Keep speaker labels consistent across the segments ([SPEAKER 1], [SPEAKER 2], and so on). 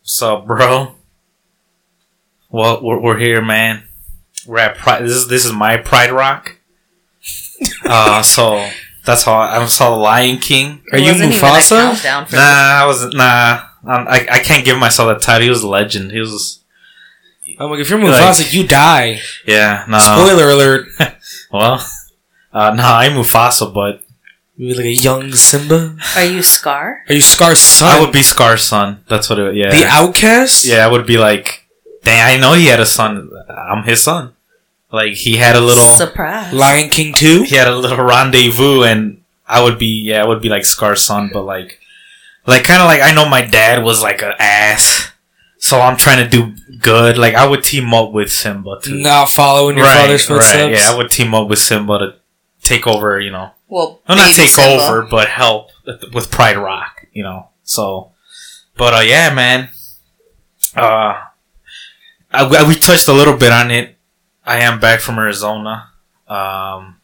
[SPEAKER 1] What's up, bro? Well, we're, we're here, man. We're at Pride. This is this is my Pride Rock. uh, so that's how I, I saw the Lion King.
[SPEAKER 2] Are you
[SPEAKER 3] wasn't even a
[SPEAKER 2] Mufasa?
[SPEAKER 3] countdown for
[SPEAKER 1] Nah, I was nah. I'm, I I can't give myself that title. He was a legend. He was
[SPEAKER 2] I'm like, if you're
[SPEAKER 1] Like- uh,
[SPEAKER 2] Mufasa, you die.
[SPEAKER 1] yeah. No.
[SPEAKER 2] Spoiler alert.
[SPEAKER 1] Well, uh, nah, I'm Mufasa, but
[SPEAKER 2] You be like a young Simba.
[SPEAKER 3] Are you Scar?
[SPEAKER 2] Are you Scar's son?
[SPEAKER 1] I would be Scar's son. That's what it. Yeah.
[SPEAKER 2] the outcast.
[SPEAKER 1] yeah, I would be like, dang, I know he had a son. I'm his son. Like he had a little.
[SPEAKER 3] surprise.
[SPEAKER 2] Lion King two.
[SPEAKER 1] he had a little rendezvous and I would be yeah, I would be like Scar's son, but like like kinda like I know my dad was like an ass. So I'm trying to do good. Like I would team up with Simba to
[SPEAKER 2] Not following your father's footsteps.
[SPEAKER 1] Yeah, I would team up with Simba to take over, you know.
[SPEAKER 3] well,
[SPEAKER 1] Well not
[SPEAKER 3] baby
[SPEAKER 1] take
[SPEAKER 3] Simba.
[SPEAKER 1] over, but help with Pride Rock, you know. So but uh yeah, man. Uh I, I- we touched a little bit on it. I am back from Arizona. Um,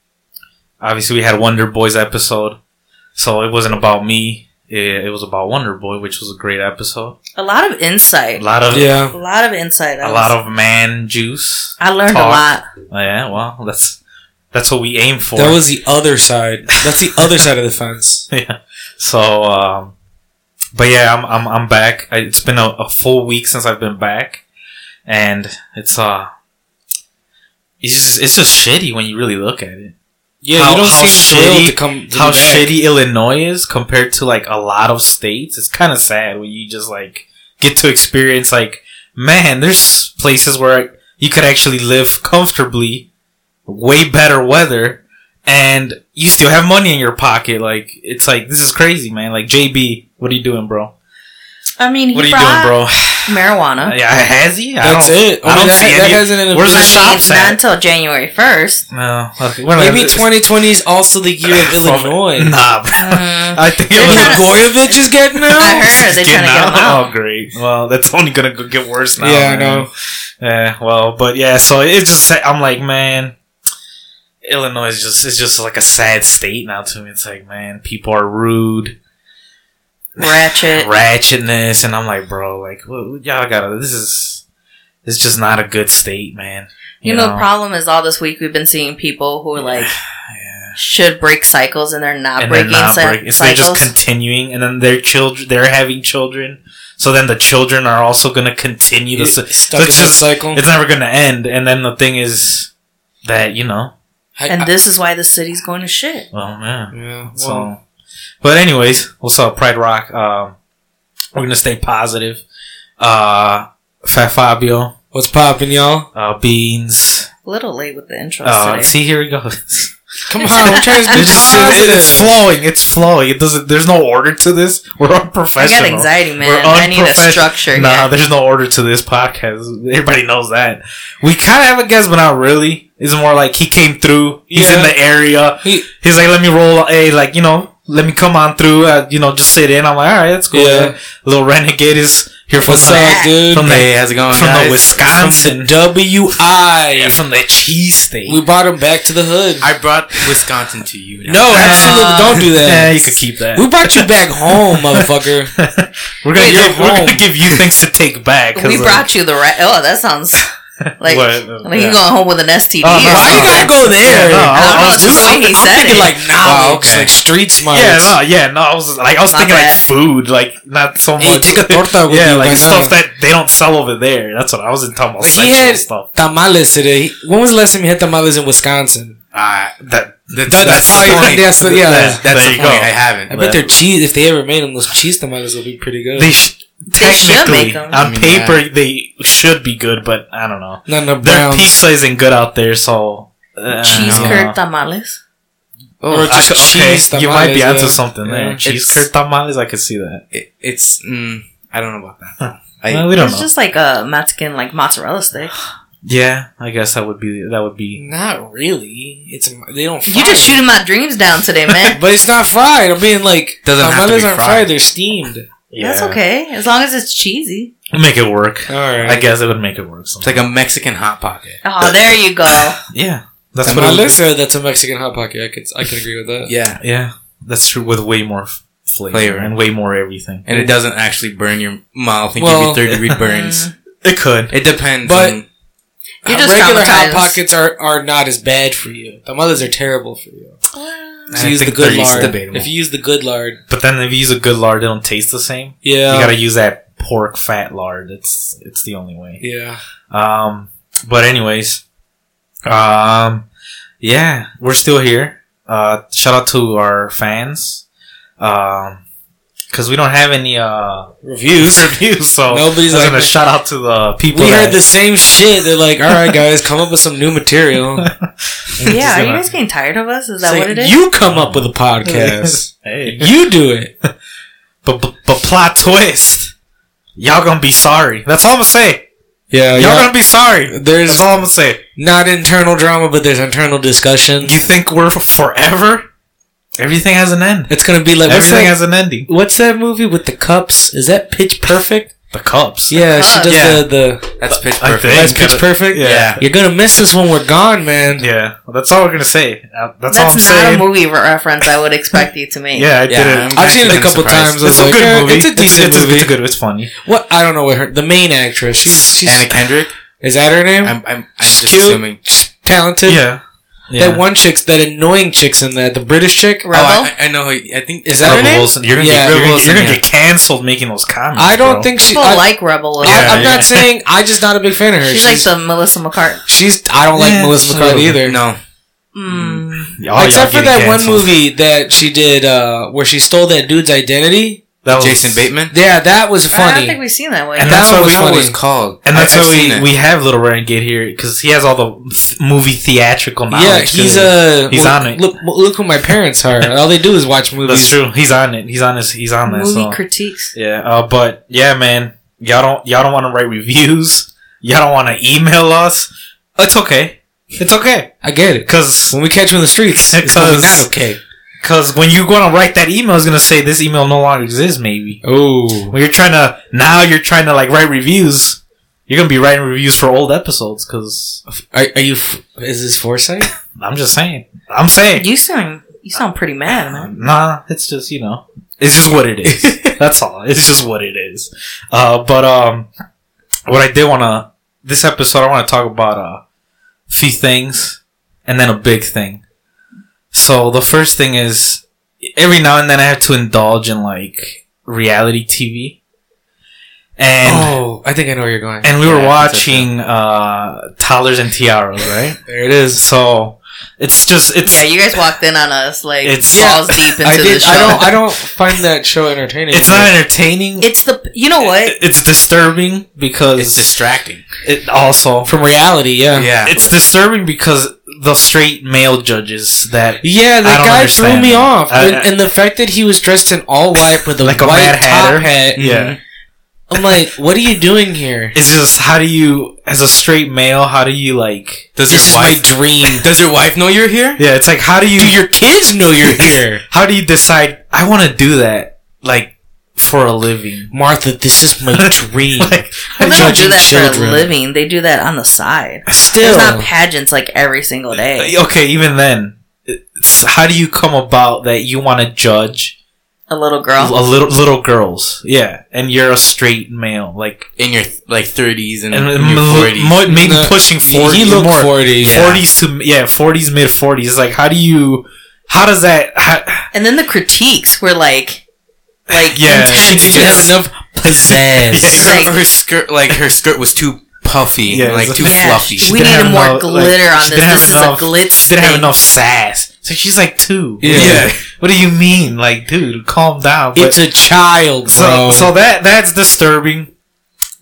[SPEAKER 1] obviously, we had Wonder Boys episode, so it wasn't about me. It, it was about Wonder Boy, which was a great episode.
[SPEAKER 3] A lot of
[SPEAKER 1] A
[SPEAKER 3] insight.
[SPEAKER 1] lot of
[SPEAKER 2] Yeah.
[SPEAKER 3] A lot of insight. I
[SPEAKER 1] a
[SPEAKER 3] was-
[SPEAKER 1] lot of man juice.
[SPEAKER 3] I learned
[SPEAKER 1] talk.
[SPEAKER 3] a lot.
[SPEAKER 1] Yeah, well, that's that's what we aim for.
[SPEAKER 2] That was the other side. That's the other side of the fence.
[SPEAKER 1] yeah. So, um, but yeah, I'm I'm, I'm back. I, it's been a, a full week since I've been back, and it's uh, it's just, it's just shitty when you really look at it.
[SPEAKER 2] Yeah,
[SPEAKER 1] How-
[SPEAKER 2] you don't
[SPEAKER 1] how
[SPEAKER 2] seem thrilled
[SPEAKER 1] shitty-
[SPEAKER 2] to come. To
[SPEAKER 1] How
[SPEAKER 2] be back.
[SPEAKER 1] shitty Illinois is compared to like a lot of states. It's kind of sad when you just like get to experience like, man, there's places where you could actually live comfortably, way better weather, and you still have money in your pocket. Like it's like this is crazy, man. Like JB, what are you doing, bro?
[SPEAKER 3] I mean, he
[SPEAKER 1] What are you
[SPEAKER 3] brought
[SPEAKER 1] doing, bro?
[SPEAKER 3] marijuana.
[SPEAKER 1] Yeah, has he? I
[SPEAKER 2] That's
[SPEAKER 1] don't-
[SPEAKER 2] it.
[SPEAKER 1] I
[SPEAKER 2] Only
[SPEAKER 1] don't
[SPEAKER 2] that,
[SPEAKER 1] see
[SPEAKER 2] that
[SPEAKER 1] any-
[SPEAKER 2] hasn't in a
[SPEAKER 1] Where's the
[SPEAKER 2] position-
[SPEAKER 1] shop?
[SPEAKER 3] It's not
[SPEAKER 1] Sad.
[SPEAKER 3] until January first.
[SPEAKER 1] No, okay.
[SPEAKER 2] Maybe 2020 is also the year of
[SPEAKER 1] From-
[SPEAKER 2] Illinois.
[SPEAKER 1] Nah, bro.
[SPEAKER 3] Mm,
[SPEAKER 1] I think it
[SPEAKER 3] They're
[SPEAKER 1] was
[SPEAKER 3] trying to-
[SPEAKER 2] Blagojevich is getting out.
[SPEAKER 3] I heard they're
[SPEAKER 1] Getting
[SPEAKER 3] trying to get him out.
[SPEAKER 1] Oh, great. Well, that's only gonna go- get worse now.
[SPEAKER 2] yeah, I
[SPEAKER 1] man.
[SPEAKER 2] know.
[SPEAKER 1] Yeah, well, but yeah, so it's just sa- I'm like, man, Illinois is just it's just like a sad state now to me. It's like, man, people are rude,
[SPEAKER 3] Ratchet.
[SPEAKER 1] ratchetness, and I'm like, bro, like wh- wh- y'all gotta. This is it's just not a good state, man.
[SPEAKER 3] You know, the problem is all this week we've been seeing people who like should break cycles and they're not
[SPEAKER 1] and they're
[SPEAKER 3] breaking
[SPEAKER 1] not
[SPEAKER 3] cy-
[SPEAKER 1] breaking. So they're
[SPEAKER 3] uh, cycles.
[SPEAKER 1] just continuing, and then their children, they're having children. So then the children are also gonna continue the. s-
[SPEAKER 2] Stuck in
[SPEAKER 1] it's
[SPEAKER 2] that
[SPEAKER 1] just-
[SPEAKER 2] cycle.
[SPEAKER 1] It's never gonna end. And then the thing is that you know,
[SPEAKER 2] I-
[SPEAKER 3] and
[SPEAKER 1] uh,
[SPEAKER 2] I-
[SPEAKER 3] this is why the city's going to shit.
[SPEAKER 1] well, yeah.
[SPEAKER 2] yeah, well,
[SPEAKER 1] So, but anyways, what's up, Pride Rock? Um, we're gonna stay positive. Uh, Fat Fabio,
[SPEAKER 2] what's popping, y'all?
[SPEAKER 1] uh, Beans.
[SPEAKER 3] A little late with the intros
[SPEAKER 1] Uh,
[SPEAKER 3] today.
[SPEAKER 1] see, here he goes.
[SPEAKER 2] Come on, I'm trying to be
[SPEAKER 1] it's,
[SPEAKER 2] positive.
[SPEAKER 1] it's flowing. It's flowing. It doesn't. There's no order to this. We're
[SPEAKER 3] I
[SPEAKER 1] unprofessional.
[SPEAKER 3] got anxiety,
[SPEAKER 1] We're
[SPEAKER 3] man. I need a
[SPEAKER 1] unprofessional.
[SPEAKER 3] structure.
[SPEAKER 1] Nah,
[SPEAKER 3] yeah.
[SPEAKER 1] there's no order to this podcast. Everybody knows that. We kind of have a guest, but not really. It's more like he came through. He's in
[SPEAKER 2] Yeah.
[SPEAKER 1] the area.
[SPEAKER 2] He-
[SPEAKER 1] He's like, let me roll. Hey, like you know, let me come on through. Uh, you know, just sit in. I'm like, all right, that's cool.
[SPEAKER 2] Yeah.
[SPEAKER 1] man." Little renegade is here from
[SPEAKER 2] what's
[SPEAKER 1] the
[SPEAKER 2] up, dude?
[SPEAKER 1] from the
[SPEAKER 4] Hey, how's it going,
[SPEAKER 1] from the
[SPEAKER 4] guys?
[SPEAKER 1] Wisconsin,
[SPEAKER 2] WI.
[SPEAKER 1] from the cheese state.
[SPEAKER 2] We brought him back to the hood.
[SPEAKER 4] I brought Wisconsin to you. now.
[SPEAKER 2] no, absolutely, don't do that.
[SPEAKER 1] Yeah, you could keep that.
[SPEAKER 2] We brought you back home, motherfucker.
[SPEAKER 1] we're gonna
[SPEAKER 2] Wait,
[SPEAKER 1] give,
[SPEAKER 2] you're
[SPEAKER 1] we're gonna
[SPEAKER 2] home.
[SPEAKER 1] give you things to take back. 'cause,
[SPEAKER 3] we
[SPEAKER 1] uh,
[SPEAKER 3] brought you the right. Oh, that sounds like
[SPEAKER 1] What?
[SPEAKER 3] like
[SPEAKER 1] Yeah.
[SPEAKER 3] you going home with an STD.
[SPEAKER 1] Oh, no.
[SPEAKER 3] or
[SPEAKER 2] Why you
[SPEAKER 3] something.
[SPEAKER 2] gotta go there?
[SPEAKER 1] Yeah, no,
[SPEAKER 3] I don't know, it's just
[SPEAKER 2] I'm
[SPEAKER 3] the way he
[SPEAKER 2] I'm
[SPEAKER 3] said
[SPEAKER 2] thinking
[SPEAKER 3] it.
[SPEAKER 2] like knowledge,
[SPEAKER 4] Oh, okay.
[SPEAKER 2] like street smarts.
[SPEAKER 1] Yeah, no, yeah, no. I was like, I was
[SPEAKER 3] My
[SPEAKER 1] thinking like
[SPEAKER 3] bad.
[SPEAKER 1] food, like not so
[SPEAKER 2] Hey,
[SPEAKER 1] much.
[SPEAKER 2] take a torta with
[SPEAKER 1] yeah,
[SPEAKER 2] you
[SPEAKER 1] like
[SPEAKER 2] right
[SPEAKER 3] uh,
[SPEAKER 1] stuff
[SPEAKER 2] now.
[SPEAKER 1] that they don't sell over there. That's what I wasn't talking about.
[SPEAKER 2] Like, he
[SPEAKER 1] sexual
[SPEAKER 2] had-
[SPEAKER 1] stuff.
[SPEAKER 2] Tamales today. He- When was the last time you had tamales in Wisconsin?
[SPEAKER 4] Ah,
[SPEAKER 1] That
[SPEAKER 2] That-
[SPEAKER 4] that's,
[SPEAKER 2] that's
[SPEAKER 4] that's,
[SPEAKER 2] probably
[SPEAKER 4] the
[SPEAKER 2] one
[SPEAKER 4] point.
[SPEAKER 2] day I saw- yeah.
[SPEAKER 4] That's, that's
[SPEAKER 1] There
[SPEAKER 4] the
[SPEAKER 1] you
[SPEAKER 4] point.
[SPEAKER 1] go.
[SPEAKER 4] I haven't.
[SPEAKER 2] I bet
[SPEAKER 4] but-
[SPEAKER 2] their cheese, if they ever made them, those cheese tamales will be pretty good.
[SPEAKER 1] they sh-
[SPEAKER 3] They should
[SPEAKER 1] technically
[SPEAKER 3] make 'em.
[SPEAKER 1] on
[SPEAKER 4] I mean,
[SPEAKER 1] paper they should be good, but I don't know.
[SPEAKER 2] None of
[SPEAKER 1] Their
[SPEAKER 2] Browns.
[SPEAKER 1] pizza isn't good out there, so uh,
[SPEAKER 3] cheese
[SPEAKER 1] I don't know.
[SPEAKER 3] curd tamales.
[SPEAKER 4] Oh,
[SPEAKER 2] Or
[SPEAKER 1] I
[SPEAKER 4] Ah,
[SPEAKER 2] just
[SPEAKER 1] could- okay,
[SPEAKER 2] cheese tamales.
[SPEAKER 1] you might be
[SPEAKER 2] yeah.
[SPEAKER 1] onto something there.
[SPEAKER 2] Yeah.
[SPEAKER 1] Cheese
[SPEAKER 4] It's-
[SPEAKER 1] curd tamales, I could see that.
[SPEAKER 4] It, it's. Mm, I don't know about that. I,
[SPEAKER 1] Well, we don't
[SPEAKER 3] It's
[SPEAKER 1] know.
[SPEAKER 3] just like a Mexican like mozzarella stick.
[SPEAKER 1] yeah, I guess that would be that would be.
[SPEAKER 2] Not really. It's they don't. Fry
[SPEAKER 3] You just
[SPEAKER 2] it.
[SPEAKER 3] shooting my dreams down today, man.
[SPEAKER 2] But it's not fried. I'm being like
[SPEAKER 4] Doesn't have to
[SPEAKER 2] tamales
[SPEAKER 4] be
[SPEAKER 2] aren't
[SPEAKER 4] fried.
[SPEAKER 2] fried. They're steamed.
[SPEAKER 3] That's
[SPEAKER 1] yeah.
[SPEAKER 3] okay as long as it's cheesy.
[SPEAKER 1] We'll Make it work.
[SPEAKER 2] All right.
[SPEAKER 1] I guess it would make it work.
[SPEAKER 4] it's
[SPEAKER 1] Sometime.
[SPEAKER 4] like a Mexican hot pocket.
[SPEAKER 3] Oh, there you go.
[SPEAKER 1] Yeah, that's what it would
[SPEAKER 2] tamales. uh, that's a Mexican hot pocket. I could I can agree with that.
[SPEAKER 4] Yeah.
[SPEAKER 1] Yeah, that's true. With way more f-
[SPEAKER 4] flavor,
[SPEAKER 1] flavor and way more everything.
[SPEAKER 4] and it doesn't actually burn your mouth and
[SPEAKER 2] Well-
[SPEAKER 4] give you third degree burns.
[SPEAKER 1] It could.
[SPEAKER 4] It depends.
[SPEAKER 2] But-
[SPEAKER 4] on,
[SPEAKER 3] You're
[SPEAKER 2] Uh,
[SPEAKER 3] just
[SPEAKER 2] regular hot
[SPEAKER 3] traumatized.
[SPEAKER 2] pockets are, are not as bad for you. The mothers are terrible for you.
[SPEAKER 4] I
[SPEAKER 3] Mm.
[SPEAKER 2] So use the
[SPEAKER 4] think
[SPEAKER 2] good
[SPEAKER 4] thirty's
[SPEAKER 2] lard.
[SPEAKER 4] debatable.
[SPEAKER 2] If you use the good lard,
[SPEAKER 1] But then if you use a good lard, they don't taste the same.
[SPEAKER 2] yeah,
[SPEAKER 1] You gotta use that pork fat lard. It's it's the only way.
[SPEAKER 2] yeah.
[SPEAKER 1] Um, but anyways, um, yeah, we're still here. Uh, shout out to our fans. Um, cause we don't have any, uh,
[SPEAKER 2] Reviews.
[SPEAKER 1] reviews,
[SPEAKER 4] Oh,
[SPEAKER 1] so
[SPEAKER 2] Nobody's
[SPEAKER 1] I was
[SPEAKER 2] like-
[SPEAKER 1] gonna shout out to the people.
[SPEAKER 2] We heard
[SPEAKER 1] that-
[SPEAKER 2] the same shit. They're like, "All right, guys, come up with some new material."
[SPEAKER 3] Yeah, are you
[SPEAKER 1] gonna-
[SPEAKER 3] guys getting tired of us? Is
[SPEAKER 2] It's
[SPEAKER 3] that
[SPEAKER 2] like,
[SPEAKER 3] what it is?
[SPEAKER 2] You come up with a podcast.
[SPEAKER 1] Hey,
[SPEAKER 2] you do it.
[SPEAKER 1] but, but, but plot twist. Y'all gonna be sorry. That's all I'm gonna say.
[SPEAKER 2] Yeah,
[SPEAKER 1] Y'all
[SPEAKER 2] Uh, yeah.
[SPEAKER 1] gonna be sorry. That's
[SPEAKER 2] There's
[SPEAKER 1] all I'm gonna say.
[SPEAKER 2] not internal drama, but there's internal discussion.
[SPEAKER 1] You think we're f- forever? Everything has an end.
[SPEAKER 2] it's gonna be like what's
[SPEAKER 1] Everything
[SPEAKER 2] that,
[SPEAKER 1] has an ending.
[SPEAKER 2] what's that movie with the cups? Is that Pitch Perfect?
[SPEAKER 1] The Cubs.
[SPEAKER 2] Yeah, she
[SPEAKER 3] Cups.
[SPEAKER 2] does
[SPEAKER 1] Yeah.
[SPEAKER 2] the the.
[SPEAKER 4] that's pitch
[SPEAKER 1] I
[SPEAKER 4] perfect.
[SPEAKER 1] think.
[SPEAKER 2] That's Pitch
[SPEAKER 1] gotta-
[SPEAKER 2] Perfect.
[SPEAKER 1] yeah.
[SPEAKER 2] You're gonna miss us when we're gone, man.
[SPEAKER 1] Yeah, well, that's all we're gonna say. Uh, that's,
[SPEAKER 3] That's
[SPEAKER 1] all I'm
[SPEAKER 3] not
[SPEAKER 1] saying.
[SPEAKER 3] a movie re- reference I would expect you to make.
[SPEAKER 1] Yeah, I did
[SPEAKER 4] Yeah,
[SPEAKER 1] it.
[SPEAKER 4] I'm
[SPEAKER 2] I've seen it a
[SPEAKER 4] actually
[SPEAKER 2] couple
[SPEAKER 4] surprised.
[SPEAKER 2] times. I was
[SPEAKER 1] It's a
[SPEAKER 2] like,
[SPEAKER 1] good
[SPEAKER 2] "Eh,
[SPEAKER 1] movie.
[SPEAKER 2] It's a decent
[SPEAKER 1] it's,
[SPEAKER 2] movie.
[SPEAKER 1] It's good. It's funny.
[SPEAKER 2] What I don't know what her the main actress. She's she's
[SPEAKER 4] Anna Kendrick.
[SPEAKER 2] is that her name?
[SPEAKER 4] I'm, I'm, I'm
[SPEAKER 2] She's
[SPEAKER 4] just
[SPEAKER 2] cute.
[SPEAKER 4] assuming.
[SPEAKER 2] She's talented.
[SPEAKER 1] Yeah.
[SPEAKER 2] That one chick's that annoying chick's in that the British chick.
[SPEAKER 3] Rebel?
[SPEAKER 4] Oh, I, I- I know. Who, I think
[SPEAKER 2] Is that her
[SPEAKER 1] Rebel
[SPEAKER 2] name?
[SPEAKER 1] Wilson. You're gonna,
[SPEAKER 2] Yeah,
[SPEAKER 1] get, you're gonna,
[SPEAKER 4] Rebel
[SPEAKER 1] you're gonna
[SPEAKER 4] Wilson,
[SPEAKER 1] get canceled making those comments.
[SPEAKER 2] I don't
[SPEAKER 1] bro.
[SPEAKER 2] think she.
[SPEAKER 3] People
[SPEAKER 2] I,
[SPEAKER 3] like Rebel. a lot.
[SPEAKER 2] I, I'm
[SPEAKER 1] Yeah,
[SPEAKER 2] not
[SPEAKER 1] yeah.
[SPEAKER 2] saying. I just not a big fan of her.
[SPEAKER 3] She's like the Melissa McCart.
[SPEAKER 2] She's. I don't like
[SPEAKER 1] Yeah,
[SPEAKER 2] Melissa
[SPEAKER 1] sure.
[SPEAKER 2] McCarthy either.
[SPEAKER 4] no.
[SPEAKER 3] Mm.
[SPEAKER 1] Y'all- y'all
[SPEAKER 2] Except for
[SPEAKER 1] getting
[SPEAKER 2] that one
[SPEAKER 1] canceled.
[SPEAKER 2] movie that she did, uh, where she stole that dude's identity.
[SPEAKER 1] That was-
[SPEAKER 4] Jason Bateman.
[SPEAKER 2] Yeah, that was
[SPEAKER 3] I don't
[SPEAKER 2] funny.
[SPEAKER 3] think we've seen that one.
[SPEAKER 1] And
[SPEAKER 3] yet.
[SPEAKER 1] that's
[SPEAKER 2] that
[SPEAKER 1] why
[SPEAKER 2] one
[SPEAKER 1] we
[SPEAKER 2] was
[SPEAKER 4] That
[SPEAKER 2] funny.
[SPEAKER 4] was called.
[SPEAKER 1] And that's
[SPEAKER 4] I, I've
[SPEAKER 1] why
[SPEAKER 4] seen
[SPEAKER 1] we,
[SPEAKER 4] it.
[SPEAKER 1] we have Little Renegade here because he has all the th- movie theatrical knowledge.
[SPEAKER 2] yeah, he's uh,
[SPEAKER 1] too.
[SPEAKER 2] a.
[SPEAKER 1] He's
[SPEAKER 2] look,
[SPEAKER 1] on it.
[SPEAKER 2] Look, look who my parents are. All they do is watch movies.
[SPEAKER 1] That's true. He's on it. He's on his. He's on
[SPEAKER 3] movie
[SPEAKER 1] this. So.
[SPEAKER 3] critiques.
[SPEAKER 1] yeah, uh, but yeah, man, y'all don't y'all don't want to write reviews. Y'all don't want to email us. It's okay. It's okay.
[SPEAKER 2] I get it.
[SPEAKER 1] Cause
[SPEAKER 2] When we catch you in the streets, it's gonna be
[SPEAKER 1] Because-
[SPEAKER 2] not okay.
[SPEAKER 1] cause when you're gonna write that email, it's gonna say this email no longer exists. Maybe
[SPEAKER 2] Oh,
[SPEAKER 1] when you're trying to now you're trying to like write reviews. You're gonna be writing reviews for old episodes. Cause
[SPEAKER 2] are, are you? f- Is this foresight?
[SPEAKER 1] I'm just saying. I'm saying.
[SPEAKER 3] You sound you sound pretty mad, man.
[SPEAKER 1] Nah, it's just you know, it's just what it is. That's all. It's just what it is. Uh, but um, what I did want to this episode, I want to talk about uh, few things and then a big thing. So the first thing is every now and then I have to indulge in like reality TV, and
[SPEAKER 2] oh, I think I know where you're going.
[SPEAKER 1] and we were
[SPEAKER 4] Yeah, I think so, too.
[SPEAKER 1] watching uh, Toddlers and Tiaras, right?
[SPEAKER 2] There it is.
[SPEAKER 1] so it's just it's
[SPEAKER 3] Yeah, you guys walked in on us like
[SPEAKER 1] It's-
[SPEAKER 3] balls deep into
[SPEAKER 2] I
[SPEAKER 3] the
[SPEAKER 2] did.
[SPEAKER 3] show.
[SPEAKER 2] I don't. I don't find that show entertaining.
[SPEAKER 1] it's not entertaining.
[SPEAKER 3] it's the you know what?
[SPEAKER 1] It- it's disturbing
[SPEAKER 4] It's
[SPEAKER 1] because
[SPEAKER 4] distracting.
[SPEAKER 1] it also
[SPEAKER 2] from reality. Yeah.
[SPEAKER 4] Yeah.
[SPEAKER 1] it's disturbing because the straight male judges that
[SPEAKER 2] Yeah,
[SPEAKER 1] I
[SPEAKER 2] that
[SPEAKER 1] don't
[SPEAKER 2] guy
[SPEAKER 1] understand
[SPEAKER 2] threw me
[SPEAKER 1] that.
[SPEAKER 2] off,
[SPEAKER 1] I-
[SPEAKER 2] and, and the fact that he was dressed in all white with a
[SPEAKER 1] Like a
[SPEAKER 2] white
[SPEAKER 1] Mad Hatter.
[SPEAKER 2] top hat. mm-hmm.
[SPEAKER 1] yeah
[SPEAKER 2] I'm like, what are you doing here?
[SPEAKER 1] it's just how do you as a straight male how do you like
[SPEAKER 4] Does your
[SPEAKER 2] This is my
[SPEAKER 4] wife?
[SPEAKER 2] dream.
[SPEAKER 4] Does your wife know you're here?
[SPEAKER 1] yeah it's like how do you
[SPEAKER 2] Do your kids know you're here,
[SPEAKER 1] how do you decide I want to do that like for a living
[SPEAKER 2] Martha? This is my dream.
[SPEAKER 1] like
[SPEAKER 3] Well, they don't do
[SPEAKER 2] judging
[SPEAKER 3] that for a
[SPEAKER 2] children.
[SPEAKER 3] living. They do that on the side.
[SPEAKER 2] Still,
[SPEAKER 3] There's not pageants like every single day.
[SPEAKER 1] okay even then it's, how do you come about that you want to judge
[SPEAKER 3] A little
[SPEAKER 1] a
[SPEAKER 3] girl.
[SPEAKER 1] little little girls yeah and you're a straight male like
[SPEAKER 4] In your like 30s and,
[SPEAKER 1] and
[SPEAKER 4] in your
[SPEAKER 1] mo-
[SPEAKER 4] 40s.
[SPEAKER 1] mo- maybe
[SPEAKER 2] No,
[SPEAKER 1] pushing forty.
[SPEAKER 2] he looked
[SPEAKER 1] more,
[SPEAKER 2] forty.
[SPEAKER 4] Yeah.
[SPEAKER 1] forties to yeah, forties mid forties. Like, how do you? How does that? How,
[SPEAKER 3] And then the critiques were like like
[SPEAKER 1] Yeah.
[SPEAKER 3] intense.
[SPEAKER 2] She didn't have enough
[SPEAKER 4] yeah,
[SPEAKER 2] pizzazz.
[SPEAKER 4] you remember her skirt? Like her skirt was too puffy,
[SPEAKER 1] Yeah,
[SPEAKER 4] and, like
[SPEAKER 1] it's-
[SPEAKER 4] too
[SPEAKER 3] Yeah,
[SPEAKER 4] fluffy.
[SPEAKER 1] she
[SPEAKER 3] we
[SPEAKER 1] didn't
[SPEAKER 3] needed
[SPEAKER 1] have
[SPEAKER 3] more
[SPEAKER 1] enough, like,
[SPEAKER 3] glitter on
[SPEAKER 1] she
[SPEAKER 3] this.
[SPEAKER 1] didn't have
[SPEAKER 3] This is
[SPEAKER 1] enough-
[SPEAKER 3] a glitz.
[SPEAKER 1] she didn't have
[SPEAKER 3] thing.
[SPEAKER 1] enough sass. So she's like two.
[SPEAKER 2] Yeah.
[SPEAKER 1] Like, what do you mean? Like, dude, calm down. But,
[SPEAKER 2] It's a child,
[SPEAKER 1] so
[SPEAKER 2] bro.
[SPEAKER 1] so that that's disturbing.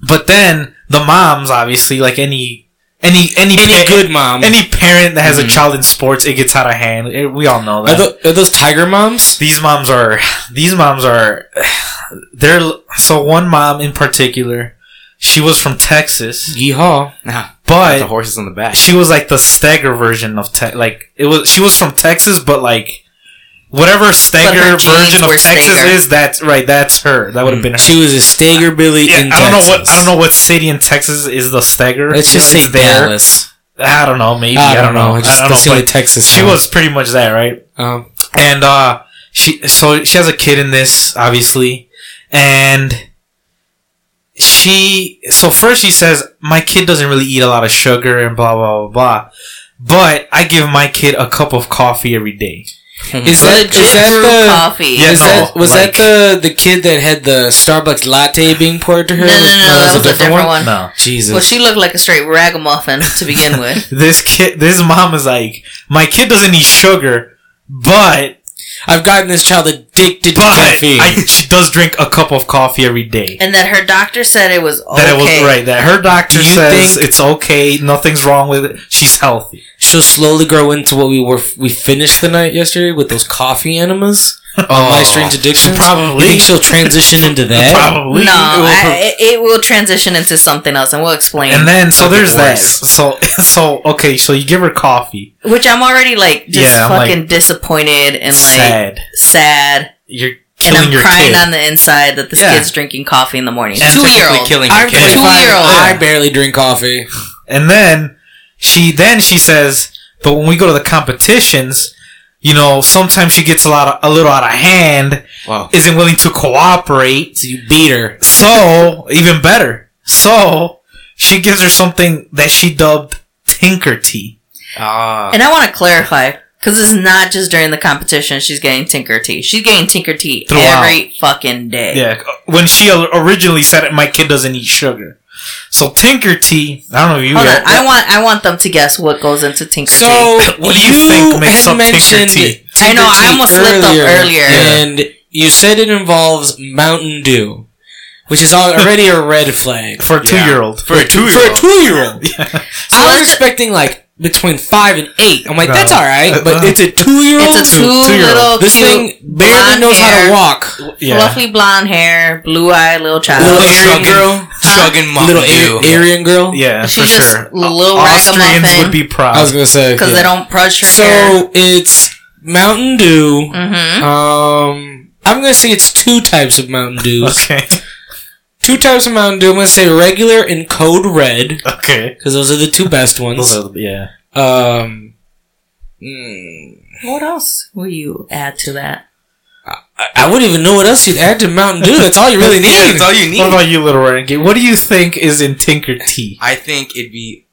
[SPEAKER 1] But then the moms, obviously, like any any any
[SPEAKER 2] any
[SPEAKER 1] pa-
[SPEAKER 2] good mom? Mm-hmm.
[SPEAKER 1] any parent that has a
[SPEAKER 4] Mhm.
[SPEAKER 1] child in sports, it gets out of hand. It- we all know that.
[SPEAKER 2] are, tho- are those tiger moms?
[SPEAKER 1] these moms are these moms are they're so one mom in particular she was from texas
[SPEAKER 2] Yeehaw!
[SPEAKER 4] Nah, the
[SPEAKER 1] but
[SPEAKER 4] horses on the back.
[SPEAKER 1] she was like the stagger version of te- like it was she was from texas but like whatever stagger
[SPEAKER 3] her genes
[SPEAKER 1] version of
[SPEAKER 3] were
[SPEAKER 1] texas
[SPEAKER 3] Stagger.
[SPEAKER 1] is that's right that's her that would have been her
[SPEAKER 2] Hmm. Mm. She was a Stager Billy
[SPEAKER 1] yeah,
[SPEAKER 2] in
[SPEAKER 1] I don't know what I don't
[SPEAKER 2] Texas.
[SPEAKER 1] know what city in Texas is the stagger.
[SPEAKER 2] Let's just
[SPEAKER 1] It's
[SPEAKER 2] say Dallas.
[SPEAKER 1] I don't know. Maybe I don't, know.
[SPEAKER 2] It's
[SPEAKER 1] I don't
[SPEAKER 2] that's the
[SPEAKER 1] know.
[SPEAKER 2] only
[SPEAKER 1] But
[SPEAKER 2] Texas.
[SPEAKER 1] she
[SPEAKER 2] one.
[SPEAKER 1] was pretty much that, right?
[SPEAKER 2] Um,
[SPEAKER 1] And uh, she so she has a kid in this obviously and she so first she says my kid doesn't really eat a lot of sugar and blah blah blah blah but i give my kid a cup of coffee every day Mm.
[SPEAKER 2] Is that,
[SPEAKER 3] Legit
[SPEAKER 2] is that
[SPEAKER 3] brew
[SPEAKER 2] the
[SPEAKER 3] coffee.
[SPEAKER 1] Yeah,
[SPEAKER 2] Is
[SPEAKER 1] no,
[SPEAKER 2] that, was
[SPEAKER 1] like-
[SPEAKER 2] that the the kid that had the Starbucks latte being poured to her?
[SPEAKER 3] No, no, no, that was a different one.
[SPEAKER 1] no
[SPEAKER 2] Jesus.
[SPEAKER 3] Well, she looked like a straight ragamuffin to begin with.
[SPEAKER 1] this kid this mom is like my kid doesn't eat sugar but
[SPEAKER 2] I've gotten this child addicted to
[SPEAKER 1] but
[SPEAKER 2] caffeine.
[SPEAKER 1] I, she does drink a cup of coffee every day
[SPEAKER 3] And that her doctor said it was okay.
[SPEAKER 1] that it was right that her doctor
[SPEAKER 2] Do you
[SPEAKER 1] says
[SPEAKER 2] think-
[SPEAKER 1] it's okay nothing's wrong with it she's healthy
[SPEAKER 2] She'll slowly grow into what we were. We finished the night yesterday with those coffee enemas.
[SPEAKER 1] oh,
[SPEAKER 2] My strange addiction.
[SPEAKER 1] probably-
[SPEAKER 2] You think she'll transition into that?
[SPEAKER 1] probably
[SPEAKER 3] No,
[SPEAKER 1] It will pro-
[SPEAKER 3] I, it, it will transition into something else, and we'll explain.
[SPEAKER 1] and then so
[SPEAKER 2] Something
[SPEAKER 1] there's that
[SPEAKER 2] worse.
[SPEAKER 1] so so okay so you give her coffee
[SPEAKER 3] Which I'm already like just
[SPEAKER 1] Yeah, I'm, like,
[SPEAKER 3] fucking disappointed and like sad,
[SPEAKER 1] sad you're
[SPEAKER 3] and
[SPEAKER 1] killing
[SPEAKER 3] I'm
[SPEAKER 1] your
[SPEAKER 3] crying
[SPEAKER 1] kid
[SPEAKER 3] on the inside that this
[SPEAKER 1] Yeah.
[SPEAKER 3] kid's drinking coffee in the morning.
[SPEAKER 4] And
[SPEAKER 3] Two year
[SPEAKER 4] technically
[SPEAKER 3] old.
[SPEAKER 4] killing
[SPEAKER 2] I'm
[SPEAKER 4] your kid.
[SPEAKER 2] 25.
[SPEAKER 3] Two-year-old.
[SPEAKER 2] I barely drink coffee.
[SPEAKER 1] and then she then she says but when we go to the competitions you know sometimes she gets a lot of, a little out of hand
[SPEAKER 4] Wow.
[SPEAKER 1] isn't willing to cooperate
[SPEAKER 2] So you beat her.
[SPEAKER 1] So, even better. So, she gives her something that she dubbed Tinker Tea.
[SPEAKER 4] Ah.
[SPEAKER 3] And I want to clarify because it's not just during the competition she's getting Tinker Tea. She's getting Tinker Tea
[SPEAKER 1] Throughout.
[SPEAKER 3] every fucking day.
[SPEAKER 1] Yeah, when she o- originally said it, my kid doesn't eat sugar. So, Tinker Tea, I don't know if you
[SPEAKER 3] Hold
[SPEAKER 1] got
[SPEAKER 3] on, I want I want them to guess what goes into Tinker
[SPEAKER 2] So
[SPEAKER 3] Tea.
[SPEAKER 1] What do you
[SPEAKER 2] you,
[SPEAKER 1] think makes
[SPEAKER 2] had
[SPEAKER 1] up Tinker
[SPEAKER 2] mentioned
[SPEAKER 1] Tea?
[SPEAKER 3] I know, I
[SPEAKER 2] Tinker Tea
[SPEAKER 3] almost slipped up earlier.
[SPEAKER 2] and you said it involves Mountain Dew, which is al- already a red flag
[SPEAKER 1] for a two year old.
[SPEAKER 4] For a two-year-old.
[SPEAKER 2] for a two-year-old.
[SPEAKER 3] So
[SPEAKER 2] I was
[SPEAKER 3] let's-
[SPEAKER 2] expecting like between five and eight. I'm like,
[SPEAKER 1] No. Uh-uh.
[SPEAKER 2] that's all right, but it's a two-year-old.
[SPEAKER 3] It's a two,
[SPEAKER 1] two-year-old.
[SPEAKER 3] little
[SPEAKER 2] this
[SPEAKER 3] cute,
[SPEAKER 2] thing barely
[SPEAKER 3] blonde
[SPEAKER 2] knows how
[SPEAKER 3] hair,
[SPEAKER 2] to walk.
[SPEAKER 1] Yeah.
[SPEAKER 3] fluffy blonde hair, blue eyed little child.
[SPEAKER 2] Little
[SPEAKER 4] Little
[SPEAKER 2] Aryan
[SPEAKER 4] Asian
[SPEAKER 2] girl,
[SPEAKER 4] Chugging Mountain
[SPEAKER 2] little
[SPEAKER 4] Dew.
[SPEAKER 2] A- Aryan girl.
[SPEAKER 1] Yeah,
[SPEAKER 3] She's
[SPEAKER 1] for
[SPEAKER 3] just
[SPEAKER 1] sure.
[SPEAKER 3] a little
[SPEAKER 1] Austrians
[SPEAKER 3] ragamuffin.
[SPEAKER 1] would be
[SPEAKER 2] I was
[SPEAKER 1] proud.
[SPEAKER 2] gonna say
[SPEAKER 3] because
[SPEAKER 2] yeah.
[SPEAKER 3] they don't brush your hair.
[SPEAKER 2] So it's Mountain Dew.
[SPEAKER 3] Mm-hmm.
[SPEAKER 2] Um, I'm gonna say it's two types of Mountain Dews.
[SPEAKER 1] Okay,
[SPEAKER 2] Two types of Mountain Dew. I'm gonna say regular and Code Red
[SPEAKER 1] okay.
[SPEAKER 2] because those are the two best
[SPEAKER 1] Those
[SPEAKER 2] ones.
[SPEAKER 1] are the- yeah.
[SPEAKER 2] Um, mm,
[SPEAKER 3] What else will you add to that?
[SPEAKER 2] I, I wouldn't even know what else you'd add to Mountain Dew. That's all you really need.
[SPEAKER 4] Yeah, that's all you
[SPEAKER 1] What
[SPEAKER 4] need.
[SPEAKER 1] about you, Little Renegade? What do you think is in Tinker Tea?
[SPEAKER 4] I think it'd be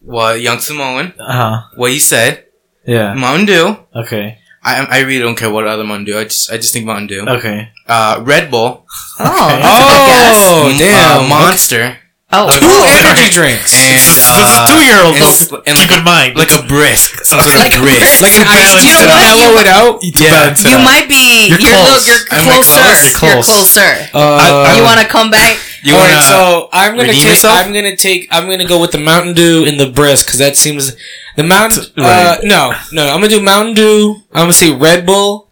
[SPEAKER 4] well, Young Samoan.
[SPEAKER 1] Uh huh.
[SPEAKER 4] What you said,
[SPEAKER 1] Yeah.
[SPEAKER 4] Mountain Dew.
[SPEAKER 1] Okay.
[SPEAKER 4] I I really don't care what other Mountain Dew. I just I just think Mountain Dew.
[SPEAKER 1] Okay.
[SPEAKER 4] Uh, Red Bull.
[SPEAKER 3] Oh,
[SPEAKER 1] Okay.
[SPEAKER 3] that's a good guess.
[SPEAKER 2] Oh,
[SPEAKER 4] m-
[SPEAKER 2] damn.
[SPEAKER 4] uh, Monster.
[SPEAKER 3] Oh,
[SPEAKER 4] Okay.
[SPEAKER 2] Two
[SPEAKER 4] Oh,
[SPEAKER 2] energy
[SPEAKER 4] sorry.
[SPEAKER 2] drinks.
[SPEAKER 4] And uh,
[SPEAKER 1] That's a two year old,
[SPEAKER 4] and s-
[SPEAKER 1] though.
[SPEAKER 4] and
[SPEAKER 1] Keep
[SPEAKER 4] like
[SPEAKER 1] in mind.
[SPEAKER 4] like a brisk. Some sort
[SPEAKER 3] Like a
[SPEAKER 4] of brisk.
[SPEAKER 2] like an
[SPEAKER 1] balance
[SPEAKER 2] iced tea,
[SPEAKER 1] it
[SPEAKER 2] like
[SPEAKER 1] out.
[SPEAKER 2] mellow it out.
[SPEAKER 1] to
[SPEAKER 4] yeah.
[SPEAKER 1] balance it
[SPEAKER 3] you
[SPEAKER 1] out.
[SPEAKER 3] might be.
[SPEAKER 1] You're
[SPEAKER 3] You're,
[SPEAKER 1] close.
[SPEAKER 3] close. You're,
[SPEAKER 4] Am I
[SPEAKER 3] closer.
[SPEAKER 4] close?
[SPEAKER 1] You're
[SPEAKER 3] You're
[SPEAKER 1] close.
[SPEAKER 3] closer.
[SPEAKER 2] Uh,
[SPEAKER 1] I-
[SPEAKER 3] you want to come back?
[SPEAKER 4] You
[SPEAKER 2] All
[SPEAKER 4] wanna?
[SPEAKER 2] right, so I'm gonna
[SPEAKER 4] redeem
[SPEAKER 2] take.
[SPEAKER 4] yourself?
[SPEAKER 2] I'm gonna take. I'm gonna go with the Mountain Dew and the Brisk because that seems the Mountain. Uh,
[SPEAKER 1] Right.
[SPEAKER 2] no, no, I'm gonna do Mountain Dew. I'm gonna say Red Bull.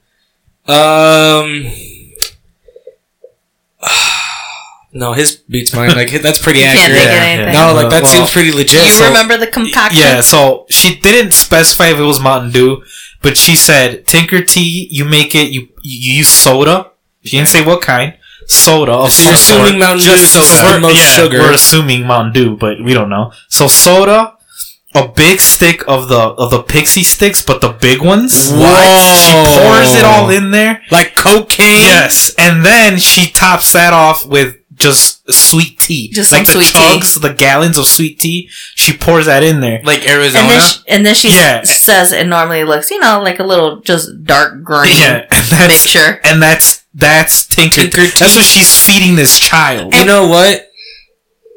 [SPEAKER 2] Um. No, his beats mine. Like that's pretty
[SPEAKER 3] You can't
[SPEAKER 2] accurate.
[SPEAKER 3] think of
[SPEAKER 1] Yeah,
[SPEAKER 3] anything.
[SPEAKER 1] yeah.
[SPEAKER 2] No, like that
[SPEAKER 1] Well,
[SPEAKER 2] seems pretty legit.
[SPEAKER 3] you
[SPEAKER 2] so-
[SPEAKER 3] remember the concoction?
[SPEAKER 1] Yeah, so she didn't specify if it was Mountain Dew, but she said Tinker Tea. You make it. You you use soda. She didn't say what kind. Soda. Of
[SPEAKER 2] So you're
[SPEAKER 1] some
[SPEAKER 2] assuming
[SPEAKER 1] sort.
[SPEAKER 2] Mountain Dew
[SPEAKER 1] Just
[SPEAKER 2] is the
[SPEAKER 1] we're-
[SPEAKER 2] most
[SPEAKER 1] yeah,
[SPEAKER 2] sugar.
[SPEAKER 1] We're assuming Mountain Dew, but we don't know. So soda, a big stick of the of the pixie sticks, but the big ones.
[SPEAKER 2] What?
[SPEAKER 1] She pours it all in there.
[SPEAKER 2] Like cocaine.
[SPEAKER 1] Yes, and then she tops that off with just sweet tea,
[SPEAKER 3] Just
[SPEAKER 1] like
[SPEAKER 3] some
[SPEAKER 1] the
[SPEAKER 3] sweet tea.
[SPEAKER 1] chugs, the gallons of sweet tea. She pours that in there.
[SPEAKER 4] like
[SPEAKER 3] And
[SPEAKER 4] Arizona.
[SPEAKER 3] then, she, and then she s-
[SPEAKER 1] Yeah.
[SPEAKER 3] says it normally looks, you know, like a little just dark green
[SPEAKER 1] Yeah, that's
[SPEAKER 3] mixture.
[SPEAKER 1] and that's that's Tinker.
[SPEAKER 2] Tinker Tea.
[SPEAKER 1] That's what she's feeding this child,
[SPEAKER 2] You know what?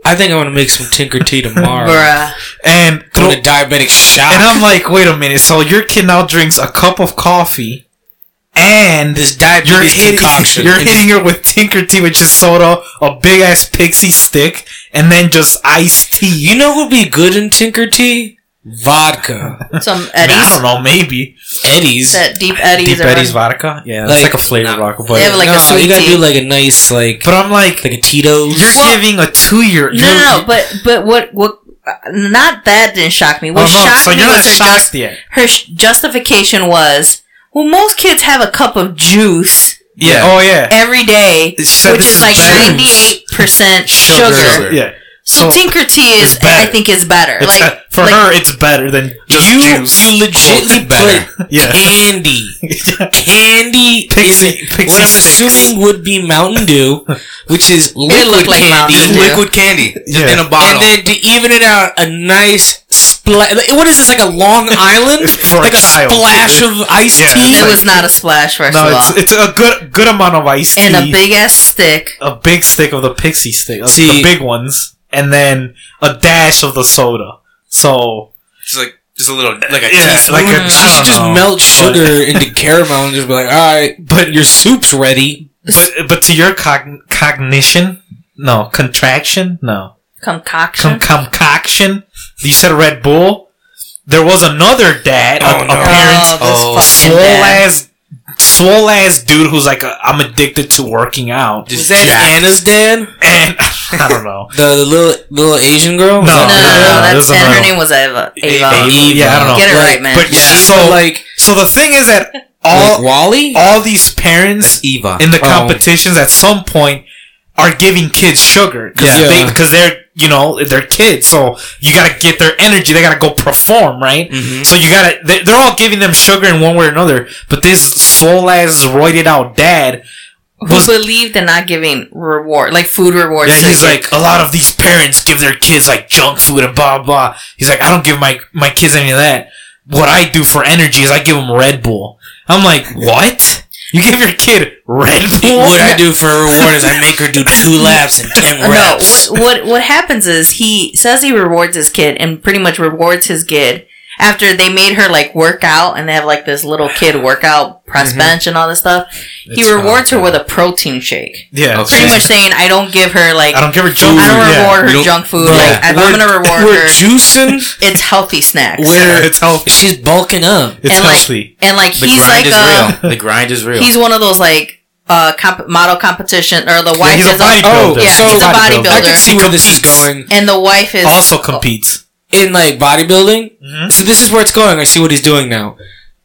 [SPEAKER 2] I think I'm gonna make some Tinker Tea tomorrow.
[SPEAKER 3] Bruh.
[SPEAKER 1] and throw-
[SPEAKER 2] Go to diabetic shock.
[SPEAKER 1] and I'm like, wait a minute. So your kid now drinks a cup of coffee, and
[SPEAKER 2] this
[SPEAKER 1] you're
[SPEAKER 2] diabetes
[SPEAKER 1] hitting
[SPEAKER 2] concoction.
[SPEAKER 1] you're
[SPEAKER 2] It's-
[SPEAKER 1] hitting her with Tinker Tea, which is soda, a big ass pixie stick, and then just iced tea.
[SPEAKER 2] You know who'd be good in Tinker Tea? Vodka.
[SPEAKER 3] Some
[SPEAKER 1] I, mean, I
[SPEAKER 3] Eddies.
[SPEAKER 1] don't know, maybe
[SPEAKER 2] Eddie's.
[SPEAKER 3] That deep Eddies.
[SPEAKER 1] deep
[SPEAKER 3] are-
[SPEAKER 1] Eddie's vodka. Yeah, that's like,
[SPEAKER 2] Like-
[SPEAKER 1] a flavor
[SPEAKER 2] nah.
[SPEAKER 1] vodka,
[SPEAKER 3] They have
[SPEAKER 1] but
[SPEAKER 3] like
[SPEAKER 2] no,
[SPEAKER 3] a sweet
[SPEAKER 2] you gotta
[SPEAKER 3] tea.
[SPEAKER 2] do like a nice like
[SPEAKER 1] but I'm like,
[SPEAKER 2] like a Tito's.
[SPEAKER 1] you're giving a two year.
[SPEAKER 3] no, no, no. But but what what? uh, Not that didn't shock me. What shocked
[SPEAKER 1] Oh, uh-huh, so
[SPEAKER 3] me
[SPEAKER 1] you're not
[SPEAKER 3] was her
[SPEAKER 1] shocked
[SPEAKER 3] just
[SPEAKER 1] yet.
[SPEAKER 3] her sh- justification was, well, most kids have a cup of juice
[SPEAKER 1] Yeah.
[SPEAKER 4] Yeah.
[SPEAKER 1] Oh yeah.
[SPEAKER 3] every day,
[SPEAKER 1] It said
[SPEAKER 3] which
[SPEAKER 1] this
[SPEAKER 3] is
[SPEAKER 1] is
[SPEAKER 3] like
[SPEAKER 1] juice.
[SPEAKER 3] ninety eight percent
[SPEAKER 4] Sugar.
[SPEAKER 3] sugar.
[SPEAKER 1] Yeah.
[SPEAKER 3] So, Tinker Tea is,
[SPEAKER 1] It's
[SPEAKER 3] I
[SPEAKER 1] better.
[SPEAKER 3] think, is better.
[SPEAKER 1] It's,
[SPEAKER 3] like
[SPEAKER 1] uh, for
[SPEAKER 3] like,
[SPEAKER 1] her, it's better than just
[SPEAKER 2] you,
[SPEAKER 1] juice.
[SPEAKER 2] you legitly
[SPEAKER 4] better.
[SPEAKER 2] put
[SPEAKER 1] Yeah.
[SPEAKER 2] candy. Candy
[SPEAKER 1] Pixie-
[SPEAKER 2] is
[SPEAKER 1] Pixie
[SPEAKER 2] what I'm
[SPEAKER 1] sticks.
[SPEAKER 2] assuming would be Mountain Dew, which is liquid
[SPEAKER 3] looked like
[SPEAKER 2] candy.
[SPEAKER 3] Mountain Dew.
[SPEAKER 4] Liquid candy. Just
[SPEAKER 1] Yeah.
[SPEAKER 4] in a bottle.
[SPEAKER 2] And then to even it out, a nice splash. What is this? Like a Long Island?
[SPEAKER 1] For a
[SPEAKER 2] like a,
[SPEAKER 1] child.
[SPEAKER 2] splash of iced
[SPEAKER 1] Yeah,
[SPEAKER 2] tea?
[SPEAKER 1] it's
[SPEAKER 3] it was not a splash, first
[SPEAKER 1] No,
[SPEAKER 3] of all.
[SPEAKER 1] it's, it's a good good amount of ice
[SPEAKER 3] and
[SPEAKER 1] tea,
[SPEAKER 3] a big ass stick.
[SPEAKER 1] a big stick of the pixie stick, of the
[SPEAKER 2] See-
[SPEAKER 1] big ones, and then a dash of the soda. So
[SPEAKER 4] just like just a little like a
[SPEAKER 1] yeah,
[SPEAKER 4] teaspoon.
[SPEAKER 1] like a,
[SPEAKER 3] Mm.
[SPEAKER 2] she
[SPEAKER 1] I
[SPEAKER 2] should
[SPEAKER 1] don't
[SPEAKER 2] just
[SPEAKER 1] know.
[SPEAKER 2] melt sugar into caramel and just be like, all right,
[SPEAKER 1] But
[SPEAKER 2] your soup's ready.
[SPEAKER 1] But but to your cogn- cognition, no contraction, no
[SPEAKER 3] Concoction.
[SPEAKER 1] Com- concoction. You said Red Bull. There was another dad, a,
[SPEAKER 4] Oh,
[SPEAKER 1] a
[SPEAKER 4] no.
[SPEAKER 1] parent,
[SPEAKER 3] Oh, this
[SPEAKER 4] Oh,
[SPEAKER 3] fucking
[SPEAKER 1] swole
[SPEAKER 3] dad.
[SPEAKER 1] ass, swole ass dude who's like, i I'm addicted to working out,
[SPEAKER 4] Just
[SPEAKER 2] Is that
[SPEAKER 4] jacked.
[SPEAKER 2] Anna's dad?
[SPEAKER 1] and I don't know.
[SPEAKER 2] The, the little little Asian girl?
[SPEAKER 1] No,
[SPEAKER 3] No, no, no,
[SPEAKER 1] Oh, Yeah,
[SPEAKER 3] that's,
[SPEAKER 1] this is
[SPEAKER 3] and her
[SPEAKER 1] another-
[SPEAKER 3] name was Eva. Eva.
[SPEAKER 2] Ava.
[SPEAKER 1] Yeah, I don't know.
[SPEAKER 3] Get it
[SPEAKER 2] Like,
[SPEAKER 3] right, man.
[SPEAKER 1] but-
[SPEAKER 2] Yeah,
[SPEAKER 1] So-
[SPEAKER 2] so like,
[SPEAKER 1] So the thing is that
[SPEAKER 2] like
[SPEAKER 1] all
[SPEAKER 2] Wally?
[SPEAKER 1] all these parents
[SPEAKER 4] Eva.
[SPEAKER 1] in the
[SPEAKER 2] Oh.
[SPEAKER 1] competitions at some point are giving kids sugar because
[SPEAKER 2] Yeah.
[SPEAKER 1] they because they're you know they're kids so you gotta get their energy they gotta go perform right
[SPEAKER 2] Mm-hmm.
[SPEAKER 4] Mhm.
[SPEAKER 1] so you gotta they, they're all giving them sugar in one way or another but this swole ass roided out dad was
[SPEAKER 3] Who believed in not giving reward, like food rewards.
[SPEAKER 1] yeah
[SPEAKER 3] to
[SPEAKER 1] he's
[SPEAKER 3] the
[SPEAKER 1] like a lot of these parents give their kids like junk food and blah blah he's like I don't give my my kids any of that what I do for energy is I give them Red Bull I'm like what you give your kid Red Bull
[SPEAKER 2] What I do for a reward is I make her do two laps and ten
[SPEAKER 3] Uh, No,
[SPEAKER 2] reps.
[SPEAKER 3] what what happens is he says he rewards his kid and pretty much rewards his kid after they made her like work out and they have like this little kid workout press bench and all this stuff.
[SPEAKER 1] It's
[SPEAKER 3] he rewards her with a protein shake,
[SPEAKER 1] yeah
[SPEAKER 4] Okay.
[SPEAKER 3] pretty much saying, "I don't give her like
[SPEAKER 1] I
[SPEAKER 3] I
[SPEAKER 1] don't give a
[SPEAKER 3] don't,
[SPEAKER 1] junk. food, yeah.
[SPEAKER 3] reward
[SPEAKER 4] we
[SPEAKER 3] her
[SPEAKER 4] don't-
[SPEAKER 3] junk food.
[SPEAKER 2] Bro,
[SPEAKER 3] Like if I'm
[SPEAKER 2] we're-
[SPEAKER 3] gonna reward
[SPEAKER 2] We're
[SPEAKER 3] her,
[SPEAKER 2] juicing.
[SPEAKER 3] it's healthy snacks."
[SPEAKER 2] We're
[SPEAKER 1] It's healthy.
[SPEAKER 2] she's bulking up.
[SPEAKER 1] It's
[SPEAKER 3] and like
[SPEAKER 1] healthy.
[SPEAKER 3] and like
[SPEAKER 4] The
[SPEAKER 3] he's like
[SPEAKER 4] grind
[SPEAKER 3] a
[SPEAKER 4] is real. The grind is real.
[SPEAKER 3] he's one of those like uh comp- model competition or the wife
[SPEAKER 1] he's a
[SPEAKER 3] is a,
[SPEAKER 1] bodybuilder.
[SPEAKER 2] Oh,
[SPEAKER 3] yeah
[SPEAKER 2] So-
[SPEAKER 3] he's a
[SPEAKER 1] bodybuilder.
[SPEAKER 2] I can
[SPEAKER 3] bodybuilder
[SPEAKER 2] see where this is
[SPEAKER 1] competes.
[SPEAKER 2] going.
[SPEAKER 3] and the wife is
[SPEAKER 1] also competes.
[SPEAKER 2] in like bodybuilding.
[SPEAKER 1] Mhm.
[SPEAKER 2] So this is where it's going. I see what he's doing now.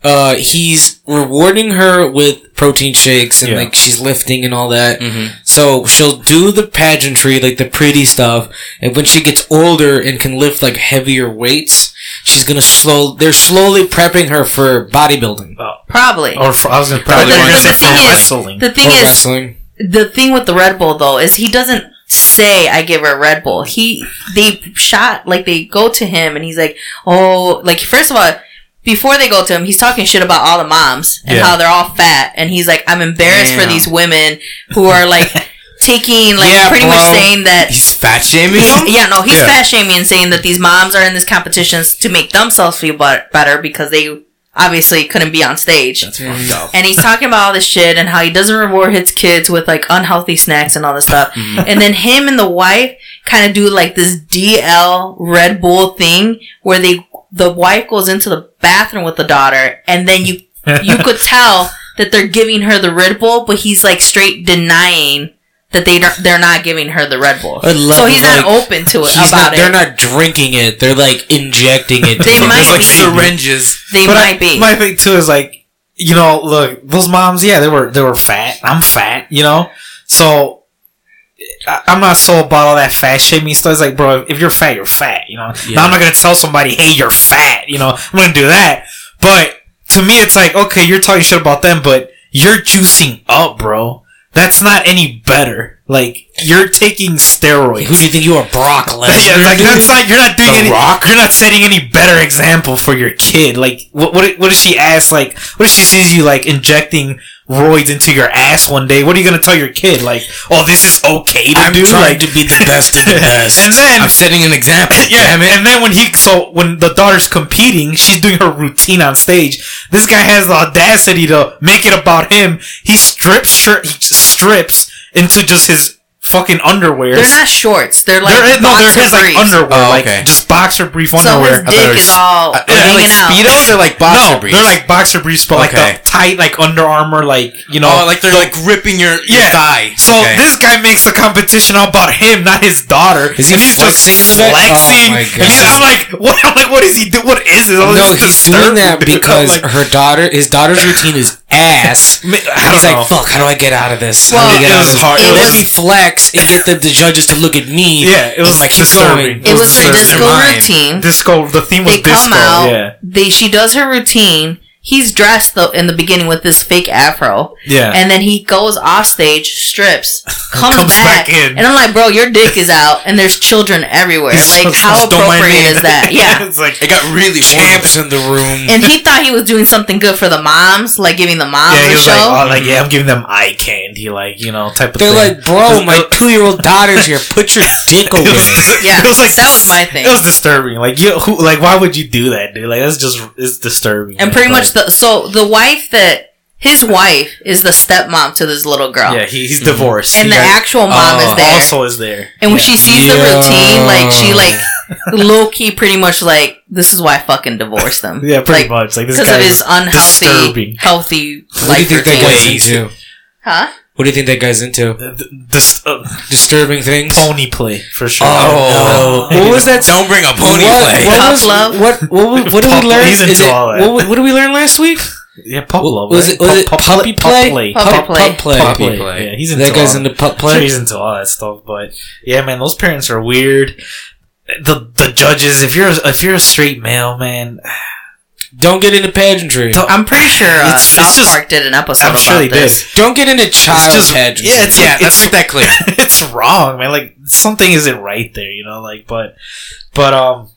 [SPEAKER 2] Uh, he's rewarding her with protein shakes and
[SPEAKER 1] Yeah.
[SPEAKER 2] like she's lifting and all that.
[SPEAKER 4] Mhm.
[SPEAKER 2] So she'll do the pageantry, like the pretty stuff. And when she gets older and can lift like heavier weights, she's gonna slow. They're slowly prepping her for bodybuilding
[SPEAKER 3] probably
[SPEAKER 1] Or for, I was gonna
[SPEAKER 3] But
[SPEAKER 1] probably
[SPEAKER 3] the,
[SPEAKER 1] gonna
[SPEAKER 3] the
[SPEAKER 1] say for
[SPEAKER 3] thing is,
[SPEAKER 1] wrestling.
[SPEAKER 3] the thing
[SPEAKER 2] or
[SPEAKER 3] is,
[SPEAKER 2] wrestling.
[SPEAKER 3] the thing with the Red Bull though is he doesn't say I give her Red Bull. He they shot like they go to him and he's like, oh, like first of all. Before they go to him, he's talking shit about all the moms and
[SPEAKER 1] Yeah.
[SPEAKER 3] how they're all fat, and he's like, "I'm embarrassed for
[SPEAKER 4] Damn.
[SPEAKER 3] these women who are like taking, like,
[SPEAKER 2] Yeah,
[SPEAKER 3] pretty much
[SPEAKER 2] bro.
[SPEAKER 3] saying that
[SPEAKER 4] He's fat shaming
[SPEAKER 3] He's-
[SPEAKER 4] him?
[SPEAKER 3] yeah, no, he's
[SPEAKER 1] Yeah.
[SPEAKER 3] fat shaming and saying that these moms are in these competitions to make themselves feel but- better because they obviously couldn't be on stage.
[SPEAKER 4] That's fucked up.
[SPEAKER 3] and he's talking about all this shit and how he doesn't reward his kids with like unhealthy snacks and all this stuff. and then him and the wife kind of do like this DL Red Bull thing where they the wife goes into the bathroom with the daughter and then you you could tell that they're giving her the Red Bull, but he's like straight denying that they don't, they're not giving her the Red Bull.
[SPEAKER 2] I love
[SPEAKER 3] so he's
[SPEAKER 2] like,
[SPEAKER 3] not open to it
[SPEAKER 2] He's
[SPEAKER 3] about
[SPEAKER 2] not, they're
[SPEAKER 3] it.
[SPEAKER 2] not drinking it. They're like injecting it.
[SPEAKER 3] They might
[SPEAKER 4] There's like
[SPEAKER 3] be.
[SPEAKER 4] syringes.
[SPEAKER 3] they
[SPEAKER 1] But
[SPEAKER 3] might
[SPEAKER 1] I-
[SPEAKER 3] be.
[SPEAKER 1] My thing too is like, you know, look, those moms, yeah, they were they were fat. I'm fat, you know, so I, I'm not so about all that fat shaming stuff. It's like, bro, if you're fat, you're fat, you know.
[SPEAKER 2] Yeah.
[SPEAKER 1] Now I'm not gonna tell somebody, hey, you're fat, you know. I'm gonna do that, but to me, it's like, okay, you're talking shit about them, but you're juicing up, bro. That's not any better. Like you're taking steroids.
[SPEAKER 2] Who do you think you are, Brock Lesnar?
[SPEAKER 1] Yeah, like
[SPEAKER 2] dude?
[SPEAKER 1] that's not you're not doing
[SPEAKER 4] The
[SPEAKER 1] any.
[SPEAKER 4] Rock?
[SPEAKER 1] You're not setting any better example for your kid. Like what what what does she ask? Like what if she sees you like injecting roids into your ass one day? What are you gonna tell your kid? Like oh this is okay to
[SPEAKER 2] I'm
[SPEAKER 1] do.
[SPEAKER 2] trying
[SPEAKER 1] Like
[SPEAKER 2] to be the best of the best.
[SPEAKER 1] and then
[SPEAKER 4] I'm setting an example.
[SPEAKER 1] yeah, and then when he so when the daughter's competing, she's doing her routine on stage. This guy has the audacity to make it about him. He strips shirt. He just strips into just his fucking underwear.
[SPEAKER 3] they're not shorts. They're like
[SPEAKER 1] There is no, there
[SPEAKER 3] boxer
[SPEAKER 1] is like
[SPEAKER 3] briefs.
[SPEAKER 1] underwear,
[SPEAKER 4] Oh,
[SPEAKER 1] like
[SPEAKER 4] okay.
[SPEAKER 1] just boxer brief
[SPEAKER 3] So
[SPEAKER 1] underwear.
[SPEAKER 3] his dick is all
[SPEAKER 4] Are they
[SPEAKER 3] hanging
[SPEAKER 4] like
[SPEAKER 3] out.
[SPEAKER 4] speedos or like boxer
[SPEAKER 1] no,
[SPEAKER 4] briefs?
[SPEAKER 1] they're like boxer briefs, but
[SPEAKER 4] Okay.
[SPEAKER 1] like the tight, like Under Armour, like you know.
[SPEAKER 4] oh, like they're like gripping your, your
[SPEAKER 1] Yeah.
[SPEAKER 4] thigh.
[SPEAKER 1] so
[SPEAKER 4] Okay.
[SPEAKER 1] this guy makes the competition all about him, not his daughter.
[SPEAKER 2] Is he
[SPEAKER 1] and he's
[SPEAKER 2] flexing in the
[SPEAKER 1] just
[SPEAKER 2] back?
[SPEAKER 1] flexing.
[SPEAKER 2] Oh my
[SPEAKER 1] and he's, I'm like, what? I'm like, what is he doing? What is this? All
[SPEAKER 2] no,
[SPEAKER 1] this
[SPEAKER 2] he's doing
[SPEAKER 1] disturbing.
[SPEAKER 2] that because
[SPEAKER 1] I'm like,
[SPEAKER 2] her daughter, his daughter's routine is ass.
[SPEAKER 1] I mean, I
[SPEAKER 2] He's
[SPEAKER 1] don't
[SPEAKER 2] like,
[SPEAKER 1] know.
[SPEAKER 2] fuck, how do I get out of this?
[SPEAKER 1] Well,
[SPEAKER 2] how do I get
[SPEAKER 1] it
[SPEAKER 2] out of
[SPEAKER 1] was
[SPEAKER 2] this?
[SPEAKER 1] hard.
[SPEAKER 2] And
[SPEAKER 1] It
[SPEAKER 2] then
[SPEAKER 1] was-
[SPEAKER 2] he flex and get the, the judges to look at me.
[SPEAKER 1] Yeah, it was like
[SPEAKER 2] like keep going.
[SPEAKER 1] disturbing.
[SPEAKER 3] It was her
[SPEAKER 1] disturbing.
[SPEAKER 3] disco
[SPEAKER 2] mine.
[SPEAKER 3] routine.
[SPEAKER 1] Disco. The theme was
[SPEAKER 3] They
[SPEAKER 1] disco.
[SPEAKER 3] come out.
[SPEAKER 1] Yeah,
[SPEAKER 3] They she does her routine. He's dressed though in the beginning with this fake afro,
[SPEAKER 1] yeah.
[SPEAKER 3] and then he goes off stage, strips, comes,
[SPEAKER 1] Comes
[SPEAKER 3] back,
[SPEAKER 1] back in.
[SPEAKER 3] and I'm like, bro, your dick is out, and there's children everywhere.
[SPEAKER 1] He's
[SPEAKER 3] Like,
[SPEAKER 1] just-
[SPEAKER 3] how
[SPEAKER 1] just don't mind
[SPEAKER 3] appropriate
[SPEAKER 1] me.
[SPEAKER 3] is that? Yeah.
[SPEAKER 1] it's like
[SPEAKER 4] It got really warm.
[SPEAKER 2] Champs in the room.
[SPEAKER 3] And he thought he was doing something good for the moms, like giving the moms
[SPEAKER 1] yeah,
[SPEAKER 3] a
[SPEAKER 1] he was
[SPEAKER 3] show.
[SPEAKER 1] like, oh, like yeah, I'm giving them eye candy, like you know, type of
[SPEAKER 2] They're
[SPEAKER 1] thing.
[SPEAKER 2] like, bro, my two-year-old daughter's here. Put your dick away.
[SPEAKER 3] Yeah,
[SPEAKER 1] it was like
[SPEAKER 3] that was my thing.
[SPEAKER 1] It was disturbing. Like you, who, like why would you do that, dude? Like that's just it's disturbing.
[SPEAKER 3] and
[SPEAKER 1] man.
[SPEAKER 3] pretty
[SPEAKER 1] Like,
[SPEAKER 3] much the so the wife that his wife is the stepmom to this little girl,
[SPEAKER 1] yeah, he,
[SPEAKER 2] Mhm.
[SPEAKER 1] he's divorced.
[SPEAKER 3] and
[SPEAKER 1] He
[SPEAKER 3] the
[SPEAKER 1] got-
[SPEAKER 3] actual mom
[SPEAKER 2] Oh,
[SPEAKER 3] is there.
[SPEAKER 1] also is there.
[SPEAKER 3] And when she sees the
[SPEAKER 2] Yeah.
[SPEAKER 3] routine, like she like low key, pretty much like this is why I fucking divorced him.
[SPEAKER 1] Yeah, pretty
[SPEAKER 3] like,
[SPEAKER 1] much. Like this
[SPEAKER 3] because
[SPEAKER 1] guy
[SPEAKER 3] of his
[SPEAKER 1] is
[SPEAKER 3] unhealthy,
[SPEAKER 1] disturbing.
[SPEAKER 3] healthy
[SPEAKER 2] What do you
[SPEAKER 3] life
[SPEAKER 2] think that
[SPEAKER 3] routine.
[SPEAKER 2] guy's
[SPEAKER 4] routine.
[SPEAKER 2] into?
[SPEAKER 3] Huh?
[SPEAKER 2] What do you think that guy's into?
[SPEAKER 1] th- th- This uh,
[SPEAKER 2] Disturbing things.
[SPEAKER 1] pony play for sure.
[SPEAKER 2] Oh,
[SPEAKER 1] No.
[SPEAKER 2] what was that?
[SPEAKER 4] Don't bring a pony
[SPEAKER 2] what,
[SPEAKER 4] play.
[SPEAKER 2] What
[SPEAKER 3] Pup
[SPEAKER 2] was,
[SPEAKER 3] love?
[SPEAKER 2] What what, what, did
[SPEAKER 1] Pup-
[SPEAKER 2] we learn?
[SPEAKER 1] he's into
[SPEAKER 2] Is it,
[SPEAKER 1] all that.
[SPEAKER 2] What, what did we learn last week?
[SPEAKER 1] yeah, pup
[SPEAKER 2] W-
[SPEAKER 1] love.
[SPEAKER 2] was
[SPEAKER 1] right?
[SPEAKER 2] it- was it
[SPEAKER 1] Pup- pup-
[SPEAKER 2] puppy
[SPEAKER 1] pup
[SPEAKER 2] play?
[SPEAKER 3] Puppy
[SPEAKER 2] Pup-
[SPEAKER 3] play.
[SPEAKER 2] Pup play.
[SPEAKER 1] Puppy
[SPEAKER 4] play.
[SPEAKER 1] play. Yeah, he's into
[SPEAKER 2] That guy's
[SPEAKER 1] all
[SPEAKER 2] into pup
[SPEAKER 1] Sure,
[SPEAKER 2] play.
[SPEAKER 1] he's into all that stuff, but yeah, man, those parents are weird. The the judges, if you're if you're a straight male, man,
[SPEAKER 2] Don't get into pageantry.
[SPEAKER 1] Don't-
[SPEAKER 3] I'm pretty sure uh,
[SPEAKER 1] It's- it's
[SPEAKER 3] South
[SPEAKER 1] just-
[SPEAKER 3] Park did an episode
[SPEAKER 1] I'm
[SPEAKER 3] about
[SPEAKER 1] sure they
[SPEAKER 3] this.
[SPEAKER 1] did.
[SPEAKER 2] Don't get into child
[SPEAKER 1] just-
[SPEAKER 2] pageantry.
[SPEAKER 1] yeah, it's-
[SPEAKER 4] yeah, let's get that clear.
[SPEAKER 1] it's wrong, man. Like something isn't right there, you know. Like, but, but, um,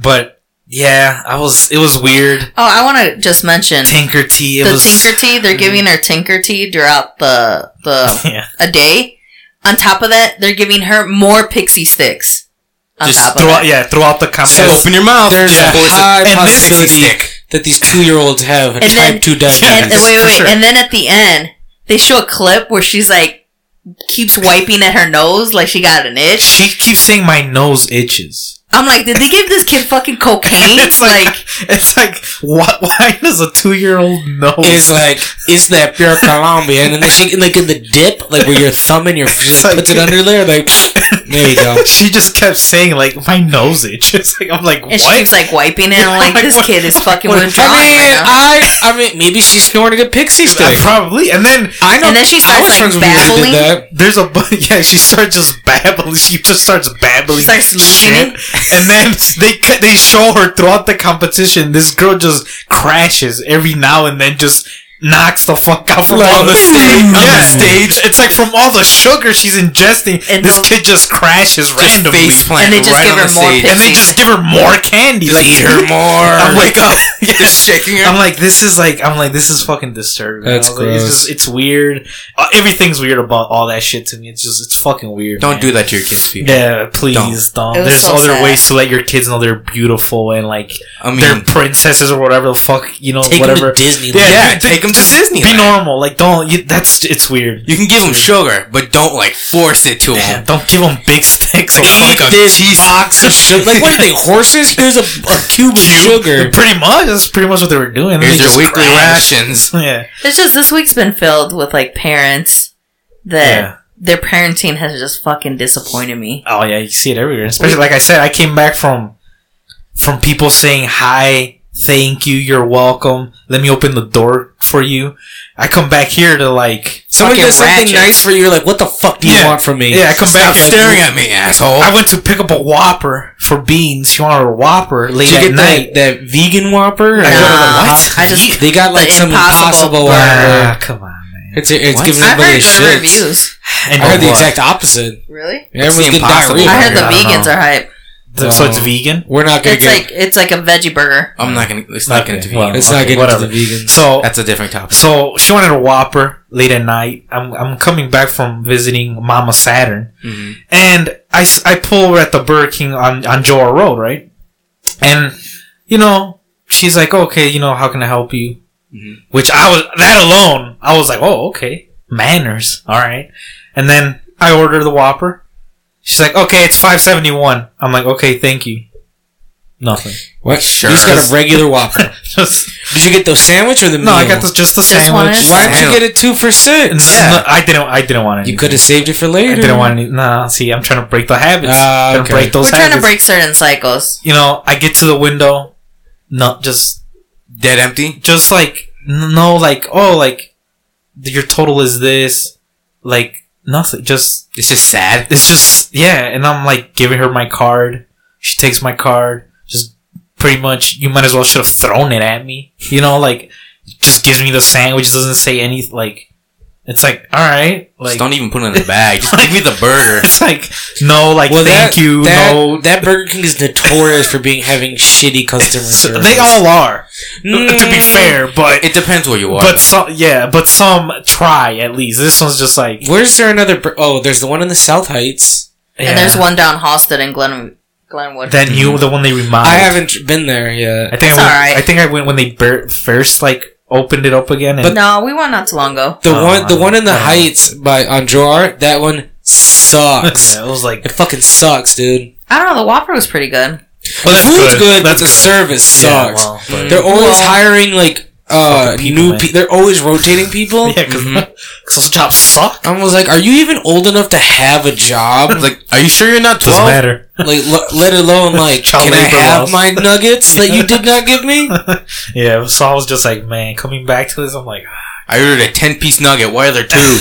[SPEAKER 1] but yeah, I was. It was weird.
[SPEAKER 3] Oh, I want to just mention
[SPEAKER 1] Tinker T. It
[SPEAKER 3] the
[SPEAKER 1] was
[SPEAKER 3] Tinker Tea. They're giving her Tinker Tea throughout the the
[SPEAKER 1] yeah,
[SPEAKER 3] a day. On top of that, they're giving her more pixie sticks. On top
[SPEAKER 1] just
[SPEAKER 3] of
[SPEAKER 1] throughout.
[SPEAKER 3] that.
[SPEAKER 1] Yeah, throughout the contest.
[SPEAKER 4] So open your mouth.
[SPEAKER 2] There's
[SPEAKER 4] just
[SPEAKER 2] a
[SPEAKER 4] force it.
[SPEAKER 2] high
[SPEAKER 1] And this-
[SPEAKER 2] possibility that these two-year-olds have a
[SPEAKER 3] And
[SPEAKER 2] type
[SPEAKER 3] then-
[SPEAKER 2] two
[SPEAKER 3] And,
[SPEAKER 2] diabetes.
[SPEAKER 1] Yes,
[SPEAKER 3] wait,
[SPEAKER 1] for
[SPEAKER 3] wait,
[SPEAKER 1] sure.
[SPEAKER 3] and then at the end, they show a clip where she's like keeps wiping at her nose like she got an itch.
[SPEAKER 1] she keeps saying my nose itches.
[SPEAKER 3] I'm like, did they give this kid fucking cocaine?
[SPEAKER 1] It's like, it's like what? Why does a two year old nose?
[SPEAKER 2] It's like it's that pure Colombia, and then they shake it like in the dip, like where your thumb and your just
[SPEAKER 1] like-
[SPEAKER 2] puts it under there, like there you go.
[SPEAKER 1] she just kept saying like my nose itches. Like I'm like
[SPEAKER 3] and she
[SPEAKER 1] what?
[SPEAKER 3] keeps like wiping it. And I'm like,
[SPEAKER 1] Like,
[SPEAKER 3] this
[SPEAKER 1] what-
[SPEAKER 3] kid is fucking
[SPEAKER 1] what-
[SPEAKER 3] withdrawing. right now.
[SPEAKER 2] I mean, I, I mean, maybe she snorted a pixie
[SPEAKER 1] Uh,
[SPEAKER 2] stick.
[SPEAKER 1] probably. And then
[SPEAKER 2] I know.
[SPEAKER 3] And then she
[SPEAKER 2] I
[SPEAKER 3] starts,
[SPEAKER 2] was
[SPEAKER 3] like,
[SPEAKER 2] friends with people that did
[SPEAKER 3] babbling.
[SPEAKER 2] that.
[SPEAKER 1] There's a bu- yeah. She starts just babbling. She just starts babbling.
[SPEAKER 3] She starts losing
[SPEAKER 1] shit. and then they c- they show her throughout the competition. This girl just crashes every now and then. Just knocks the fuck out from
[SPEAKER 2] Like,
[SPEAKER 1] all the stage.
[SPEAKER 2] boom.
[SPEAKER 1] On the stage, it's like from all the sugar she's ingesting.
[SPEAKER 3] And
[SPEAKER 1] this
[SPEAKER 3] they'll-
[SPEAKER 1] kid just crashes randomly,
[SPEAKER 4] face plant
[SPEAKER 3] And they just
[SPEAKER 4] right
[SPEAKER 3] give
[SPEAKER 4] on
[SPEAKER 3] her
[SPEAKER 4] the
[SPEAKER 3] more
[SPEAKER 4] stage.
[SPEAKER 1] and they just give her more candy. Like
[SPEAKER 4] Eat her more.
[SPEAKER 1] I'm like, uh, yeah.
[SPEAKER 4] just shaking her.
[SPEAKER 1] I'm like, this is like, I'm like, this is fucking disturbing.
[SPEAKER 2] That's
[SPEAKER 1] I was like, it's
[SPEAKER 2] gross.
[SPEAKER 1] just, it's weird. Uh, everything's weird about all that shit to me. It's just, it's fucking weird.
[SPEAKER 4] Don't
[SPEAKER 1] man.
[SPEAKER 4] do that to your kids, people.
[SPEAKER 1] Yeah, please don't.
[SPEAKER 3] It was
[SPEAKER 1] There's
[SPEAKER 3] so
[SPEAKER 1] other
[SPEAKER 3] sad.
[SPEAKER 1] ways to let your kids know they're beautiful and like
[SPEAKER 4] I mean,
[SPEAKER 1] they're princesses or whatever the fuck you know,
[SPEAKER 2] Take
[SPEAKER 1] whatever.
[SPEAKER 2] them to Disneyland.
[SPEAKER 1] Yeah,
[SPEAKER 4] yeah,
[SPEAKER 1] dude,
[SPEAKER 4] take them to Disney.
[SPEAKER 1] Be normal. Like, don't. You, that's it's weird.
[SPEAKER 4] You can give them sugar, but don't like force it to
[SPEAKER 1] Yeah,
[SPEAKER 4] them.
[SPEAKER 1] don't give them big sticks.
[SPEAKER 4] Like,
[SPEAKER 1] Like,
[SPEAKER 4] eat
[SPEAKER 2] Eat
[SPEAKER 4] a
[SPEAKER 2] this
[SPEAKER 4] piece.
[SPEAKER 2] box of sugar. Like, what are they, horses? Here's a, a cube of sugar.
[SPEAKER 1] pretty much. That's pretty much what they were doing. And
[SPEAKER 4] Here's
[SPEAKER 1] they
[SPEAKER 4] your
[SPEAKER 1] just
[SPEAKER 4] weekly
[SPEAKER 1] crashed.
[SPEAKER 4] rations.
[SPEAKER 1] Yeah,
[SPEAKER 3] It's just this week's been filled with like parents that
[SPEAKER 1] Yeah.
[SPEAKER 3] their parenting has just fucking disappointed me.
[SPEAKER 1] Oh yeah, you see it everywhere. Especially like I said, I came back from from people saying hi, thank you, you're welcome. Let me open the door for you. I come back here to like
[SPEAKER 2] Someone
[SPEAKER 3] fucking
[SPEAKER 2] does something
[SPEAKER 3] ratchet.
[SPEAKER 2] nice for you. You're like, what the fuck do you
[SPEAKER 1] Yeah.
[SPEAKER 2] want from me?
[SPEAKER 1] yeah, I come
[SPEAKER 4] Stop
[SPEAKER 1] back
[SPEAKER 4] staring at me, asshole.
[SPEAKER 1] I went to pick up a Whopper for beans. You want a Whopper late
[SPEAKER 2] Did you
[SPEAKER 1] at
[SPEAKER 2] get
[SPEAKER 1] night?
[SPEAKER 2] that, that vegan Whopper?
[SPEAKER 1] I
[SPEAKER 2] Or-
[SPEAKER 1] don't know
[SPEAKER 3] Nah,
[SPEAKER 1] what.
[SPEAKER 3] I just
[SPEAKER 2] They got like
[SPEAKER 3] The
[SPEAKER 2] some
[SPEAKER 3] Impossible
[SPEAKER 2] impossible,
[SPEAKER 1] Ah,
[SPEAKER 2] Whopper.
[SPEAKER 1] come on, man. Oh,
[SPEAKER 2] It's, it's
[SPEAKER 1] What?
[SPEAKER 2] giving
[SPEAKER 3] I've heard
[SPEAKER 2] everybody a
[SPEAKER 3] good
[SPEAKER 2] shit.
[SPEAKER 3] reviews.
[SPEAKER 1] And
[SPEAKER 2] I heard the
[SPEAKER 1] what?
[SPEAKER 2] exact opposite.
[SPEAKER 3] Really?
[SPEAKER 2] Everyone's
[SPEAKER 4] the
[SPEAKER 2] getting
[SPEAKER 4] impossible
[SPEAKER 2] diarrhea.
[SPEAKER 3] I heard the
[SPEAKER 1] I don't
[SPEAKER 3] vegans
[SPEAKER 1] know.
[SPEAKER 3] are hype.
[SPEAKER 1] So it's vegan.
[SPEAKER 2] We're not gonna
[SPEAKER 3] It's
[SPEAKER 2] get.
[SPEAKER 3] like it's like a veggie burger.
[SPEAKER 4] I'm not gonna. Let's not get into
[SPEAKER 1] Okay, well,
[SPEAKER 4] vegan.
[SPEAKER 2] let's not
[SPEAKER 1] okay,
[SPEAKER 2] get
[SPEAKER 1] whatever.
[SPEAKER 2] into the vegans.
[SPEAKER 1] So
[SPEAKER 4] That's a different topic.
[SPEAKER 1] So she wanted a Whopper late at night. I'm, I'm coming back from visiting Mama Saturn.
[SPEAKER 4] Mhm.
[SPEAKER 1] And I, s- I pull over at the Burger King on, on Joa Road, right? And, you know, she's like, okay, you know, how can I help you? Which I was, that alone, I was like, oh, okay. Manners. All right. And then I order the Whopper. She's like, okay, it's 571. I'm like, okay, thank you. Nothing.
[SPEAKER 2] What?
[SPEAKER 4] Sure.
[SPEAKER 2] You just got a regular Whopper.
[SPEAKER 1] Just,
[SPEAKER 2] Did you get the sandwich or the
[SPEAKER 1] no, I
[SPEAKER 2] meal?
[SPEAKER 1] got the, just the
[SPEAKER 3] Just
[SPEAKER 1] sandwich.
[SPEAKER 3] wanted-
[SPEAKER 2] Why did you
[SPEAKER 4] Sandwich.
[SPEAKER 2] get it two for
[SPEAKER 1] And
[SPEAKER 2] six?
[SPEAKER 1] s- no, I didn't. I didn't want it.
[SPEAKER 2] You could have saved it for
[SPEAKER 1] I
[SPEAKER 2] later.
[SPEAKER 1] didn't want any. Nah, see, I'm trying to break the habits.
[SPEAKER 2] Ah,
[SPEAKER 1] Trying
[SPEAKER 2] okay.
[SPEAKER 1] to break
[SPEAKER 3] We're
[SPEAKER 1] those
[SPEAKER 3] trying
[SPEAKER 1] habits.
[SPEAKER 3] to break certain cycles.
[SPEAKER 1] You know, I get to the window. No, just
[SPEAKER 4] Dead empty.
[SPEAKER 1] just like no like oh like your total is this like nothing just
[SPEAKER 4] It's just sad.
[SPEAKER 1] it's just yeah and i'm like giving her my card she takes my card just pretty much you might as well should have thrown it at me you know like just gives me the sandwich doesn't say anything like it's like all right like
[SPEAKER 4] just don't even put it in the bag. Just give me the burger.
[SPEAKER 1] it's like no like thank
[SPEAKER 2] that,
[SPEAKER 1] you
[SPEAKER 2] That,
[SPEAKER 1] no
[SPEAKER 2] that Burger King is notorious for being having shitty customer service.
[SPEAKER 1] uh, they all are
[SPEAKER 2] Mm.
[SPEAKER 1] to be fair but
[SPEAKER 4] It depends where you are.
[SPEAKER 1] but some yeah but some try at least this one's just like
[SPEAKER 2] Where's there another? Bur- oh, there's the one in the South Heights.
[SPEAKER 1] yeah.
[SPEAKER 3] And there's one down Halstead and Glen Glenwood.
[SPEAKER 1] that new the one they revived
[SPEAKER 2] I haven't been there yet.
[SPEAKER 1] Uh, I think I,
[SPEAKER 3] It's
[SPEAKER 1] went,
[SPEAKER 3] alright.
[SPEAKER 1] I think I went when they bur- first like opened it up again and
[SPEAKER 3] no, we went not too long ago.
[SPEAKER 2] The
[SPEAKER 1] Oh,
[SPEAKER 2] one, the
[SPEAKER 1] I-
[SPEAKER 2] one in the
[SPEAKER 1] I-
[SPEAKER 2] Heights by Andrar. That one sucks.
[SPEAKER 1] yeah, it was like
[SPEAKER 2] It fucking sucks, dude.
[SPEAKER 3] I don't know. The Whopper was pretty good.
[SPEAKER 1] Well, that's
[SPEAKER 2] Food's
[SPEAKER 1] good.
[SPEAKER 2] good, but
[SPEAKER 1] That's
[SPEAKER 2] the service
[SPEAKER 1] Yeah,
[SPEAKER 2] sucks.
[SPEAKER 1] well, but-
[SPEAKER 2] They're always
[SPEAKER 3] Well-
[SPEAKER 2] hiring like uh
[SPEAKER 1] Fucking people,
[SPEAKER 2] new.
[SPEAKER 1] man.
[SPEAKER 2] Pe- they're always rotating people.
[SPEAKER 1] yeah, because
[SPEAKER 2] Mm-hmm.
[SPEAKER 1] those jobs suck.
[SPEAKER 2] I was like, "Are you even old enough to have a job?
[SPEAKER 4] like, are you sure you're not
[SPEAKER 1] Doesn't
[SPEAKER 4] twelve?
[SPEAKER 1] matter.
[SPEAKER 2] like, l- let alone like,
[SPEAKER 1] Child
[SPEAKER 2] can I
[SPEAKER 1] labor
[SPEAKER 2] have
[SPEAKER 1] laws.
[SPEAKER 2] my nuggets that you did not give me?
[SPEAKER 1] yeah, so I was just like, man, coming back to this, I'm like,
[SPEAKER 4] I ordered a ten piece nugget. Why are there two?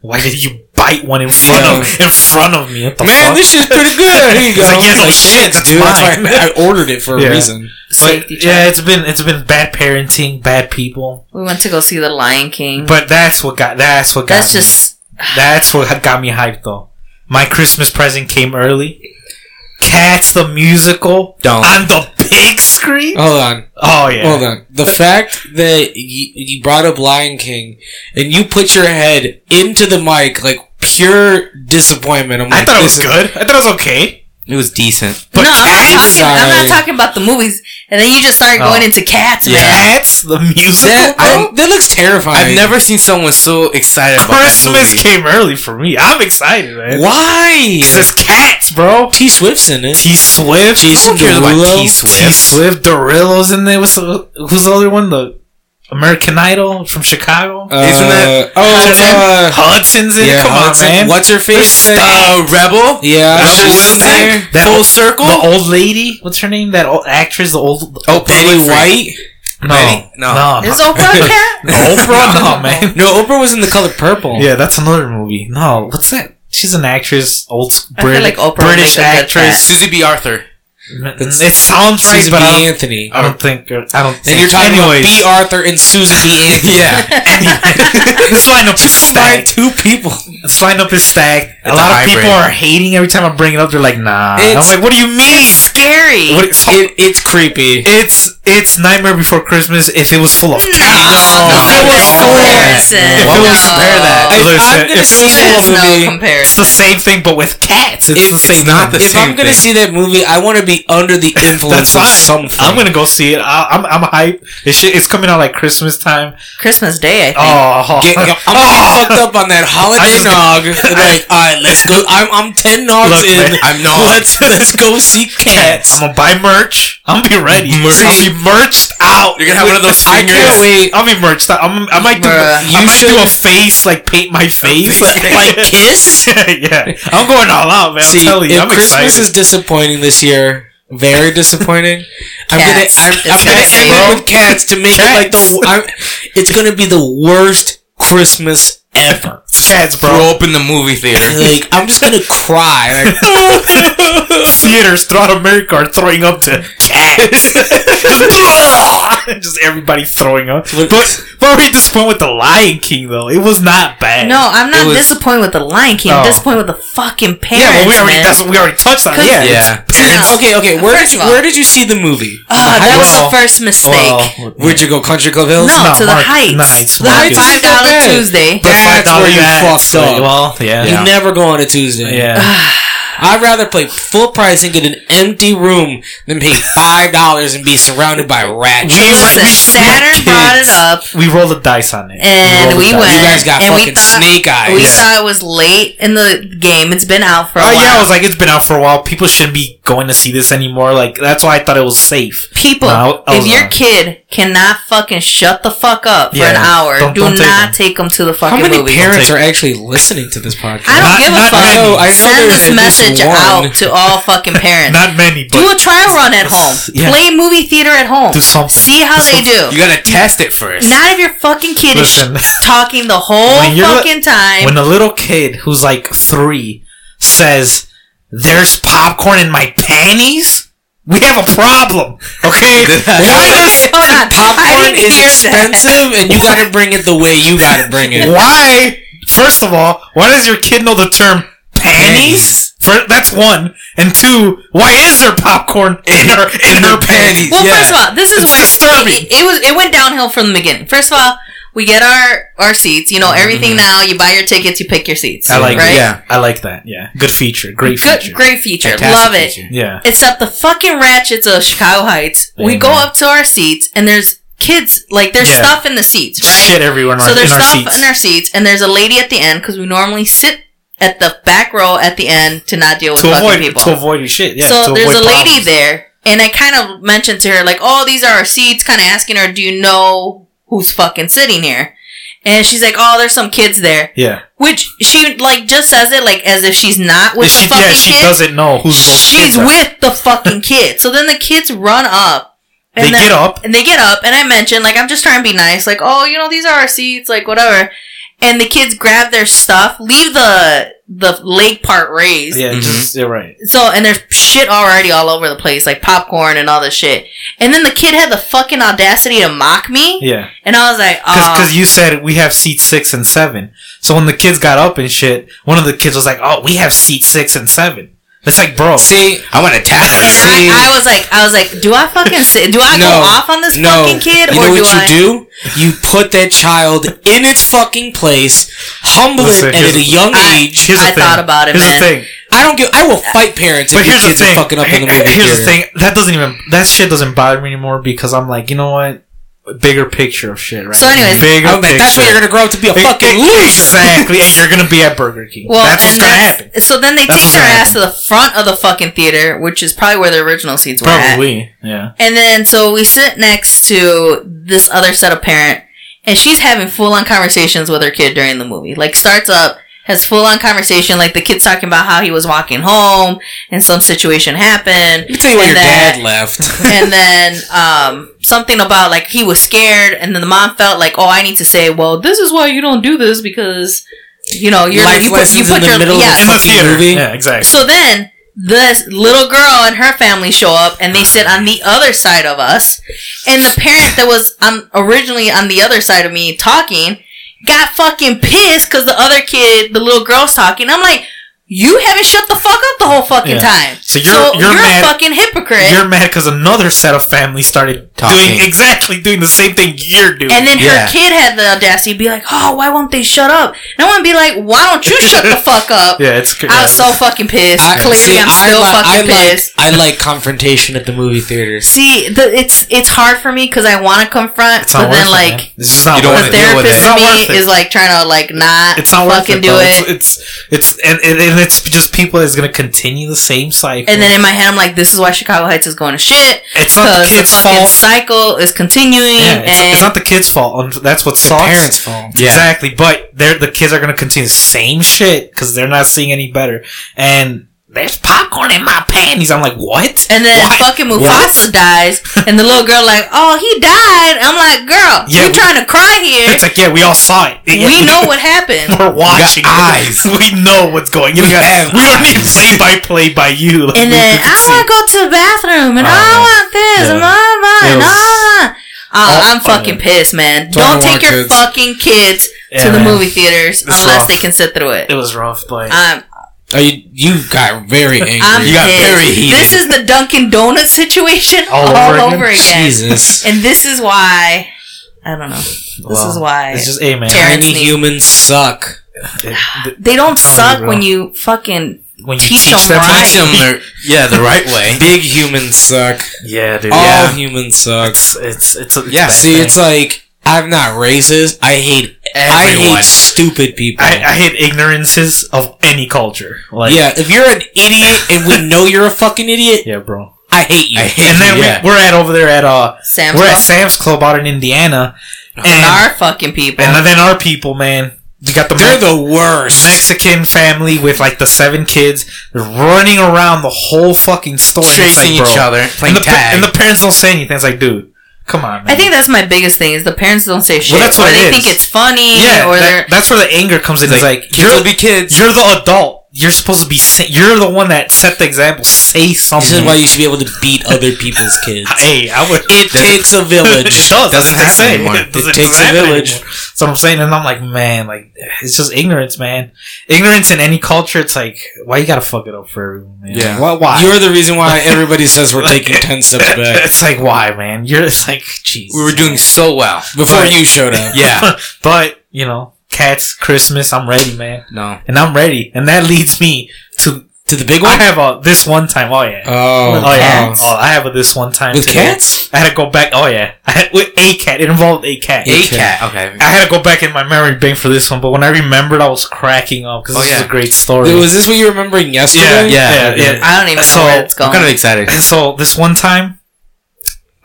[SPEAKER 1] why did you bite one in front of in front of me? What the
[SPEAKER 2] Man,
[SPEAKER 1] fuck?
[SPEAKER 2] this shit's pretty good. Here you go.
[SPEAKER 1] It's like, yeah, no
[SPEAKER 2] It's like,
[SPEAKER 1] shit,
[SPEAKER 2] thanks,
[SPEAKER 1] that's
[SPEAKER 2] dude. That's why
[SPEAKER 1] mine.
[SPEAKER 2] I, I ordered it for
[SPEAKER 1] Yeah.
[SPEAKER 2] a reason.
[SPEAKER 1] but,
[SPEAKER 3] Safety check.
[SPEAKER 1] yeah, it's been it's been bad parenting, bad people.
[SPEAKER 3] We went to go see The Lion King.
[SPEAKER 1] But that's what got that's what got
[SPEAKER 3] Mm-hmm. That's
[SPEAKER 1] me.
[SPEAKER 3] just
[SPEAKER 1] that's what got me hyped though. My Christmas present came early. Cats the musical
[SPEAKER 4] Don't.
[SPEAKER 1] on the big screen. Oh,
[SPEAKER 2] Hold on,
[SPEAKER 1] yeah,
[SPEAKER 2] hold on. The fact that you, you brought up Lion King and you put your head into the mic like pure disappointment. I'm
[SPEAKER 1] I
[SPEAKER 2] like,
[SPEAKER 1] thought it
[SPEAKER 2] this
[SPEAKER 1] was
[SPEAKER 2] is-
[SPEAKER 1] good. I thought it was okay.
[SPEAKER 4] It was decent.
[SPEAKER 1] But
[SPEAKER 3] no. I'm not,
[SPEAKER 1] cats,
[SPEAKER 3] talking, I'm
[SPEAKER 2] sorry.
[SPEAKER 3] not talking about the movies. And then you just started going
[SPEAKER 1] Oh.
[SPEAKER 3] into cats,
[SPEAKER 4] Yeah.
[SPEAKER 3] man.
[SPEAKER 1] cats the musical. Oh,
[SPEAKER 2] That,
[SPEAKER 1] bro?
[SPEAKER 2] I- that looks terrifying.
[SPEAKER 4] I've never seen someone so excited about this
[SPEAKER 1] Christmas
[SPEAKER 4] movie.
[SPEAKER 1] came early for me. I'm excited, man.
[SPEAKER 2] Why?
[SPEAKER 1] Because it's cats, bro.
[SPEAKER 2] T Swift's in it.
[SPEAKER 1] T Swift,
[SPEAKER 2] Jason
[SPEAKER 4] cares about
[SPEAKER 2] Derulo.
[SPEAKER 4] T Swift?
[SPEAKER 1] T Swift, Dorillo's in there. What's the, who's the other one? The American Idol from Chicago.
[SPEAKER 2] Uh,
[SPEAKER 4] Isn't that-
[SPEAKER 2] oh,
[SPEAKER 1] Hudson?
[SPEAKER 2] uh,
[SPEAKER 1] Hudson's in it. Come
[SPEAKER 2] Hudson-
[SPEAKER 1] on, man.
[SPEAKER 2] What's her face?
[SPEAKER 1] There's
[SPEAKER 4] Uh, Rebel.
[SPEAKER 2] Yeah,
[SPEAKER 4] Rebel was in there.
[SPEAKER 1] That-
[SPEAKER 4] Full circle.
[SPEAKER 1] The old lady. What's her name? That old actress. The old.
[SPEAKER 4] Oh,
[SPEAKER 2] Betty White.
[SPEAKER 1] no,
[SPEAKER 4] Betty?
[SPEAKER 1] no,
[SPEAKER 4] No.
[SPEAKER 1] no.
[SPEAKER 3] Is Oprah a cat?
[SPEAKER 1] Oprah. no, man.
[SPEAKER 2] No, Oprah was in the color purple.
[SPEAKER 1] Yeah, that's another movie. No, what's that? She's an actress, old
[SPEAKER 3] I feel
[SPEAKER 1] Brit-
[SPEAKER 3] like Oprah would
[SPEAKER 1] British
[SPEAKER 3] make a good
[SPEAKER 1] actress.
[SPEAKER 4] Susie B. Arthur.
[SPEAKER 2] That's-
[SPEAKER 1] it sounds right,
[SPEAKER 2] Susan
[SPEAKER 1] but I
[SPEAKER 2] B.
[SPEAKER 1] don't,
[SPEAKER 2] Anthony.
[SPEAKER 1] I don't think. I don't.
[SPEAKER 2] And
[SPEAKER 1] think-
[SPEAKER 2] you're talking
[SPEAKER 1] Anyways.
[SPEAKER 2] about B. Arthur and Susan B. Anthony.
[SPEAKER 4] Yeah.
[SPEAKER 1] this lineup is
[SPEAKER 2] Just find
[SPEAKER 1] stacked.
[SPEAKER 2] two people.
[SPEAKER 1] This lineup is stacked. a
[SPEAKER 4] It's
[SPEAKER 1] lot
[SPEAKER 4] a
[SPEAKER 1] of people
[SPEAKER 4] hybrid.
[SPEAKER 1] are hating every time I bring it up. They're like, "Nah." And I'm
[SPEAKER 2] It's-
[SPEAKER 1] like, "What do you mean?"
[SPEAKER 3] Scary.
[SPEAKER 1] What, so-
[SPEAKER 2] It, it's creepy.
[SPEAKER 1] it's it's Nightmare Before Christmas. If it was full of cats,
[SPEAKER 3] no,
[SPEAKER 2] no,
[SPEAKER 3] no,
[SPEAKER 2] no,
[SPEAKER 3] comparison.
[SPEAKER 1] if
[SPEAKER 4] Why
[SPEAKER 1] it
[SPEAKER 4] would
[SPEAKER 1] was
[SPEAKER 4] you compare that?
[SPEAKER 2] If
[SPEAKER 1] Listen,
[SPEAKER 2] I'm gonna
[SPEAKER 1] it's
[SPEAKER 2] see
[SPEAKER 1] full
[SPEAKER 2] that
[SPEAKER 1] of-
[SPEAKER 3] There's no
[SPEAKER 2] movie,
[SPEAKER 1] it's the
[SPEAKER 3] comparison.
[SPEAKER 1] same thing, but with cats. It's,
[SPEAKER 2] It's-
[SPEAKER 1] the same.
[SPEAKER 4] it's not
[SPEAKER 1] thing.
[SPEAKER 4] the
[SPEAKER 2] if I'm
[SPEAKER 4] same
[SPEAKER 2] gonna
[SPEAKER 4] thing.
[SPEAKER 2] see that movie, I want to be under the influence
[SPEAKER 1] That's
[SPEAKER 2] of
[SPEAKER 1] fine.
[SPEAKER 2] something.
[SPEAKER 1] I'm gonna go see it. I, I'm I'm hype. It's shit, it's coming out like Christmas time.
[SPEAKER 3] Christmas Day, I think.
[SPEAKER 1] Oh,
[SPEAKER 2] Get, I'm gonna get fucked up on that
[SPEAKER 1] I
[SPEAKER 2] holiday
[SPEAKER 1] just-
[SPEAKER 2] nog. and like, all right, let's go. I'm I'm ten nogs
[SPEAKER 1] Look,
[SPEAKER 2] in.
[SPEAKER 1] man,
[SPEAKER 4] I'm not.
[SPEAKER 2] Let's let's go see
[SPEAKER 1] cats.
[SPEAKER 2] cats.
[SPEAKER 1] I'm gonna buy merch. I'm gonna be ready.
[SPEAKER 4] Merch.
[SPEAKER 1] I'll be merched out.
[SPEAKER 4] You're gonna have one of those
[SPEAKER 2] I
[SPEAKER 4] fingers.
[SPEAKER 2] can't wait.
[SPEAKER 1] I'll be merched out. I'm, I might do.
[SPEAKER 3] Bruh.
[SPEAKER 1] I
[SPEAKER 2] You
[SPEAKER 1] might do a
[SPEAKER 2] should-
[SPEAKER 1] face like paint my face.
[SPEAKER 2] like kiss.
[SPEAKER 1] yeah, I'm going all out, man.
[SPEAKER 2] See,
[SPEAKER 1] I'm telling you,
[SPEAKER 2] if
[SPEAKER 1] I'm
[SPEAKER 2] Christmas
[SPEAKER 1] excited.
[SPEAKER 2] is disappointing this year, very disappointing. I'm gonna,
[SPEAKER 3] Cats.
[SPEAKER 2] I'm, I'm gonna
[SPEAKER 1] Cats,
[SPEAKER 2] end
[SPEAKER 1] bro.
[SPEAKER 2] it with cats to make it like
[SPEAKER 1] Cats.
[SPEAKER 2] the. I'm, it's gonna be the worst Christmas ever.
[SPEAKER 1] cats,
[SPEAKER 4] Throw
[SPEAKER 1] bro.
[SPEAKER 4] up in the movie theater.
[SPEAKER 2] Like I'm just gonna cry. Like,
[SPEAKER 1] Theaters throughout America are throwing up to cats. just, just everybody throwing up.
[SPEAKER 2] Look-
[SPEAKER 1] But but we disappointed with the Lion King though. It was not bad.
[SPEAKER 3] No, I'm not
[SPEAKER 4] It was-
[SPEAKER 3] disappointed with the Lion King. I'm
[SPEAKER 1] Oh.
[SPEAKER 3] disappointed with the fucking parents.
[SPEAKER 1] yeah, well, we already
[SPEAKER 3] man.
[SPEAKER 1] that's what we already touched on. it.
[SPEAKER 3] 'Cause-
[SPEAKER 1] Yeah,
[SPEAKER 4] yeah.
[SPEAKER 3] Yeah.
[SPEAKER 2] okay, okay. Where
[SPEAKER 3] First
[SPEAKER 2] did you,
[SPEAKER 3] of all- Oh,
[SPEAKER 2] where did you see the movie?
[SPEAKER 3] Ugh, that was
[SPEAKER 1] Well,
[SPEAKER 3] the first mistake.
[SPEAKER 1] well,
[SPEAKER 2] Where'd you go, Country Club Hills?
[SPEAKER 3] no,
[SPEAKER 1] not
[SPEAKER 3] to the
[SPEAKER 1] Mark-
[SPEAKER 3] heights.
[SPEAKER 1] nice.
[SPEAKER 3] The
[SPEAKER 1] Mark
[SPEAKER 3] High
[SPEAKER 1] is-
[SPEAKER 3] Five Dollar Tuesday.
[SPEAKER 1] But
[SPEAKER 2] That's
[SPEAKER 1] $5
[SPEAKER 2] where you
[SPEAKER 1] that's-
[SPEAKER 2] fucked up.
[SPEAKER 1] Well, yeah,
[SPEAKER 2] You never go on a Tuesday.
[SPEAKER 1] yeah.
[SPEAKER 2] I'd rather play full price and get an empty room than pay five dollars and be surrounded by rat
[SPEAKER 1] We
[SPEAKER 2] shit.
[SPEAKER 1] went-
[SPEAKER 3] Listen, Saturn brought it up,
[SPEAKER 1] we rolled the dice on it,
[SPEAKER 3] and
[SPEAKER 1] rolled the
[SPEAKER 3] we
[SPEAKER 1] dice.
[SPEAKER 3] went.
[SPEAKER 2] You guys got
[SPEAKER 3] and we
[SPEAKER 2] fucking
[SPEAKER 3] thought-
[SPEAKER 2] snake eyes.
[SPEAKER 3] We
[SPEAKER 2] Yeah.
[SPEAKER 3] thought it was late in the game. It's been out for a
[SPEAKER 1] Oh
[SPEAKER 3] while.
[SPEAKER 1] yeah, I was like, it's been out for a while. People shouldn't be going to see this anymore. Like that's why I thought it was safe.
[SPEAKER 3] People,
[SPEAKER 1] No, I- I
[SPEAKER 3] if
[SPEAKER 1] was
[SPEAKER 3] your
[SPEAKER 1] wrong.
[SPEAKER 3] kid cannot fucking shut the fuck up for
[SPEAKER 1] Yeah,
[SPEAKER 3] an hour,
[SPEAKER 1] don't-
[SPEAKER 3] do
[SPEAKER 1] don't take
[SPEAKER 3] not
[SPEAKER 1] them.
[SPEAKER 3] take them to the
[SPEAKER 2] How
[SPEAKER 3] fucking
[SPEAKER 2] many
[SPEAKER 3] movie.
[SPEAKER 2] parents
[SPEAKER 1] Take-
[SPEAKER 2] are actually listening to this podcast?
[SPEAKER 3] I don't
[SPEAKER 1] Not-
[SPEAKER 3] give a
[SPEAKER 1] not
[SPEAKER 3] fuck.
[SPEAKER 1] many.
[SPEAKER 2] I know- I know
[SPEAKER 3] Send
[SPEAKER 2] there-
[SPEAKER 3] this
[SPEAKER 2] there's
[SPEAKER 3] message message
[SPEAKER 2] one.
[SPEAKER 3] out to all fucking parents.
[SPEAKER 1] Not many, but
[SPEAKER 3] do a trial run at home.
[SPEAKER 2] Yeah.
[SPEAKER 3] Play movie theater at home.
[SPEAKER 1] Do some-
[SPEAKER 3] See how
[SPEAKER 1] do
[SPEAKER 3] they do.
[SPEAKER 4] You gotta test it first.
[SPEAKER 3] Not if your fucking kid
[SPEAKER 1] Listen.
[SPEAKER 3] is sh- talking the whole
[SPEAKER 1] When you're-
[SPEAKER 3] fucking time.
[SPEAKER 1] when a little kid who's like three says, "There's popcorn in my panties," we have a problem. Okay,
[SPEAKER 3] Hold on. I
[SPEAKER 2] Popcorn
[SPEAKER 3] didn't
[SPEAKER 2] is
[SPEAKER 3] hear that.
[SPEAKER 2] expensive, and you gotta bring it the way you gotta bring it.
[SPEAKER 1] why? First of all, why does your kid know the term panties? For, that's one, and two. Why is there popcorn in her in,
[SPEAKER 4] In
[SPEAKER 1] her,
[SPEAKER 4] her
[SPEAKER 1] panties?
[SPEAKER 4] panties.
[SPEAKER 3] Well,
[SPEAKER 4] Yeah.
[SPEAKER 3] first of all, this is
[SPEAKER 1] It's
[SPEAKER 3] where
[SPEAKER 1] disturbing.
[SPEAKER 3] it, it was. It went downhill from the beginning. First of all, we get our our seats. You know everything now. You buy your tickets. You pick your seats.
[SPEAKER 1] Mm-hmm. I like
[SPEAKER 3] right?
[SPEAKER 1] yeah, I like that. Yeah, good feature, great
[SPEAKER 3] Good,
[SPEAKER 1] feature.
[SPEAKER 3] great feature.
[SPEAKER 2] Fantastic
[SPEAKER 3] Love it.
[SPEAKER 2] feature.
[SPEAKER 1] Yeah,
[SPEAKER 3] Except the fucking ratchets of Chicago Heights. We
[SPEAKER 1] Amen.
[SPEAKER 3] go up to our seats and there's kids. Like there's
[SPEAKER 1] Yeah.
[SPEAKER 3] stuff in the seats, right?
[SPEAKER 1] shit everywhere in,
[SPEAKER 3] so
[SPEAKER 1] our,
[SPEAKER 3] there's
[SPEAKER 1] in our
[SPEAKER 3] stuff
[SPEAKER 1] seats.
[SPEAKER 3] in our seats, and there's a lady at the end because we normally sit at the back row at the end to not deal with
[SPEAKER 1] to
[SPEAKER 3] fucking
[SPEAKER 1] avoid
[SPEAKER 3] people.
[SPEAKER 1] to avoid your shit. Yeah,
[SPEAKER 3] so
[SPEAKER 1] to
[SPEAKER 3] there's a
[SPEAKER 1] avoid
[SPEAKER 3] lady
[SPEAKER 1] problems.
[SPEAKER 3] there, and I kind of mentioned to her like, "Oh, these are our seats." Kind of asking her, "Do you know who's fucking sitting here?" And she's like, "Oh, there's some kids there,"
[SPEAKER 1] Yeah,
[SPEAKER 3] which she like just says it like as if she's not with
[SPEAKER 1] she,
[SPEAKER 3] the fucking
[SPEAKER 1] yeah, she
[SPEAKER 3] kids.
[SPEAKER 1] doesn't know who's those
[SPEAKER 3] she's
[SPEAKER 1] kids are.
[SPEAKER 3] with the fucking kid. So then the kids run up. And
[SPEAKER 1] They
[SPEAKER 3] then-
[SPEAKER 1] get up.
[SPEAKER 3] And they get up, and I mentioned, like, I'm just trying to be nice, like, oh, you know, these are our seats, like, whatever. And the kids grab their stuff, leave the the lake part raised.
[SPEAKER 1] Yeah,
[SPEAKER 4] Mhm.
[SPEAKER 1] just you're right.
[SPEAKER 3] So, and there's shit already all over the place, like popcorn and all this shit. And then the kid had the fucking audacity to mock me,
[SPEAKER 1] Yeah,
[SPEAKER 3] and I was like,
[SPEAKER 1] because
[SPEAKER 3] oh.
[SPEAKER 1] you said we have seat six and seven. So when the kids got up and shit, one of the kids was like, "Oh, we have seat six and seven. It's like, bro,
[SPEAKER 2] See,
[SPEAKER 4] I want to
[SPEAKER 3] and
[SPEAKER 4] test it.
[SPEAKER 3] I, I was like, I was like, do I fucking sit? Do I go
[SPEAKER 2] No.
[SPEAKER 3] off on this
[SPEAKER 2] no.
[SPEAKER 3] fucking kid,
[SPEAKER 2] you
[SPEAKER 3] or
[SPEAKER 2] know
[SPEAKER 3] do
[SPEAKER 2] what you
[SPEAKER 3] I?
[SPEAKER 2] do? You put that child in its fucking place, humble
[SPEAKER 1] Listen,
[SPEAKER 2] it, and at a
[SPEAKER 1] here's-
[SPEAKER 2] young
[SPEAKER 3] I-
[SPEAKER 2] age,
[SPEAKER 1] here's the
[SPEAKER 3] I
[SPEAKER 1] thing.
[SPEAKER 3] thought about it,
[SPEAKER 1] Here's
[SPEAKER 3] man.
[SPEAKER 1] the thing.
[SPEAKER 2] I don't give. I will fight parents
[SPEAKER 1] But
[SPEAKER 2] if your
[SPEAKER 1] here's the
[SPEAKER 2] kids are
[SPEAKER 1] thing.
[SPEAKER 2] fucking up in the
[SPEAKER 1] Here-
[SPEAKER 2] movie
[SPEAKER 1] here's
[SPEAKER 2] theater.
[SPEAKER 1] the thing. That doesn't even that shit doesn't bother me anymore because I'm like, you know what? Bigger picture of shit, right?
[SPEAKER 3] So anyways-
[SPEAKER 1] bigger
[SPEAKER 2] I'm like, that's why you're gonna grow up to be a
[SPEAKER 1] picture.
[SPEAKER 2] fucking
[SPEAKER 1] E- e-
[SPEAKER 2] loser.
[SPEAKER 1] Exactly, and you're gonna be at Burger King.
[SPEAKER 3] Well,
[SPEAKER 1] that's
[SPEAKER 3] and
[SPEAKER 1] what's gonna
[SPEAKER 3] that's-
[SPEAKER 1] happen.
[SPEAKER 3] So then
[SPEAKER 1] That's
[SPEAKER 3] they take
[SPEAKER 1] what's
[SPEAKER 3] their
[SPEAKER 1] gonna
[SPEAKER 3] ass to the front of the fucking theater, which is probably where the original seats were at.
[SPEAKER 1] Probably, yeah.
[SPEAKER 3] And then so we sit next to this other set of parent, and she's having full on conversations with her kid during the movie. Like starts up, has full on conversation, like the kid's talking about how he was walking home and some situation happened.
[SPEAKER 2] Let me tell you why
[SPEAKER 3] and
[SPEAKER 2] your
[SPEAKER 3] that-
[SPEAKER 2] dad left.
[SPEAKER 3] and then um, something about like he was scared, and then the mom felt like, oh, I need to say, well, this is why you don't do this because you know you're
[SPEAKER 2] Life
[SPEAKER 3] you put, you
[SPEAKER 2] lessons
[SPEAKER 3] put
[SPEAKER 2] in the
[SPEAKER 3] your
[SPEAKER 2] middle of
[SPEAKER 3] yeah,
[SPEAKER 2] a
[SPEAKER 1] In the
[SPEAKER 2] fucking
[SPEAKER 1] theater,
[SPEAKER 2] movie.
[SPEAKER 1] yeah, exactly.
[SPEAKER 3] so then this little girl and her family show up and they sit on the other side of us. And the parent that was on originally on the other side of me talking got fucking pissed because the other kid, the little girl's talking. I'm like, you haven't shut the fuck up the whole fucking
[SPEAKER 1] Yeah.
[SPEAKER 3] time.
[SPEAKER 1] So you're- you're
[SPEAKER 3] a
[SPEAKER 1] mad-
[SPEAKER 3] fucking hypocrite.
[SPEAKER 1] You're mad because another set of families started
[SPEAKER 2] Talking.
[SPEAKER 1] doing exactly doing the same thing you're doing.
[SPEAKER 3] and then
[SPEAKER 2] Yeah.
[SPEAKER 3] her kid had the audacity to be like, oh, why won't they shut up? And I want to be like, why don't you shut the fuck up?
[SPEAKER 1] yeah, it's crazy.
[SPEAKER 3] I was so fucking pissed. Clearly,
[SPEAKER 2] see,
[SPEAKER 3] I'm still
[SPEAKER 2] li-
[SPEAKER 3] fucking
[SPEAKER 2] I
[SPEAKER 3] pissed.
[SPEAKER 2] Like, I like confrontation at the movie theaters.
[SPEAKER 3] See, the, it's it's hard for me because I want to confront,
[SPEAKER 1] It's not
[SPEAKER 3] but
[SPEAKER 1] worth
[SPEAKER 3] then
[SPEAKER 1] it,
[SPEAKER 3] like
[SPEAKER 1] man. It's just not
[SPEAKER 4] You don't
[SPEAKER 3] the
[SPEAKER 1] worth
[SPEAKER 4] wanna deal with
[SPEAKER 3] therapist
[SPEAKER 4] it.
[SPEAKER 1] It's
[SPEAKER 3] in
[SPEAKER 1] not
[SPEAKER 3] me
[SPEAKER 1] worth it.
[SPEAKER 3] is like trying to like not,
[SPEAKER 1] It's not worth
[SPEAKER 3] fucking
[SPEAKER 1] it,
[SPEAKER 3] do
[SPEAKER 1] bro.
[SPEAKER 3] it.
[SPEAKER 1] It's it's, it's and, and and it's just people that's gonna continue the same cycle.
[SPEAKER 3] and then in my head, I'm like, this is why Chicago Heights is going to shit
[SPEAKER 1] it's not the
[SPEAKER 3] because the,
[SPEAKER 1] kid's
[SPEAKER 3] fucking
[SPEAKER 1] fault.
[SPEAKER 3] cycle is continuing.
[SPEAKER 1] Yeah, it's,
[SPEAKER 3] and
[SPEAKER 1] it's not the kid's fault. Um, That's what
[SPEAKER 2] The
[SPEAKER 1] sucks.
[SPEAKER 2] parents' fault.
[SPEAKER 4] Yeah.
[SPEAKER 1] Exactly, but they're the kids are gonna continue the same shit because they're not seeing any better. And there's popcorn in my panties. I'm like, what?
[SPEAKER 3] and then
[SPEAKER 1] Why?
[SPEAKER 3] fucking
[SPEAKER 1] What?
[SPEAKER 3] Mufasa dies, and the little girl like, oh, he died. I'm like, girl,
[SPEAKER 1] Yeah,
[SPEAKER 3] you're
[SPEAKER 1] we-
[SPEAKER 3] trying to cry here.
[SPEAKER 1] It's like, yeah, we all saw it.
[SPEAKER 3] we know what happened.
[SPEAKER 1] We're watching.
[SPEAKER 4] got eyes.
[SPEAKER 1] We know what's going. on.
[SPEAKER 2] We have
[SPEAKER 1] We don't need
[SPEAKER 2] eyes.
[SPEAKER 1] play by play by you. Like,
[SPEAKER 3] And
[SPEAKER 1] we
[SPEAKER 3] then
[SPEAKER 1] can
[SPEAKER 3] I
[SPEAKER 1] see.
[SPEAKER 3] want to go to the bathroom, and I
[SPEAKER 1] Oh,
[SPEAKER 3] want this, and
[SPEAKER 1] yeah.
[SPEAKER 3] I want,
[SPEAKER 1] It
[SPEAKER 3] and I
[SPEAKER 1] was-
[SPEAKER 3] want. Oh,
[SPEAKER 1] All-
[SPEAKER 3] I'm fucking
[SPEAKER 1] oh.
[SPEAKER 3] pissed, man. Don't
[SPEAKER 2] Don't
[SPEAKER 3] take
[SPEAKER 2] want
[SPEAKER 3] your
[SPEAKER 2] kids.
[SPEAKER 3] fucking kids
[SPEAKER 1] Yeah,
[SPEAKER 3] to the
[SPEAKER 1] man.
[SPEAKER 3] movie theaters
[SPEAKER 1] It's
[SPEAKER 3] unless
[SPEAKER 1] rough.
[SPEAKER 3] they can sit through
[SPEAKER 1] It
[SPEAKER 3] it.
[SPEAKER 1] was rough, but
[SPEAKER 3] I'm,
[SPEAKER 2] Oh, you, you got very angry.
[SPEAKER 3] I'm
[SPEAKER 4] You got
[SPEAKER 3] pissed.
[SPEAKER 4] very heated.
[SPEAKER 3] This is the Dunkin' Donuts situation
[SPEAKER 1] All
[SPEAKER 3] all, over,
[SPEAKER 1] over
[SPEAKER 3] again.
[SPEAKER 1] again?
[SPEAKER 2] Jesus.
[SPEAKER 3] And this is why. I don't know. This
[SPEAKER 1] well,
[SPEAKER 3] is why.
[SPEAKER 1] it's just a man.
[SPEAKER 3] Terror. parents
[SPEAKER 2] Tiny
[SPEAKER 3] need-
[SPEAKER 2] humans suck.
[SPEAKER 1] It-
[SPEAKER 3] they don't suck
[SPEAKER 1] bro.
[SPEAKER 3] when you fucking.
[SPEAKER 1] when you
[SPEAKER 3] Teach
[SPEAKER 1] teach,
[SPEAKER 3] them
[SPEAKER 1] them
[SPEAKER 3] right.
[SPEAKER 4] Teach them the, yeah, the right way.
[SPEAKER 2] Big humans suck.
[SPEAKER 1] Yeah, dude.
[SPEAKER 2] All
[SPEAKER 1] yeah.
[SPEAKER 2] humans suck.
[SPEAKER 1] It's it's it's a,
[SPEAKER 4] Yeah,
[SPEAKER 1] a bad
[SPEAKER 2] See,
[SPEAKER 1] thing.
[SPEAKER 2] it's like I'm not racist. I hate. I
[SPEAKER 4] Everyone.
[SPEAKER 2] hate stupid people.
[SPEAKER 1] I, I hate ignorances of any culture. Like
[SPEAKER 2] yeah, if you're an idiot and we know you're a fucking idiot,
[SPEAKER 1] yeah, bro.
[SPEAKER 2] I hate you.
[SPEAKER 4] I hate
[SPEAKER 1] And then
[SPEAKER 4] you. yeah.
[SPEAKER 1] we, we're at over there at uh
[SPEAKER 3] Sam's
[SPEAKER 1] we're at
[SPEAKER 3] Club.
[SPEAKER 1] Sam's Club out in Indiana, and
[SPEAKER 3] And our fucking people.
[SPEAKER 1] and then our people, man, You got the
[SPEAKER 2] They're
[SPEAKER 1] Mex-
[SPEAKER 2] the worst.
[SPEAKER 1] Mexican family with like the seven kids running around the whole fucking store, and it's
[SPEAKER 4] Chasing
[SPEAKER 1] like,
[SPEAKER 4] each
[SPEAKER 1] bro.
[SPEAKER 4] other,
[SPEAKER 1] and
[SPEAKER 4] playing
[SPEAKER 1] the, pa-
[SPEAKER 4] tag.
[SPEAKER 1] and the parents don't say anything. It's like, dude, come on. Man.
[SPEAKER 3] I think that's my biggest thing is the parents don't say shit,
[SPEAKER 1] that's
[SPEAKER 3] or
[SPEAKER 1] what it
[SPEAKER 3] they
[SPEAKER 1] is.
[SPEAKER 3] think it's funny,
[SPEAKER 1] yeah,
[SPEAKER 3] or
[SPEAKER 1] that-
[SPEAKER 3] they're
[SPEAKER 1] that's where the anger comes in. It's like,
[SPEAKER 4] kids
[SPEAKER 1] you're
[SPEAKER 4] will be kids.
[SPEAKER 1] you're the adult. You're supposed to be. Sa- you're the one that set the example. Say
[SPEAKER 2] This is
[SPEAKER 1] something.
[SPEAKER 2] why you should be able to beat other people's kids.
[SPEAKER 1] hey, I would.
[SPEAKER 2] It takes a village.
[SPEAKER 1] does.
[SPEAKER 4] Doesn't
[SPEAKER 1] That's what they
[SPEAKER 4] happen
[SPEAKER 1] say.
[SPEAKER 4] anymore.
[SPEAKER 1] It, doesn't-
[SPEAKER 2] It takes
[SPEAKER 1] doesn't
[SPEAKER 2] a
[SPEAKER 1] happen
[SPEAKER 2] village.
[SPEAKER 1] anymore. That's what I'm saying, and I'm like, man, like it's just ignorance, man. Ignorance in any culture, it's like, why you gotta fuck it up for everyone, man?
[SPEAKER 4] Yeah.
[SPEAKER 1] Why? why?
[SPEAKER 2] You're the reason why everybody says we're
[SPEAKER 1] Like-
[SPEAKER 2] taking ten steps back
[SPEAKER 1] it's like, why, man? You're it's like, jeez.
[SPEAKER 4] We were doing so well.
[SPEAKER 2] before you showed up.
[SPEAKER 4] Yeah.
[SPEAKER 1] but you know, cats, Christmas, I'm ready, man,
[SPEAKER 4] No.
[SPEAKER 1] and I'm ready, and that leads me to.
[SPEAKER 2] To the big
[SPEAKER 1] I
[SPEAKER 2] one.
[SPEAKER 1] have a this one time. Oh yeah.
[SPEAKER 2] Oh,
[SPEAKER 1] Oh yeah!
[SPEAKER 2] wow.
[SPEAKER 1] Oh, I have a this one time
[SPEAKER 2] With
[SPEAKER 1] too.
[SPEAKER 2] cats?
[SPEAKER 1] I had to go back. Oh yeah, I had, with a cat. It involved a cat.
[SPEAKER 2] Yeah.
[SPEAKER 4] A cat. Okay.
[SPEAKER 1] I had to go back in my memory bank for this one, but when I remembered, I was cracking up because
[SPEAKER 4] Oh,
[SPEAKER 1] this
[SPEAKER 4] yeah.
[SPEAKER 1] is a great story.
[SPEAKER 2] Was this what you were remembering yesterday?
[SPEAKER 1] yeah, yeah.
[SPEAKER 3] I don't even
[SPEAKER 1] So,
[SPEAKER 3] know where it's
[SPEAKER 4] I'm
[SPEAKER 3] going.
[SPEAKER 4] kind of excited.
[SPEAKER 1] and so this one time,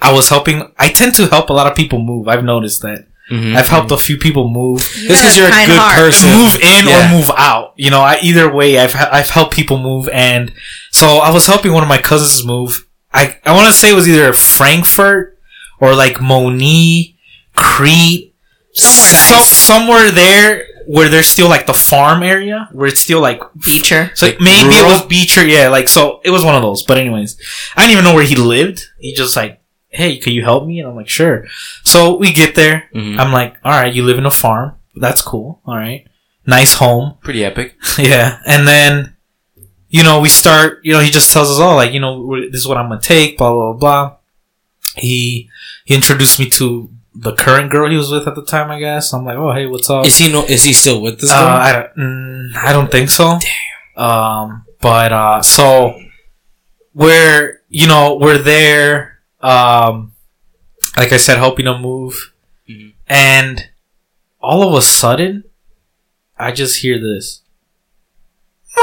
[SPEAKER 1] I was helping. I tend to help a lot of people move. I've noticed that.
[SPEAKER 4] Mhm.
[SPEAKER 1] I've helped a few people move,
[SPEAKER 3] You
[SPEAKER 2] This
[SPEAKER 3] got
[SPEAKER 2] is your
[SPEAKER 3] kind
[SPEAKER 2] good
[SPEAKER 3] heart.
[SPEAKER 2] person.
[SPEAKER 1] move in
[SPEAKER 4] Yeah.
[SPEAKER 1] or move out. You know, I, either way, I've I've helped people move, and so I was helping one of my cousins move. I I want to say it was either Frankfurt or like Moni, Crete,
[SPEAKER 3] Oh
[SPEAKER 1] some, somewhere there where there's still like the farm area where it's still like
[SPEAKER 3] Beecher.
[SPEAKER 1] So
[SPEAKER 4] Like
[SPEAKER 1] maybe
[SPEAKER 4] rural?
[SPEAKER 1] it was Beecher, yeah. Like so, it was one of those. But anyways, I didn't even know where he lived. He just like, hey, can you help me? And I'm like, sure. So we get there.
[SPEAKER 4] Mhm.
[SPEAKER 1] I'm like, all right, you live in a farm. That's cool. All right, nice home.
[SPEAKER 4] Pretty epic.
[SPEAKER 1] yeah, and then you know we start. You know he just tells us all like, you know, we're- this is what I'm gonna take. Blah blah blah. He he introduced me to the current girl he was with at the time. I guess I'm like, oh hey, what's up?
[SPEAKER 2] Is he no? Is he still with this
[SPEAKER 1] Uh,
[SPEAKER 2] girl?
[SPEAKER 1] I don't. Mm, I don't think so. Um, but uh, so we're you know we're there. Um, like I said, helping them move,
[SPEAKER 4] Mhm.
[SPEAKER 1] and all of a sudden, I just hear this.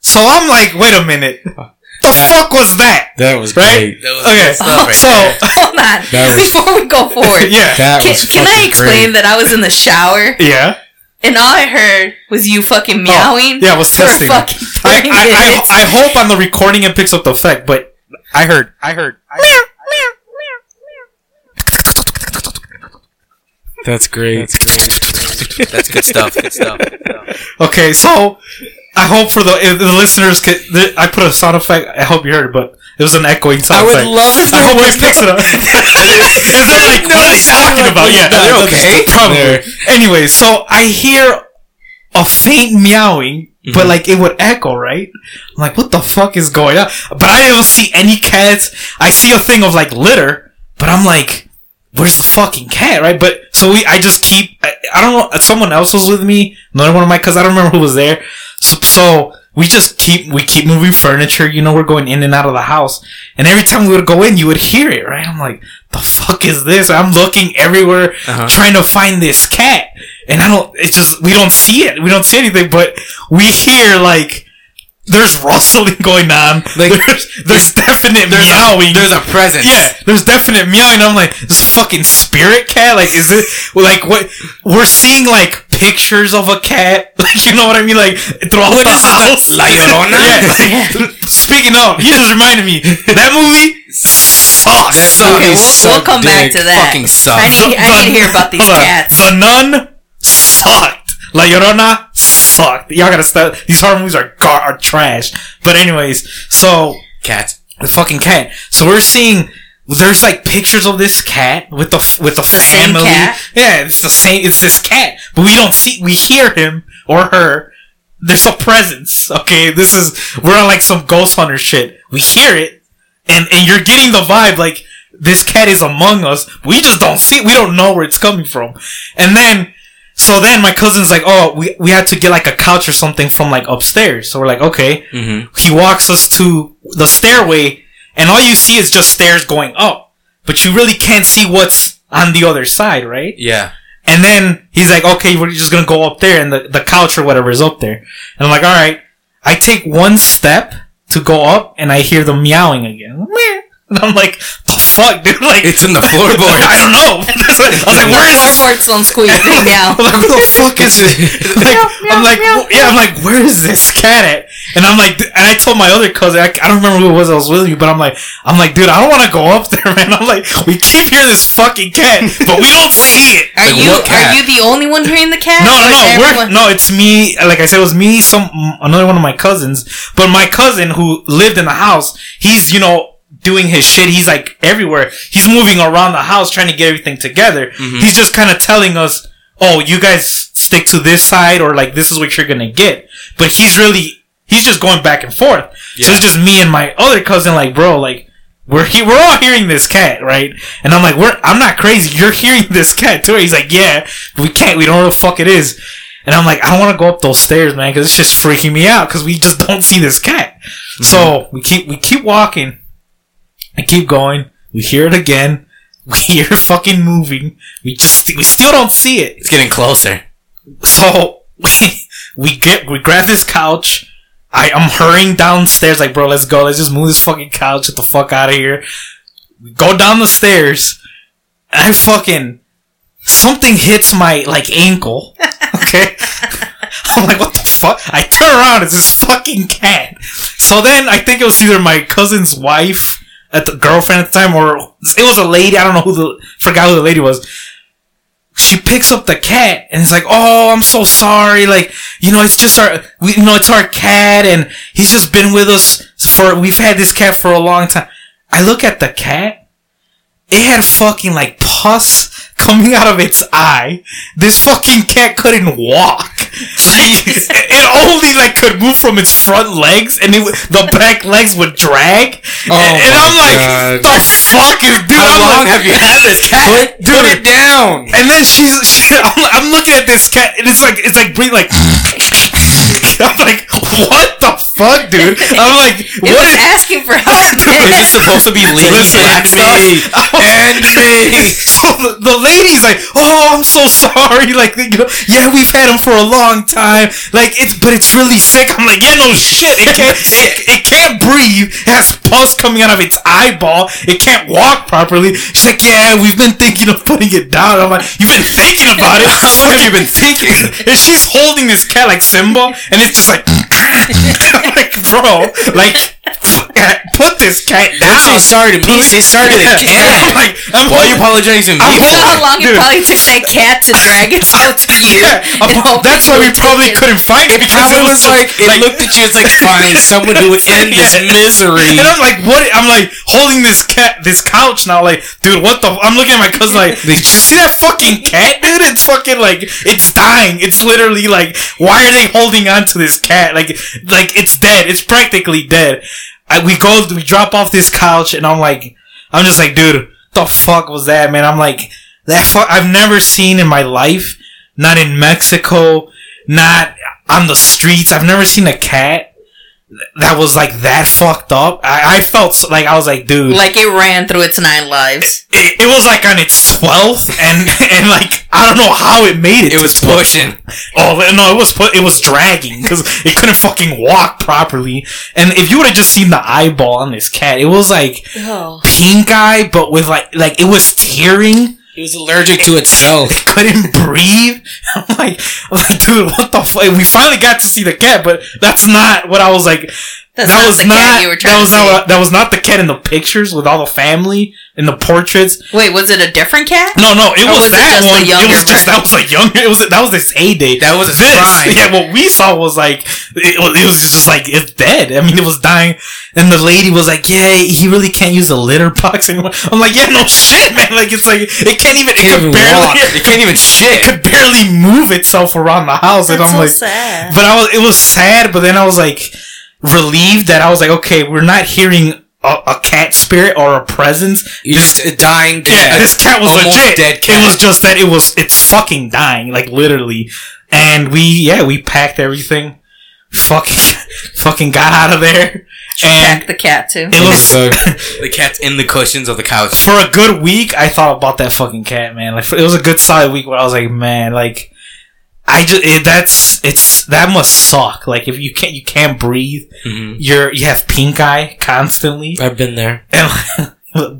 [SPEAKER 1] So I'm like, wait a minute, the fuck was that?
[SPEAKER 2] That was
[SPEAKER 1] Right?
[SPEAKER 2] great.
[SPEAKER 4] That was
[SPEAKER 1] Okay.
[SPEAKER 4] good stuff right
[SPEAKER 1] So
[SPEAKER 4] there.
[SPEAKER 3] Hold on.
[SPEAKER 2] That was-
[SPEAKER 3] Before we go forward,
[SPEAKER 1] yeah,
[SPEAKER 2] That
[SPEAKER 3] can,
[SPEAKER 2] was
[SPEAKER 3] can I
[SPEAKER 2] fucking
[SPEAKER 3] explain
[SPEAKER 2] great.
[SPEAKER 3] that I was in the shower
[SPEAKER 1] yeah.
[SPEAKER 3] and all I heard was you fucking meowing?
[SPEAKER 1] Oh, yeah, I was
[SPEAKER 3] Oh. for
[SPEAKER 1] testing it.
[SPEAKER 3] fucking
[SPEAKER 1] I,
[SPEAKER 3] thirty
[SPEAKER 1] I,
[SPEAKER 3] minutes.
[SPEAKER 1] I, I hope on the recording it picks up the effect, but I heard. I heard.
[SPEAKER 2] That's great. That's great.
[SPEAKER 4] That's good stuff. Good stuff.
[SPEAKER 1] Okay, so I hope for the if the listeners could. The, I put a sound effect. I hope you heard it, but it was an echoing sound
[SPEAKER 2] I would
[SPEAKER 1] effect.
[SPEAKER 2] love if
[SPEAKER 1] I
[SPEAKER 2] there
[SPEAKER 1] hope
[SPEAKER 2] was
[SPEAKER 1] it picks it up. it's not like what are they talking
[SPEAKER 2] like
[SPEAKER 1] about?
[SPEAKER 2] what
[SPEAKER 1] Yeah,
[SPEAKER 2] is that?
[SPEAKER 1] they're
[SPEAKER 2] That's
[SPEAKER 1] okay.
[SPEAKER 2] just there.
[SPEAKER 1] Probably. Anyway, so I hear a faint meowing, but like it would echo, right? I'm like, what the fuck is going on? But I don't see any cats. I see a thing of like litter, but I'm like, where's the fucking cat, right? But so we, I just keep. I, I don't know. Someone else was with me. Another one of my cousins. I don't remember who was there. So, so we just keep we keep moving furniture. You know, we're going in and out of the house, and every time we would go in, you would hear it, right? I'm like, the fuck is this? I'm looking everywhere,
[SPEAKER 4] Uh-huh.
[SPEAKER 1] trying to find this cat, and I don't. It's just we don't see it. We don't see anything, but we hear like. There's rustling going on.
[SPEAKER 4] Like-
[SPEAKER 1] there's, there's definite
[SPEAKER 4] There's
[SPEAKER 1] meowing.
[SPEAKER 4] a, there's a presence.
[SPEAKER 1] Yeah, there's definite meowing. I'm like, this fucking spirit cat. Like, is it well, like what we're seeing? Like pictures of a cat. Like, you know what I mean? Like throughout the
[SPEAKER 4] is that,
[SPEAKER 1] house.
[SPEAKER 4] La Llorona?
[SPEAKER 1] Yeah, like, speaking of, he just reminded me that movie sucks.
[SPEAKER 4] That
[SPEAKER 3] okay,
[SPEAKER 4] movie
[SPEAKER 3] we'll, we'll
[SPEAKER 4] sucked
[SPEAKER 3] come back
[SPEAKER 4] dick.
[SPEAKER 3] to that.
[SPEAKER 4] Fucking sucked.
[SPEAKER 3] I need, I need to hear about these
[SPEAKER 1] Hold on.
[SPEAKER 3] cats.
[SPEAKER 1] The Nun sucked. La Llorona sucked. Y'all gotta stop. These horror movies are gar- are trash. But anyways, so
[SPEAKER 4] Cats.
[SPEAKER 1] the fucking cat. So we're seeing there's like pictures of this cat with the f- with the,
[SPEAKER 3] same
[SPEAKER 1] family.
[SPEAKER 3] cat?
[SPEAKER 1] Yeah, it's the same. It's this cat, but we don't see. We hear him or her. There's a presence. Okay, this is we're on like some ghost hunter shit. We hear it, and and you're getting the vibe like this cat is among us. We just don't see. It. We don't know where it's coming from, and then. So then my cousin's like, oh, we, we had to get like a couch or something from like upstairs. So we're like, okay
[SPEAKER 4] Mm-hmm.
[SPEAKER 1] he walks us to the stairway and all you see is just stairs going up but you really can't see what's on the other side right
[SPEAKER 4] Yeah.
[SPEAKER 1] and then he's like okay we're just gonna go up there and the, the couch or whatever is up there and i'm like all right i take one step to go up, and I hear them meowing again. Meh. And I'm like, the fuck, dude? Like,
[SPEAKER 4] It's in the floorboard.
[SPEAKER 1] I don't know. That's what- I was like, where is
[SPEAKER 3] Floorboards don't squeak right now.
[SPEAKER 1] I'm like, where the fuck is it? Like, I'm like,
[SPEAKER 3] meow,
[SPEAKER 1] "Wh- yeah, I'm like, where is this cat at? And I'm like, and I told my other cousin, I, I don't remember who it was I was with you, but I'm like, I'm like, dude, I don't want to go up there, man. I'm like, we keep hearing this fucking cat, but we don't see it.
[SPEAKER 3] Are
[SPEAKER 4] Like,
[SPEAKER 3] you
[SPEAKER 4] what cat?
[SPEAKER 3] are you the only one hearing the cat?
[SPEAKER 1] No, no,
[SPEAKER 3] Or is
[SPEAKER 1] no. We're,
[SPEAKER 3] everyone-
[SPEAKER 1] no, it's me. Like I said, it was me. Some another one of my cousins, but my cousin who lived in the house, he's you know doing his shit. He's like everywhere. He's moving around the house trying to get everything together. He's just kind of telling us, "Oh, you guys stick to this side, or like this is what you're gonna get." But he's really he's just going back and forth. So
[SPEAKER 4] Yeah.
[SPEAKER 1] it's just me and my other cousin. Like, bro, like. We're, he- we're all hearing this cat, right? And I'm like, we're, I'm not crazy. You're hearing this cat too. He's like, yeah, but we can't. We don't know what the fuck it is. And I'm like, I don't want to go up those stairs, man, because it's just freaking me out because we just don't see this cat. So we keep we keep walking, I keep going. We hear it again. We hear it fucking moving. We just we still don't see it.
[SPEAKER 4] It's getting closer.
[SPEAKER 1] So we get we grab this couch. I I'm hurrying downstairs like bro, let's go. Let's just move this fucking couch. Get the fuck out of here. We go down the stairs. I fucking something hits my like ankle. Okay. I'm like, what the fuck? I turn around, it's this fucking cat. So then I think it was either my cousin's wife at the girlfriend at the time or it was a lady, I don't know who the forgot who the lady was she picks up the cat and is like, "Oh, I'm so sorry. Like, you know, it's just our, we, you know, it's our cat, and he's just been with us for. We've had this cat for a long time." I look at the cat. It had fucking like pus coming out of its eye. This fucking cat couldn't walk. it it only like could move from its front legs, and it, would- the back legs would drag.
[SPEAKER 2] Oh
[SPEAKER 1] and
[SPEAKER 2] my
[SPEAKER 1] I'm like,
[SPEAKER 2] God.
[SPEAKER 1] the fuck is dude?
[SPEAKER 4] How
[SPEAKER 1] I'm
[SPEAKER 4] long
[SPEAKER 1] like-
[SPEAKER 4] have you had this cat?
[SPEAKER 2] Put, put it down.
[SPEAKER 1] and then she's, she, I'm, like- I'm looking at this cat, and it's like, it's like breathing like. I'm like, what the fuck, dude? I'm like,
[SPEAKER 3] It
[SPEAKER 1] what
[SPEAKER 3] was
[SPEAKER 1] is?
[SPEAKER 3] asking for help.
[SPEAKER 4] Is this supposed to be leaning
[SPEAKER 1] Listen
[SPEAKER 4] back
[SPEAKER 1] to me.
[SPEAKER 4] stuff?
[SPEAKER 1] And me. So the, the lady's like, "Oh, I'm so sorry. Like, you know, yeah, we've had him for a long time. Like, it's but it's really sick." I'm like, "Yeah, no shit. It can't. it, it can't breathe. It has pus coming out of its eyeball. It can't walk properly." She's like, "Yeah, we've been thinking of putting it down." I'm like, "You've been thinking about it? How long have you been thinking?" And she's holding this cat like Simba, and it's just like, I'm like, bro, like. Put this cat down.
[SPEAKER 2] They say sorry to me. Say sorry to the
[SPEAKER 1] Yeah. I'm
[SPEAKER 2] cat.
[SPEAKER 1] like, I'm
[SPEAKER 4] Why are you
[SPEAKER 1] holding-
[SPEAKER 4] apologizing to
[SPEAKER 1] I'm
[SPEAKER 4] me?
[SPEAKER 3] You know how long
[SPEAKER 1] Dude.
[SPEAKER 3] it probably took that cat to drag itself to you?
[SPEAKER 1] Yeah, I'm-
[SPEAKER 3] and hope
[SPEAKER 1] that's
[SPEAKER 3] you
[SPEAKER 1] why we
[SPEAKER 3] would
[SPEAKER 1] probably
[SPEAKER 3] take it.
[SPEAKER 1] couldn't find it.
[SPEAKER 2] It
[SPEAKER 1] because
[SPEAKER 2] probably was
[SPEAKER 1] just,
[SPEAKER 2] like it looked at you. It's like find someone who would end
[SPEAKER 1] Yeah.
[SPEAKER 2] this misery.
[SPEAKER 1] And I'm like, what? I'm like holding this cat, this couch now. Like, dude, what the? I'm looking at my cousin. Like, did you see that fucking cat, dude? It's fucking like, it's dying. It's literally like, why are they holding on to this cat? Like, like it's dead. It's practically dead. I, we go, we drop off this couch, and I'm like, I'm just like, dude, the fuck was that, man? I'm like, that fuck. I've never seen in my life, not in Mexico, not on the streets. I've never seen a cat that was like that fucked up. I, I felt so, like I was like, dude,
[SPEAKER 3] Like it ran through its nine lives.
[SPEAKER 1] it, it was like on its twelfth, and and like I don't know how it made it.
[SPEAKER 4] It was pushing.
[SPEAKER 1] Oh no, it was put. It was dragging because it couldn't fucking walk properly. And if you would have just seen the eyeball on this cat, it was like
[SPEAKER 3] Oh.
[SPEAKER 1] pink eye, but with like like it was tearing.
[SPEAKER 2] It was allergic to itself.
[SPEAKER 1] couldn't breathe. I'm like, I'm like, dude, what the fuck? We finally got to see the cat, but that's not what I was like.
[SPEAKER 3] That's
[SPEAKER 1] that
[SPEAKER 3] not
[SPEAKER 1] was
[SPEAKER 3] the
[SPEAKER 1] not.
[SPEAKER 3] cat you were trying
[SPEAKER 1] That was
[SPEAKER 3] to
[SPEAKER 1] not.
[SPEAKER 3] see.
[SPEAKER 1] What, that was not the cat in the pictures with all the family and the portraits.
[SPEAKER 3] Wait, was it a different cat?
[SPEAKER 1] No, no, it
[SPEAKER 3] Or
[SPEAKER 1] was,
[SPEAKER 3] was it
[SPEAKER 1] that
[SPEAKER 3] just a
[SPEAKER 1] one. It
[SPEAKER 3] younger
[SPEAKER 1] was just
[SPEAKER 3] one?
[SPEAKER 1] that was a younger. It was that was this heyday.
[SPEAKER 4] That was a
[SPEAKER 1] this,
[SPEAKER 4] crime.
[SPEAKER 1] Yeah, what we saw was like it was, it was just like it's dead. I mean, it was dying, and the lady was like, "Yeah, he really can't use a litter box anymore." I'm like, "Yeah, no shit, man. Like it's like it can't even. it can
[SPEAKER 2] Can't even
[SPEAKER 1] barely.
[SPEAKER 2] walk.
[SPEAKER 4] It can't even shit.
[SPEAKER 1] could barely move itself around the house, and I'm like,
[SPEAKER 3] sad.
[SPEAKER 1] but I was, it was sad, but then I was like relieved that I was like, okay, we're not hearing a, a cat spirit or a presence.
[SPEAKER 2] You just a dying cat.
[SPEAKER 1] Yeah, this cat was
[SPEAKER 2] Almost
[SPEAKER 1] legit.
[SPEAKER 2] dead cat.
[SPEAKER 1] It was just that it was it's fucking dying, like literally. And we yeah we packed everything, fucking fucking got out of there, and
[SPEAKER 3] Back the cat too.
[SPEAKER 1] it was
[SPEAKER 2] uh,
[SPEAKER 4] The cat's in the cushions of the couch.
[SPEAKER 1] for a good week, I thought about that fucking cat, man. Like for, it was a good solid week where I was like, man, like I just it, that's it's that must suck. Like if you can't you can't breathe,
[SPEAKER 2] Mm-hmm.
[SPEAKER 4] Mhm.
[SPEAKER 1] you're you have pink eye constantly,
[SPEAKER 2] I've been there.
[SPEAKER 1] and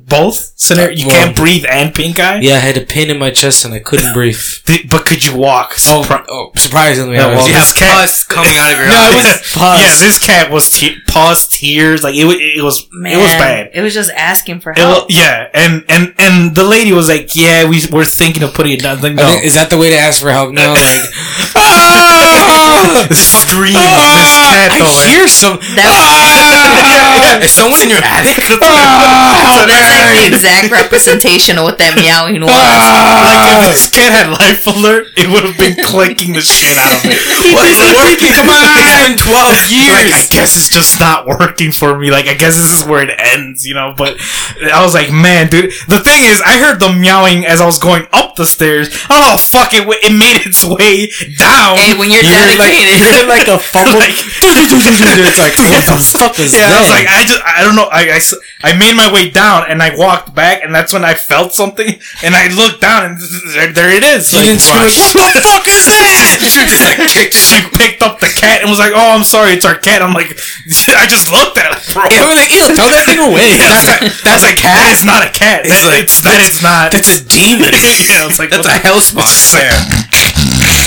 [SPEAKER 1] both scenario you
[SPEAKER 2] Well-
[SPEAKER 1] can't breathe and pink eye.
[SPEAKER 2] Yeah, I had a pain in my chest and I couldn't breathe.
[SPEAKER 1] Th- but could you walk?
[SPEAKER 2] Oh,
[SPEAKER 1] Surpri-
[SPEAKER 2] oh, surprisingly,
[SPEAKER 1] Yeah,
[SPEAKER 2] I was-
[SPEAKER 1] well,
[SPEAKER 4] you
[SPEAKER 1] this
[SPEAKER 4] have
[SPEAKER 1] cat-
[SPEAKER 4] pus coming out of your
[SPEAKER 1] no, it
[SPEAKER 4] eyes.
[SPEAKER 1] was
[SPEAKER 2] Pus.
[SPEAKER 1] yeah. This cat was te- paws, tears. Like it, wa- it was,
[SPEAKER 3] Man,
[SPEAKER 1] it was bad.
[SPEAKER 3] It was just asking for
[SPEAKER 1] It wa-
[SPEAKER 3] help.
[SPEAKER 1] yeah, and and and the lady was like, "Yeah, we we're thinking of putting it down." I was Like,
[SPEAKER 2] I
[SPEAKER 1] no,
[SPEAKER 2] think, is that the way to ask for help now? Like,
[SPEAKER 1] the scream of Ah! this
[SPEAKER 2] "Ah,
[SPEAKER 1] cat. though,
[SPEAKER 2] I
[SPEAKER 1] right?
[SPEAKER 2] hear some. Ah!
[SPEAKER 1] Yeah, yeah.
[SPEAKER 4] Is someone in your attic?
[SPEAKER 3] so that's like the exact representation of what that meowing was.
[SPEAKER 2] Ah!
[SPEAKER 1] Like if this cat had life alert, it would have been clicking the shit out of it.
[SPEAKER 4] What's the work?
[SPEAKER 1] Come
[SPEAKER 4] It's been 12
[SPEAKER 1] Like, I
[SPEAKER 4] years.
[SPEAKER 1] guess it's just not working for me. Like I guess this is where it ends, you know. But I was like, man, dude. The thing is, I heard the meowing as I was going up the stairs. I don't know, fuck it. It made its way down.
[SPEAKER 3] Hey, when you're,
[SPEAKER 2] You're like,
[SPEAKER 3] dedicated,
[SPEAKER 2] you're like a fumble.
[SPEAKER 1] Like-
[SPEAKER 2] it's like, what the fuck is
[SPEAKER 1] yeah, I was
[SPEAKER 2] that?
[SPEAKER 1] like, I just, I don't know. I, I s- I made my way down and I walked back, and that's when I felt something, and I looked down, and there, there it is.
[SPEAKER 2] you
[SPEAKER 1] Like,
[SPEAKER 2] didn't scream, like, what the fuck is that?
[SPEAKER 4] You're just like kicked
[SPEAKER 1] she picked up the cat and was like, "Oh, I'm sorry, it's our cat." I'm like, I just looked at it, bro.
[SPEAKER 2] Yeah, we're like, ew, throw that thing away.
[SPEAKER 1] I was like- I was like, cat? It's not a cat. That- It's
[SPEAKER 4] like,
[SPEAKER 1] that is not.
[SPEAKER 2] That's a demon.
[SPEAKER 1] yeah, I was like,
[SPEAKER 4] That's a
[SPEAKER 1] what
[SPEAKER 4] hell spot.
[SPEAKER 1] the-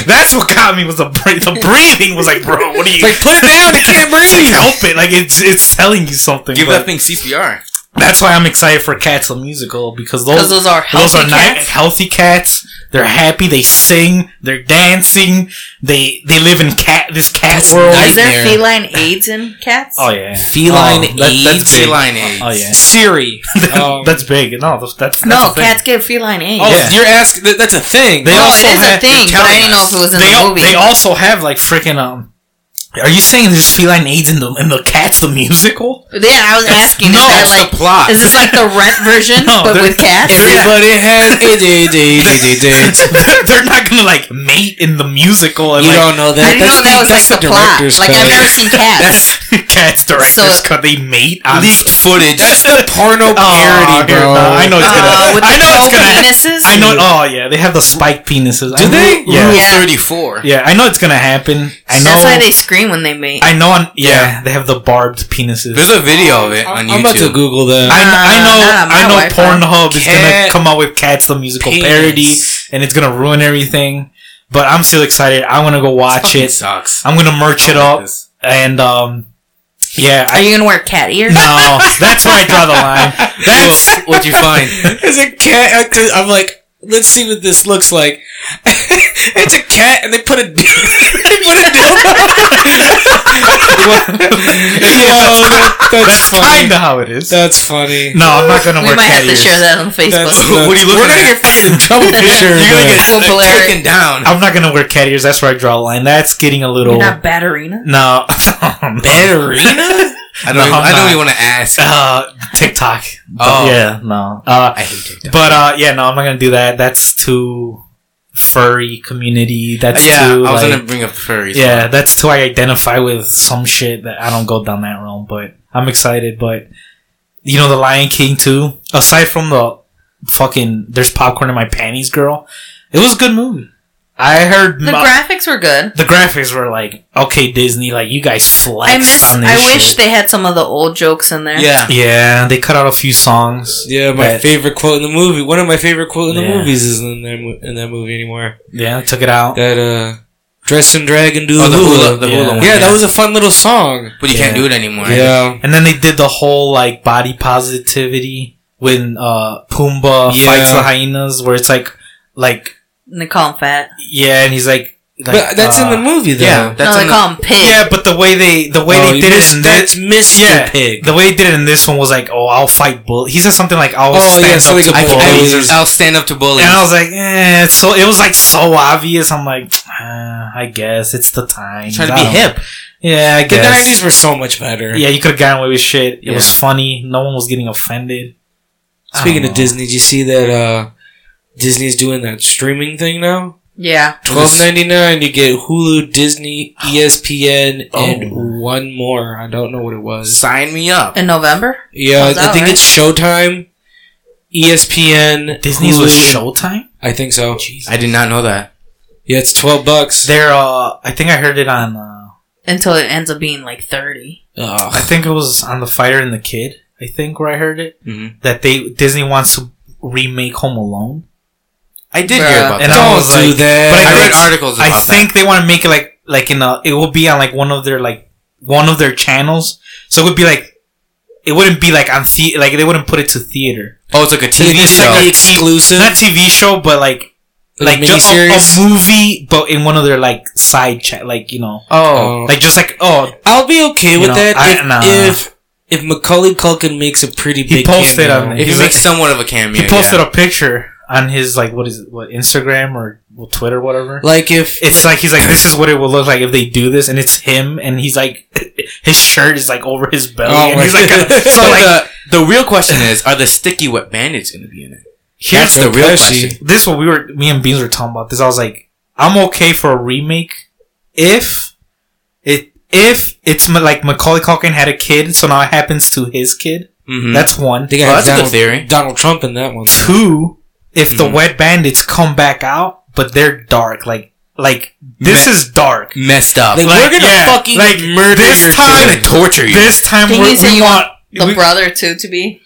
[SPEAKER 1] That's what got me was the bre- the breathing was like, bro, what are you?
[SPEAKER 2] Like, put it down. I can't breathe.
[SPEAKER 1] help it. Like it's it's telling you something.
[SPEAKER 4] Give
[SPEAKER 1] but
[SPEAKER 4] that thing CPR.
[SPEAKER 1] that's why I'm excited for Cats the musical because those
[SPEAKER 3] 'Cause those are
[SPEAKER 1] those are
[SPEAKER 3] healthy
[SPEAKER 1] nice
[SPEAKER 3] cats?
[SPEAKER 1] healthy cats. They're happy. They sing. They're dancing. They they live in cat this cat
[SPEAKER 2] That's
[SPEAKER 1] world.
[SPEAKER 2] nice.
[SPEAKER 3] is there
[SPEAKER 2] nightmare.
[SPEAKER 3] feline AIDS in cats?
[SPEAKER 1] Oh yeah,
[SPEAKER 2] Feline
[SPEAKER 1] Oh, that- that's Oh.
[SPEAKER 2] AIDS?
[SPEAKER 1] big.
[SPEAKER 4] Feline AIDS.
[SPEAKER 1] Oh yeah,
[SPEAKER 2] Siri. Um,
[SPEAKER 1] that's big. No, that's that's
[SPEAKER 3] no,
[SPEAKER 1] that's a thing.
[SPEAKER 3] cats get feline AIDS.
[SPEAKER 2] oh,
[SPEAKER 1] yeah.
[SPEAKER 2] you're asking. That, that's a thing.
[SPEAKER 1] They
[SPEAKER 3] No,
[SPEAKER 1] also
[SPEAKER 3] Oh, it is
[SPEAKER 1] have-
[SPEAKER 3] a
[SPEAKER 1] they're
[SPEAKER 3] thing, but I
[SPEAKER 1] telling
[SPEAKER 3] didn't know if it was in
[SPEAKER 1] They
[SPEAKER 3] the
[SPEAKER 1] al-
[SPEAKER 3] movie.
[SPEAKER 1] they also have like freaking um. Are you saying there's feline AIDS in the in the Cats the musical?
[SPEAKER 3] yeah, I was asking.
[SPEAKER 1] No,
[SPEAKER 3] is that
[SPEAKER 1] it's
[SPEAKER 3] like,
[SPEAKER 4] the plot.
[SPEAKER 3] Is this like the rent version,
[SPEAKER 1] No,
[SPEAKER 3] but with
[SPEAKER 1] there's-
[SPEAKER 3] cats?
[SPEAKER 2] Everybody has AIDS, AIDS, AIDS, AIDS, AIDS.
[SPEAKER 1] They're not gonna like mate in the musical. And,
[SPEAKER 2] You
[SPEAKER 1] like,
[SPEAKER 2] don't know that.
[SPEAKER 3] I didn't know that was like
[SPEAKER 2] That's that's
[SPEAKER 3] the, plot.
[SPEAKER 2] director's
[SPEAKER 3] Like I've
[SPEAKER 2] cut.
[SPEAKER 3] never seen cats. Uh,
[SPEAKER 1] Cats directors
[SPEAKER 3] So-
[SPEAKER 1] cut. They mate on
[SPEAKER 4] Leaked footage.
[SPEAKER 2] That's the porno
[SPEAKER 1] Oh,
[SPEAKER 2] parody,
[SPEAKER 1] dude,
[SPEAKER 2] bro.
[SPEAKER 1] no, I know it's gonna.
[SPEAKER 3] uh, with
[SPEAKER 1] I
[SPEAKER 3] the
[SPEAKER 1] know it's
[SPEAKER 3] faux
[SPEAKER 1] gonna. happen.
[SPEAKER 3] penises.
[SPEAKER 1] I know. Oh yeah, they have the spiked penises. I
[SPEAKER 2] Do
[SPEAKER 1] know-
[SPEAKER 2] they?
[SPEAKER 1] Yeah.
[SPEAKER 4] Rule
[SPEAKER 3] Yeah.
[SPEAKER 4] 34.
[SPEAKER 1] Yeah, I know it's gonna happen. I know.
[SPEAKER 3] That's why they scream when they mate.
[SPEAKER 1] I know. On, yeah, they have the barbed penises.
[SPEAKER 4] There's a video of it on
[SPEAKER 2] I'm about to
[SPEAKER 4] YouTube.
[SPEAKER 2] Google that.
[SPEAKER 1] I, kn- I know,
[SPEAKER 3] Nah, not on
[SPEAKER 1] I
[SPEAKER 3] my
[SPEAKER 1] know.
[SPEAKER 3] Wi-Fi.
[SPEAKER 1] Pornhub is gonna
[SPEAKER 4] Cat
[SPEAKER 1] come out with Cats the musical
[SPEAKER 4] penis.
[SPEAKER 1] parody, and it's gonna ruin everything. But I'm still excited. I'm gonna go watch
[SPEAKER 4] Fucking
[SPEAKER 1] it.
[SPEAKER 4] sucks.
[SPEAKER 1] I'm gonna merch it up,
[SPEAKER 4] This-
[SPEAKER 1] and um, yeah.
[SPEAKER 3] Are
[SPEAKER 1] I,
[SPEAKER 3] you gonna wear cat ears?
[SPEAKER 1] no, that's where I draw the line. That's
[SPEAKER 4] Well, what'd you find?
[SPEAKER 2] It's a cat. Cause I'm like, let's see what this looks like. it's a cat, and they put a d- they put a dildo. Yo, that, Oh,
[SPEAKER 1] that's
[SPEAKER 2] that's, funny.
[SPEAKER 1] kind of how it is.
[SPEAKER 2] That's funny.
[SPEAKER 1] No, I'm not gonna
[SPEAKER 3] we
[SPEAKER 1] wear
[SPEAKER 3] might
[SPEAKER 1] cat
[SPEAKER 3] have to
[SPEAKER 1] ears.
[SPEAKER 3] share that on
[SPEAKER 2] That's,
[SPEAKER 3] Facebook.
[SPEAKER 4] What are you looking
[SPEAKER 2] We're gonna
[SPEAKER 4] at?
[SPEAKER 2] get fucking in trouble for sharing
[SPEAKER 4] You're gonna
[SPEAKER 2] that.
[SPEAKER 4] get
[SPEAKER 3] We'll
[SPEAKER 4] uh,
[SPEAKER 3] blur it.
[SPEAKER 4] taken down.
[SPEAKER 1] I'm not gonna wear cat ears. That's where I draw the line. That's getting a little.
[SPEAKER 3] You're not Batterina.
[SPEAKER 1] no,
[SPEAKER 2] Ballerina?
[SPEAKER 4] I don't,
[SPEAKER 1] No,
[SPEAKER 4] even,
[SPEAKER 1] I'm
[SPEAKER 4] I don't
[SPEAKER 1] not.
[SPEAKER 4] even want to ask.
[SPEAKER 1] uh, TikTok. But
[SPEAKER 4] Oh.
[SPEAKER 1] yeah, no. Uh,
[SPEAKER 4] I hate TikTok.
[SPEAKER 1] But uh, yeah, no, I'm not gonna do that. That's too furry community. That's
[SPEAKER 4] yeah,
[SPEAKER 1] too
[SPEAKER 4] I was
[SPEAKER 1] like,
[SPEAKER 4] gonna bring up furries.
[SPEAKER 1] yeah, that's too I identify with some shit that I don't go down that realm. But I'm excited. But you know, the Lion King too. Aside from the fucking "There's popcorn in my panties" girl, it was a good movie. I heard
[SPEAKER 3] The
[SPEAKER 1] mo-
[SPEAKER 3] graphics were good.
[SPEAKER 1] the graphics were like, okay, Disney, like you guys
[SPEAKER 3] I
[SPEAKER 1] flexed
[SPEAKER 3] miss.
[SPEAKER 1] on this.
[SPEAKER 3] I wish
[SPEAKER 1] shit.
[SPEAKER 3] they had some of the old jokes in there.
[SPEAKER 4] yeah.
[SPEAKER 1] Yeah, they cut out a few songs.
[SPEAKER 2] Yeah, my
[SPEAKER 1] That-
[SPEAKER 2] favorite quote in the movie. One of my favorite quote in the
[SPEAKER 1] Yeah.
[SPEAKER 2] movies isn't in that mo- in that movie anymore.
[SPEAKER 1] Yeah, took it out.
[SPEAKER 2] That uh, dress and drag and do
[SPEAKER 4] Oh,
[SPEAKER 2] the
[SPEAKER 4] the hula,
[SPEAKER 2] hula.
[SPEAKER 4] the
[SPEAKER 1] Yeah.
[SPEAKER 4] hula one.
[SPEAKER 2] yeah, that was a fun little song.
[SPEAKER 4] But you can't
[SPEAKER 1] Yeah.
[SPEAKER 4] do it anymore.
[SPEAKER 2] Yeah.
[SPEAKER 1] And then they did the whole like body positivity when uh Pumbaa
[SPEAKER 2] Yeah.
[SPEAKER 1] fights the hyenas, where it's like, like
[SPEAKER 3] And they call them fat.
[SPEAKER 1] yeah, and he's like, like uh,
[SPEAKER 2] But that's in the movie, though.
[SPEAKER 1] yeah.
[SPEAKER 4] That's
[SPEAKER 3] no, they
[SPEAKER 4] in the-
[SPEAKER 3] call them pig.
[SPEAKER 1] Yeah, but the way they the way
[SPEAKER 2] Oh,
[SPEAKER 1] they did
[SPEAKER 2] mis-
[SPEAKER 1] it in
[SPEAKER 2] that's
[SPEAKER 1] this,
[SPEAKER 2] Mr.
[SPEAKER 1] yeah,
[SPEAKER 2] Pig.
[SPEAKER 1] the way they did it in this one was like, oh, I'll fight bull. He said something like, I'll
[SPEAKER 2] Oh,
[SPEAKER 1] stand
[SPEAKER 2] yeah,
[SPEAKER 1] up
[SPEAKER 2] something
[SPEAKER 1] to
[SPEAKER 2] about
[SPEAKER 1] bullies.
[SPEAKER 2] bullies.
[SPEAKER 1] or
[SPEAKER 4] I'll stand up to bullies.
[SPEAKER 1] And I was like, eh, it's so it was like so obvious. I'm like, uh, I guess it's the time.
[SPEAKER 4] Trying to be hip.
[SPEAKER 1] Yeah, I
[SPEAKER 2] The
[SPEAKER 1] guess.
[SPEAKER 2] nineties were so much better.
[SPEAKER 1] Yeah, you could have gotten away with shit. It was
[SPEAKER 4] Yeah.
[SPEAKER 1] funny. No one was getting offended. I
[SPEAKER 2] Speaking
[SPEAKER 1] don't
[SPEAKER 2] of
[SPEAKER 1] know.
[SPEAKER 2] Disney, did you see that uh Disney's doing that streaming thing now?
[SPEAKER 3] Yeah.
[SPEAKER 2] Twelve ninety nine you get Hulu, Disney, E ESPN,
[SPEAKER 1] Oh.
[SPEAKER 2] and one more. I don't know what it was.
[SPEAKER 4] sign me up.
[SPEAKER 3] In November.
[SPEAKER 2] Yeah,
[SPEAKER 3] Comes
[SPEAKER 2] I
[SPEAKER 3] out,
[SPEAKER 2] think
[SPEAKER 3] right?
[SPEAKER 2] it's Showtime, E ESPN,
[SPEAKER 1] Disney's
[SPEAKER 2] Hulu,
[SPEAKER 1] was
[SPEAKER 2] and-
[SPEAKER 1] Showtime.
[SPEAKER 2] I think so.
[SPEAKER 1] Jesus.
[SPEAKER 4] I did not know that.
[SPEAKER 2] Yeah, it's twelve bucks.
[SPEAKER 1] They're, uh, I think I heard it on, uh,
[SPEAKER 3] until it ends up being like 30.
[SPEAKER 1] I
[SPEAKER 2] Ugh.
[SPEAKER 1] think it was on The Fighter and the Kid, I think, where I heard it,
[SPEAKER 4] Mm-hmm.
[SPEAKER 1] that they, Disney wants to remake Home Alone.
[SPEAKER 4] I did
[SPEAKER 3] Bruh.
[SPEAKER 4] hear about
[SPEAKER 1] And
[SPEAKER 4] that.
[SPEAKER 1] I
[SPEAKER 2] Don't
[SPEAKER 1] was
[SPEAKER 2] do
[SPEAKER 1] like-
[SPEAKER 2] that.
[SPEAKER 1] but
[SPEAKER 4] I,
[SPEAKER 1] I
[SPEAKER 4] read
[SPEAKER 1] think-
[SPEAKER 4] articles about
[SPEAKER 1] I think they want to make it like, like in a, it will be on like one of their, like, one of their channels. So it would be like, it wouldn't be like on the, like they wouldn't put it to theater.
[SPEAKER 4] that. Oh, it's like a TV
[SPEAKER 1] It's
[SPEAKER 4] show.
[SPEAKER 1] like
[SPEAKER 2] Like
[SPEAKER 1] a-
[SPEAKER 2] exclusive,
[SPEAKER 1] Not TV show, but like,
[SPEAKER 2] like,
[SPEAKER 1] like just a,
[SPEAKER 2] miniseries.
[SPEAKER 1] a movie, but in one of their like side chat, like, you know,
[SPEAKER 4] oh.
[SPEAKER 2] Uh,
[SPEAKER 1] like just like, oh,
[SPEAKER 2] I'll be okay
[SPEAKER 1] You
[SPEAKER 2] with
[SPEAKER 1] know,
[SPEAKER 2] that
[SPEAKER 1] I-
[SPEAKER 2] if,
[SPEAKER 1] nah.
[SPEAKER 2] if if Macaulay Culkin makes a pretty
[SPEAKER 1] He
[SPEAKER 2] big
[SPEAKER 1] posted
[SPEAKER 2] cameo.
[SPEAKER 1] on he's
[SPEAKER 4] if you
[SPEAKER 1] like-
[SPEAKER 4] make somewhat of a cameo,
[SPEAKER 1] he posted
[SPEAKER 4] yeah.
[SPEAKER 1] a picture on his like what is it, what Instagram or Twitter, whatever.
[SPEAKER 2] like if
[SPEAKER 1] It's like he's like this is what it will look like if they do this, and it's him, and he's like his shirt is like over his belly,
[SPEAKER 2] Oh
[SPEAKER 1] and
[SPEAKER 2] my
[SPEAKER 1] he's like
[SPEAKER 2] God.
[SPEAKER 1] kinda- so
[SPEAKER 4] So
[SPEAKER 1] like
[SPEAKER 4] the the real question is: Are the sticky wet bandits going to be in it?
[SPEAKER 1] here's
[SPEAKER 4] That's the real
[SPEAKER 2] Pesci.
[SPEAKER 4] question.
[SPEAKER 1] this what we were me and Beans were talking about this. I was like I'm okay for a remake if it if it's ma- like Macaulay Culkin had a kid, so now it happens to his kid.
[SPEAKER 4] Mm-hmm.
[SPEAKER 1] oh, That's one.
[SPEAKER 2] Mm. They
[SPEAKER 4] Well,
[SPEAKER 2] got
[SPEAKER 4] that's a good
[SPEAKER 2] Donald,
[SPEAKER 4] theory.
[SPEAKER 2] Donald Trump in that one.
[SPEAKER 1] Two, if the
[SPEAKER 2] Mm-hmm.
[SPEAKER 4] Mhm.
[SPEAKER 1] wet bandits come back out, but they're dark, like like this
[SPEAKER 4] Me-
[SPEAKER 1] is dark.
[SPEAKER 4] messed up.
[SPEAKER 2] Like, we're gonna
[SPEAKER 1] yeah,
[SPEAKER 2] fucking
[SPEAKER 1] like,
[SPEAKER 2] murder
[SPEAKER 1] this
[SPEAKER 2] your
[SPEAKER 1] time-
[SPEAKER 4] We're gonna
[SPEAKER 2] kid.
[SPEAKER 4] torture you.
[SPEAKER 1] This time
[SPEAKER 3] Didn't
[SPEAKER 1] we're,
[SPEAKER 3] you say
[SPEAKER 1] we
[SPEAKER 3] you
[SPEAKER 1] want
[SPEAKER 3] The
[SPEAKER 1] we-
[SPEAKER 3] brother, too, to be.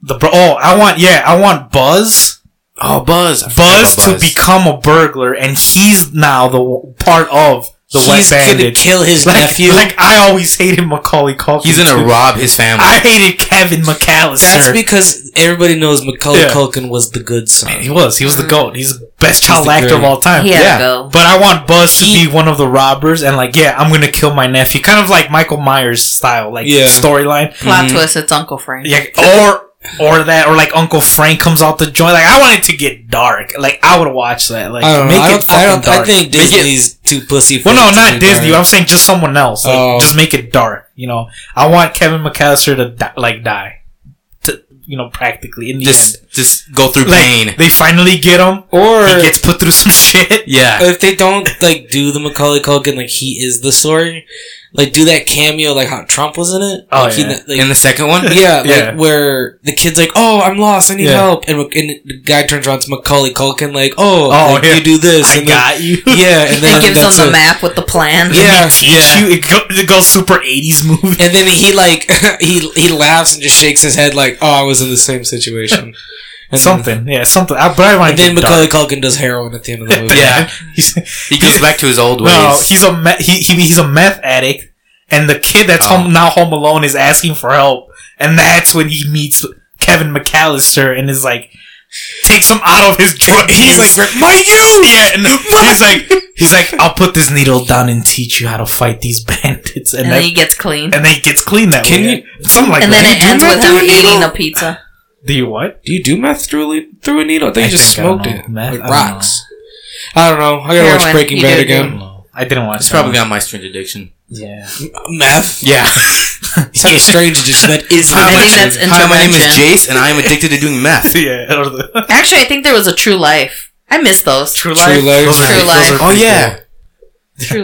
[SPEAKER 1] the bro- oh I want yeah I want Buzz
[SPEAKER 4] oh, Buzz. I forgot
[SPEAKER 1] Buzz,
[SPEAKER 4] about
[SPEAKER 1] to become a burglar, and he's now the w- part of the wet
[SPEAKER 2] He's gonna
[SPEAKER 1] bandits.
[SPEAKER 2] kill his
[SPEAKER 1] Like,
[SPEAKER 2] nephew.
[SPEAKER 1] like I always hated Macaulay Culkin.
[SPEAKER 4] He's gonna
[SPEAKER 1] too.
[SPEAKER 4] rob his family.
[SPEAKER 1] I hated Kevin McAllister.
[SPEAKER 2] That's because everybody knows Macaulay
[SPEAKER 1] Yeah.
[SPEAKER 2] Culkin was the good son.
[SPEAKER 1] he was. He was the goat. He's the best child
[SPEAKER 2] Mm. the
[SPEAKER 1] actor of
[SPEAKER 2] great.
[SPEAKER 1] all time.
[SPEAKER 3] He had
[SPEAKER 1] yeah.
[SPEAKER 3] to go.
[SPEAKER 1] But I want Buzz to
[SPEAKER 2] He-
[SPEAKER 1] be one of the robbers, and like, yeah, I'm gonna kill my nephew, kind of like Michael Myers style, like
[SPEAKER 2] Yeah.
[SPEAKER 1] storyline.
[SPEAKER 3] Plot
[SPEAKER 4] Mhm.
[SPEAKER 3] twist, it's Uncle Frank.
[SPEAKER 1] Yeah, or or that, or like Uncle Frank comes out the joint. Like, I want it to get dark. Like, I would watch that. Like,
[SPEAKER 2] I don't know.
[SPEAKER 1] make
[SPEAKER 2] I,
[SPEAKER 1] it
[SPEAKER 2] don't,
[SPEAKER 1] fucking
[SPEAKER 2] I, don't,
[SPEAKER 1] dark.
[SPEAKER 2] I think
[SPEAKER 1] Make it-
[SPEAKER 2] Disney's too pussy. for
[SPEAKER 1] well, no,
[SPEAKER 2] it to
[SPEAKER 1] not
[SPEAKER 2] be
[SPEAKER 1] Disney.
[SPEAKER 2] dark.
[SPEAKER 1] I'm saying just someone else. Like,
[SPEAKER 2] Oh.
[SPEAKER 1] just make it dark. You know, I want Kevin McAllister to di- like die, to you know, practically in the end.
[SPEAKER 4] just just go through
[SPEAKER 1] Like,
[SPEAKER 4] pain.
[SPEAKER 1] they finally get him.
[SPEAKER 2] Or
[SPEAKER 1] He gets put through some shit.
[SPEAKER 4] yeah.
[SPEAKER 2] if they don't like do the Macaulay Culkin like he is the story, like do that cameo like how Trump was in it.
[SPEAKER 1] Oh,
[SPEAKER 2] like, he
[SPEAKER 1] yeah.
[SPEAKER 2] not- like,
[SPEAKER 4] in the second one,
[SPEAKER 2] yeah, like
[SPEAKER 1] Yeah.
[SPEAKER 2] where the kid's like, "Oh, I'm lost. I need
[SPEAKER 1] Yeah.
[SPEAKER 2] help," and, Mac- and the guy turns around to Macaulay Culkin like, "Oh,
[SPEAKER 1] Oh,
[SPEAKER 2] like,
[SPEAKER 1] yeah.
[SPEAKER 2] you do this."
[SPEAKER 1] I
[SPEAKER 2] and then-
[SPEAKER 1] got you.
[SPEAKER 2] yeah, and
[SPEAKER 3] It
[SPEAKER 2] then
[SPEAKER 3] gives
[SPEAKER 2] that's
[SPEAKER 3] them the
[SPEAKER 2] it.
[SPEAKER 3] map with the plan.
[SPEAKER 2] Yeah,
[SPEAKER 1] teach
[SPEAKER 4] yeah.
[SPEAKER 1] you. It, go, it goes super eighties movie.
[SPEAKER 2] And then he like he he laughs and just shakes his head like, "Oh, I was in the same situation." And
[SPEAKER 1] something, yeah, something. I, but I want
[SPEAKER 2] Then, and then Macaulay Culkin does heroin at the end of the movie.
[SPEAKER 4] yeah.
[SPEAKER 1] He's,
[SPEAKER 4] He goes back to his old ways.
[SPEAKER 1] no, he's a me- he, he he's a meth addict, and the kid that's
[SPEAKER 4] Oh.
[SPEAKER 1] home now home alone is asking for help, and that's when he meets Kevin McAllister and is like takes him out of his drugs.
[SPEAKER 2] He's like, "My youth."
[SPEAKER 1] yeah, and he's like he's like I'll put this needle down and teach you how to fight these bandits, and,
[SPEAKER 3] And
[SPEAKER 1] that,
[SPEAKER 3] then he gets clean.
[SPEAKER 1] and then he gets clean that
[SPEAKER 2] Can
[SPEAKER 1] way. Something like
[SPEAKER 3] and
[SPEAKER 1] that.
[SPEAKER 3] then it
[SPEAKER 2] do
[SPEAKER 3] ends
[SPEAKER 2] not
[SPEAKER 3] with
[SPEAKER 2] do
[SPEAKER 3] him
[SPEAKER 2] it, you
[SPEAKER 3] eating
[SPEAKER 2] know.
[SPEAKER 3] a pizza.
[SPEAKER 1] Do you what?
[SPEAKER 2] Do you do meth through a, through a needle? I think
[SPEAKER 1] I
[SPEAKER 2] you just
[SPEAKER 1] think I don't
[SPEAKER 2] smoked
[SPEAKER 1] know.
[SPEAKER 2] it.
[SPEAKER 1] Meth?
[SPEAKER 2] Like
[SPEAKER 1] I don't
[SPEAKER 2] rocks. I don't know. I gotta watch
[SPEAKER 3] Heroin.
[SPEAKER 2] Breaking
[SPEAKER 3] You
[SPEAKER 2] Bad
[SPEAKER 3] do,
[SPEAKER 1] I
[SPEAKER 2] again.
[SPEAKER 1] don't know. I didn't watch.
[SPEAKER 4] it's probably got my strange addiction.
[SPEAKER 1] yeah.
[SPEAKER 2] Meth?
[SPEAKER 4] Yeah.
[SPEAKER 2] It's not a strange addiction. That is
[SPEAKER 4] Hi,
[SPEAKER 3] I
[SPEAKER 4] my,
[SPEAKER 3] think that's
[SPEAKER 4] hi, my name is
[SPEAKER 3] intervention.
[SPEAKER 4] Jace, and I am addicted to doing meth.
[SPEAKER 1] yeah. or the-
[SPEAKER 3] Actually, I think there was a True Life. I miss those. True,
[SPEAKER 1] True
[SPEAKER 2] Life.
[SPEAKER 1] life. Those are-
[SPEAKER 3] True
[SPEAKER 1] those
[SPEAKER 3] Life.
[SPEAKER 1] are
[SPEAKER 4] Oh
[SPEAKER 1] pretty
[SPEAKER 4] yeah.
[SPEAKER 1] cool.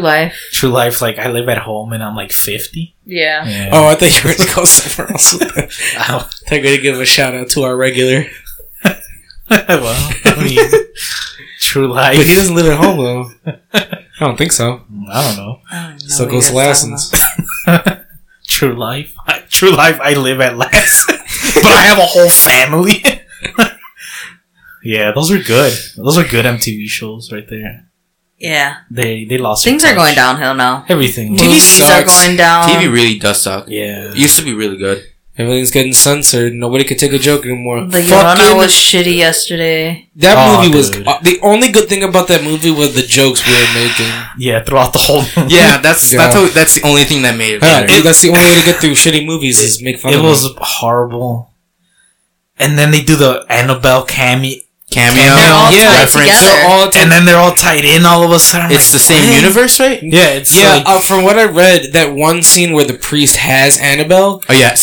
[SPEAKER 3] Life.
[SPEAKER 1] True life. Like I live at home and I'm like fifty.
[SPEAKER 3] Yeah.
[SPEAKER 1] Yeah.
[SPEAKER 2] Oh, I thought you were going to go somewhere else. with that.
[SPEAKER 1] Ow.
[SPEAKER 2] I'm going to give a shout out to our regular.
[SPEAKER 1] well, I mean, true life.
[SPEAKER 2] But he doesn't live at home, though. I don't think so.
[SPEAKER 1] I don't know.
[SPEAKER 3] I don't know
[SPEAKER 2] So
[SPEAKER 3] what
[SPEAKER 2] goes
[SPEAKER 3] you guys
[SPEAKER 2] Lassens.
[SPEAKER 1] True life. I, true life. I live at last, but I have a whole family. yeah, those are good. Those are good MTV shows right there.
[SPEAKER 3] talking about. Yeah.
[SPEAKER 1] They they lost.
[SPEAKER 3] Things
[SPEAKER 1] their
[SPEAKER 3] are going
[SPEAKER 1] touch.
[SPEAKER 3] downhill now.
[SPEAKER 1] Everything.
[SPEAKER 2] TV
[SPEAKER 3] Movies are
[SPEAKER 2] sucks.
[SPEAKER 3] going down.
[SPEAKER 4] TV really does suck.
[SPEAKER 1] yeah.
[SPEAKER 4] It used to be really good.
[SPEAKER 2] Everything's getting censored. Nobody can take a joke anymore.
[SPEAKER 3] the Yorona
[SPEAKER 2] Fucking-
[SPEAKER 3] was shitty yesterday.
[SPEAKER 2] that
[SPEAKER 1] Aw,
[SPEAKER 2] movie was
[SPEAKER 1] dude.
[SPEAKER 2] uh, the only good thing about that movie was the jokes we were making.
[SPEAKER 1] yeah. Throughout the whole.
[SPEAKER 4] Yeah, that's
[SPEAKER 2] Yeah.
[SPEAKER 4] that's how, that's the only thing that made it
[SPEAKER 2] Yeah,
[SPEAKER 4] better.
[SPEAKER 2] dude, that's the only way to get through shitty movies is make fun
[SPEAKER 1] it
[SPEAKER 2] of them.
[SPEAKER 1] was horrible. And then they do the Annabelle cameo,
[SPEAKER 4] Cameo,
[SPEAKER 1] They're all
[SPEAKER 2] yeah,
[SPEAKER 3] tied
[SPEAKER 4] reference.
[SPEAKER 3] together.
[SPEAKER 2] They're all
[SPEAKER 1] and then they're all tied in all of a sudden. I'm like,
[SPEAKER 4] It's the same
[SPEAKER 1] "What?"
[SPEAKER 4] universe, right?
[SPEAKER 1] Yeah, it's
[SPEAKER 2] yeah,
[SPEAKER 1] like-
[SPEAKER 2] uh, from what I read, that one scene where the priest has Annabelle,
[SPEAKER 4] Oh yeah,
[SPEAKER 2] that is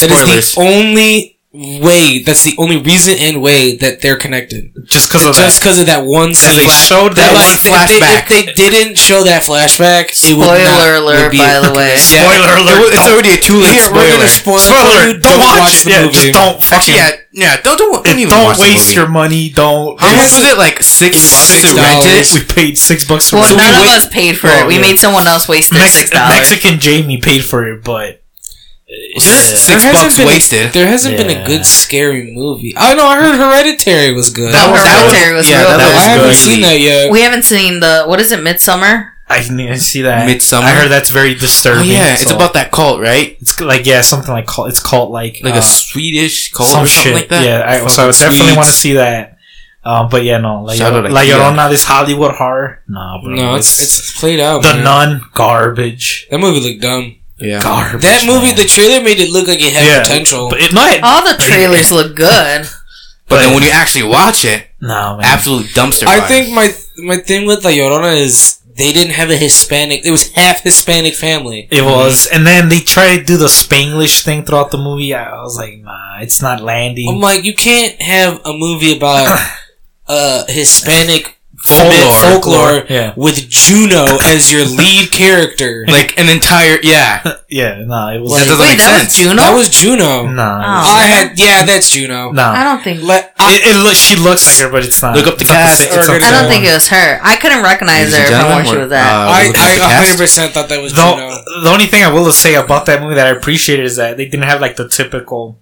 [SPEAKER 4] spoilers.
[SPEAKER 2] the only way. That's the only reason and way that they're connected.
[SPEAKER 1] just because of
[SPEAKER 2] Just
[SPEAKER 1] that.
[SPEAKER 2] because of that one.
[SPEAKER 1] Because they
[SPEAKER 2] flash-
[SPEAKER 1] showed that one
[SPEAKER 2] if
[SPEAKER 1] flashback.
[SPEAKER 2] they, if they didn't show that flashback, it would not-
[SPEAKER 3] Spoiler
[SPEAKER 2] would
[SPEAKER 3] alert,
[SPEAKER 2] be-
[SPEAKER 3] by the way.
[SPEAKER 2] Yeah.
[SPEAKER 1] Spoiler
[SPEAKER 2] It
[SPEAKER 1] alert,
[SPEAKER 2] would- It's
[SPEAKER 1] don't-
[SPEAKER 2] already a too late
[SPEAKER 4] Yeah,
[SPEAKER 2] spoiler.
[SPEAKER 4] we're gonna
[SPEAKER 2] spoil it
[SPEAKER 1] Spoiler!
[SPEAKER 2] for you.
[SPEAKER 1] Don't, watch,
[SPEAKER 2] the
[SPEAKER 1] yeah,
[SPEAKER 2] movie.
[SPEAKER 1] Just don't fucking.
[SPEAKER 4] Actually, yeah, yeah. Don't don't, don't
[SPEAKER 1] Don't,
[SPEAKER 4] even watch the
[SPEAKER 1] waste
[SPEAKER 4] movie.
[SPEAKER 1] your money. Don't.
[SPEAKER 4] How much was it? Like six bucks to rent
[SPEAKER 2] dollars.
[SPEAKER 4] it.
[SPEAKER 1] We paid six bucks to
[SPEAKER 3] Well,
[SPEAKER 1] rent
[SPEAKER 3] none
[SPEAKER 1] it.
[SPEAKER 3] of us paid for
[SPEAKER 1] Well,
[SPEAKER 3] it. We
[SPEAKER 1] yeah.
[SPEAKER 3] made someone else waste their
[SPEAKER 1] Mex-
[SPEAKER 3] six dollars.
[SPEAKER 1] Mexican Jamie paid for it, but uh,
[SPEAKER 4] Six
[SPEAKER 1] Yeah.
[SPEAKER 2] There hasn't
[SPEAKER 4] bucks
[SPEAKER 2] been a-
[SPEAKER 4] wasted.
[SPEAKER 2] there hasn't been a
[SPEAKER 1] Yeah.
[SPEAKER 2] good scary movie. I know. I heard Hereditary was good.
[SPEAKER 1] That was- that was-
[SPEAKER 3] Hereditary was
[SPEAKER 1] yeah,
[SPEAKER 3] real
[SPEAKER 1] that
[SPEAKER 3] good.
[SPEAKER 2] I
[SPEAKER 1] was
[SPEAKER 2] haven't
[SPEAKER 1] good.
[SPEAKER 2] seen that yet.
[SPEAKER 3] We haven't seen the what is it, Midsummer?
[SPEAKER 1] I didn't see that.
[SPEAKER 4] Midsummer?
[SPEAKER 1] I heard that's very
[SPEAKER 4] Oh
[SPEAKER 1] disturbing.
[SPEAKER 4] yeah, it's
[SPEAKER 1] so-
[SPEAKER 4] about that cult, right?
[SPEAKER 1] it's like yeah, something like cult. It's cult like
[SPEAKER 4] Like
[SPEAKER 1] uh,
[SPEAKER 4] a Swedish cult
[SPEAKER 1] some
[SPEAKER 4] or
[SPEAKER 1] shit.
[SPEAKER 4] something like that.
[SPEAKER 1] Yeah, I, so I
[SPEAKER 4] Fucking
[SPEAKER 1] definitely want to
[SPEAKER 4] Swedes.
[SPEAKER 1] see that. Um, but yeah, no, like
[SPEAKER 4] Shout out to
[SPEAKER 1] like
[SPEAKER 4] Ikea.
[SPEAKER 1] Llorona, this Hollywood horror. Nah, bro.
[SPEAKER 2] No, it's it's played out.
[SPEAKER 1] the
[SPEAKER 2] man.
[SPEAKER 1] Nun garbage.
[SPEAKER 2] That movie looked dumb.
[SPEAKER 4] Yeah.
[SPEAKER 1] Garbage.
[SPEAKER 2] That movie,
[SPEAKER 1] man.
[SPEAKER 2] the trailer made it look like it had
[SPEAKER 1] Yeah,
[SPEAKER 2] potential. Oh.
[SPEAKER 1] But it, no, it,
[SPEAKER 3] All the trailers look good.
[SPEAKER 4] But then when you actually watch it,
[SPEAKER 1] no, man.
[SPEAKER 4] absolute dumpster.
[SPEAKER 2] I
[SPEAKER 4] fire.
[SPEAKER 2] think my my thing with La Llorona is they didn't have a Hispanic. It was half Hispanic family.
[SPEAKER 1] It was, and then they tried to do the Spanglish thing throughout the movie. I, I was like, nah, it's not landing.
[SPEAKER 2] I'm like, you can't have a movie about uh Hispanic
[SPEAKER 4] Folklore.
[SPEAKER 2] folklore, folklore
[SPEAKER 1] Yeah,
[SPEAKER 2] with Juno as your lead character.
[SPEAKER 4] like an entire yeah.
[SPEAKER 1] yeah, no, nah, it was
[SPEAKER 4] That doesn't
[SPEAKER 3] Wait,
[SPEAKER 4] make
[SPEAKER 3] that
[SPEAKER 4] sense.
[SPEAKER 3] was Juno.
[SPEAKER 2] That was Juno.
[SPEAKER 1] nah,
[SPEAKER 3] Oh.
[SPEAKER 2] I had yeah, that's Juno.
[SPEAKER 1] nah.
[SPEAKER 3] I don't think.
[SPEAKER 2] Let- I-
[SPEAKER 1] it, it looks. She looks like her, but it's not.
[SPEAKER 4] Look up the
[SPEAKER 1] It's not
[SPEAKER 4] cast.
[SPEAKER 1] sa- it's not
[SPEAKER 2] Or- I
[SPEAKER 3] I
[SPEAKER 1] the
[SPEAKER 3] don't
[SPEAKER 1] same
[SPEAKER 3] think it
[SPEAKER 1] one.
[SPEAKER 3] was her. I couldn't recognize
[SPEAKER 4] Ladies and
[SPEAKER 3] her from where
[SPEAKER 4] gentlemen,
[SPEAKER 3] she was
[SPEAKER 4] we're-
[SPEAKER 3] at.
[SPEAKER 4] uh,
[SPEAKER 2] I,
[SPEAKER 4] look at the
[SPEAKER 2] I
[SPEAKER 4] cast.
[SPEAKER 2] 100% thought that was Juno.
[SPEAKER 1] The, the only thing I will say about that movie that I appreciated is that they didn't have like the typical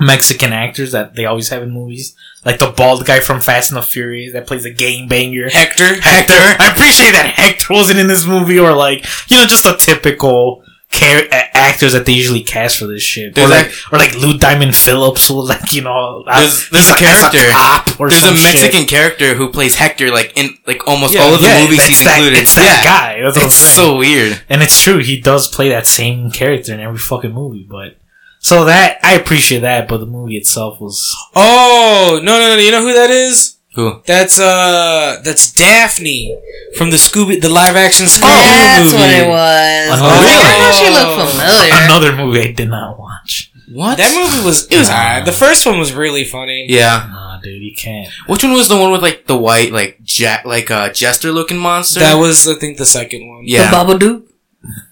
[SPEAKER 1] Mexican actors that they always have in movies, like the bald guy from Fast and the Furious that plays a gang banger.
[SPEAKER 2] Hector?
[SPEAKER 1] Hector. I appreciate that Hector wasn't in this movie, or like you know, just the typical char- a- actors that they usually cast for this shit, or
[SPEAKER 4] There's
[SPEAKER 1] like, or like Lou Diamond Phillips, who like you know, uh,
[SPEAKER 4] There's- there's
[SPEAKER 1] he's
[SPEAKER 4] a character.
[SPEAKER 1] he's a cop or
[SPEAKER 4] There's a
[SPEAKER 1] some shit.
[SPEAKER 4] Mexican character who plays Hector like in like almost
[SPEAKER 1] Yeah,
[SPEAKER 4] all of the
[SPEAKER 1] yeah,
[SPEAKER 4] movies
[SPEAKER 1] it's
[SPEAKER 4] he's
[SPEAKER 1] that,
[SPEAKER 4] included.
[SPEAKER 1] It's that
[SPEAKER 4] yeah.
[SPEAKER 1] guy. That's what I'm
[SPEAKER 4] It's
[SPEAKER 1] saying.
[SPEAKER 4] so weird.
[SPEAKER 1] And it's true, he does play that same character in every fucking movie, but so that I appreciate that, but the movie itself was
[SPEAKER 2] Oh, no, no, no. You know who that is?
[SPEAKER 4] Who?
[SPEAKER 2] That's uh, that's Daphne from the Scooby, the live action Scooby
[SPEAKER 3] That's
[SPEAKER 2] movie.
[SPEAKER 3] what it was.
[SPEAKER 1] Oh.
[SPEAKER 3] Like, I thought she looked
[SPEAKER 4] Oh,
[SPEAKER 3] familiar.
[SPEAKER 1] another movie I did not watch.
[SPEAKER 4] What?
[SPEAKER 2] That movie was it was alright. The first one was really funny.
[SPEAKER 4] Yeah.
[SPEAKER 1] Nah, dude, you can't.
[SPEAKER 4] Which one was the one with like the white like jack like uh jester looking monster?
[SPEAKER 2] That was I think the second one.
[SPEAKER 4] yeah.
[SPEAKER 3] The Babadook,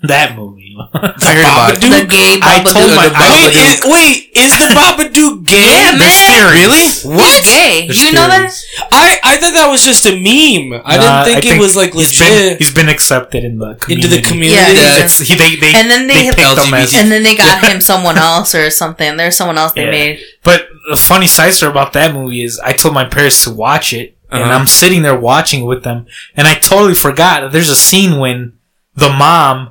[SPEAKER 1] That movie.
[SPEAKER 4] I heard about it.
[SPEAKER 3] the gay
[SPEAKER 1] Uh, I told
[SPEAKER 3] Babadook.
[SPEAKER 1] my
[SPEAKER 4] The
[SPEAKER 1] I,
[SPEAKER 2] Wait, is, wait, is the Babadook gay?
[SPEAKER 3] Yeah, man.
[SPEAKER 4] There's theories. Really?
[SPEAKER 2] What?
[SPEAKER 3] He's gay.
[SPEAKER 1] There's
[SPEAKER 3] you know that?
[SPEAKER 1] theories.
[SPEAKER 2] I I thought that was just a meme. I
[SPEAKER 1] Nah,
[SPEAKER 2] didn't think it was like
[SPEAKER 1] Uh, he's been-
[SPEAKER 2] legit
[SPEAKER 1] he's been accepted in the community.
[SPEAKER 2] into the community.
[SPEAKER 3] Yeah,
[SPEAKER 1] Yeah,
[SPEAKER 3] yeah.
[SPEAKER 1] it's, he, they, they,
[SPEAKER 3] And then they-
[SPEAKER 1] picked him as-
[SPEAKER 4] LGBT.
[SPEAKER 3] And then they got him someone else or something. There's someone else they
[SPEAKER 1] Yeah.
[SPEAKER 3] made.
[SPEAKER 1] But the funny side story about that movie is I told my parents to watch it, and
[SPEAKER 4] Uh-huh.
[SPEAKER 1] I'm sitting there watching with them, and I totally forgot that there's a scene when the mom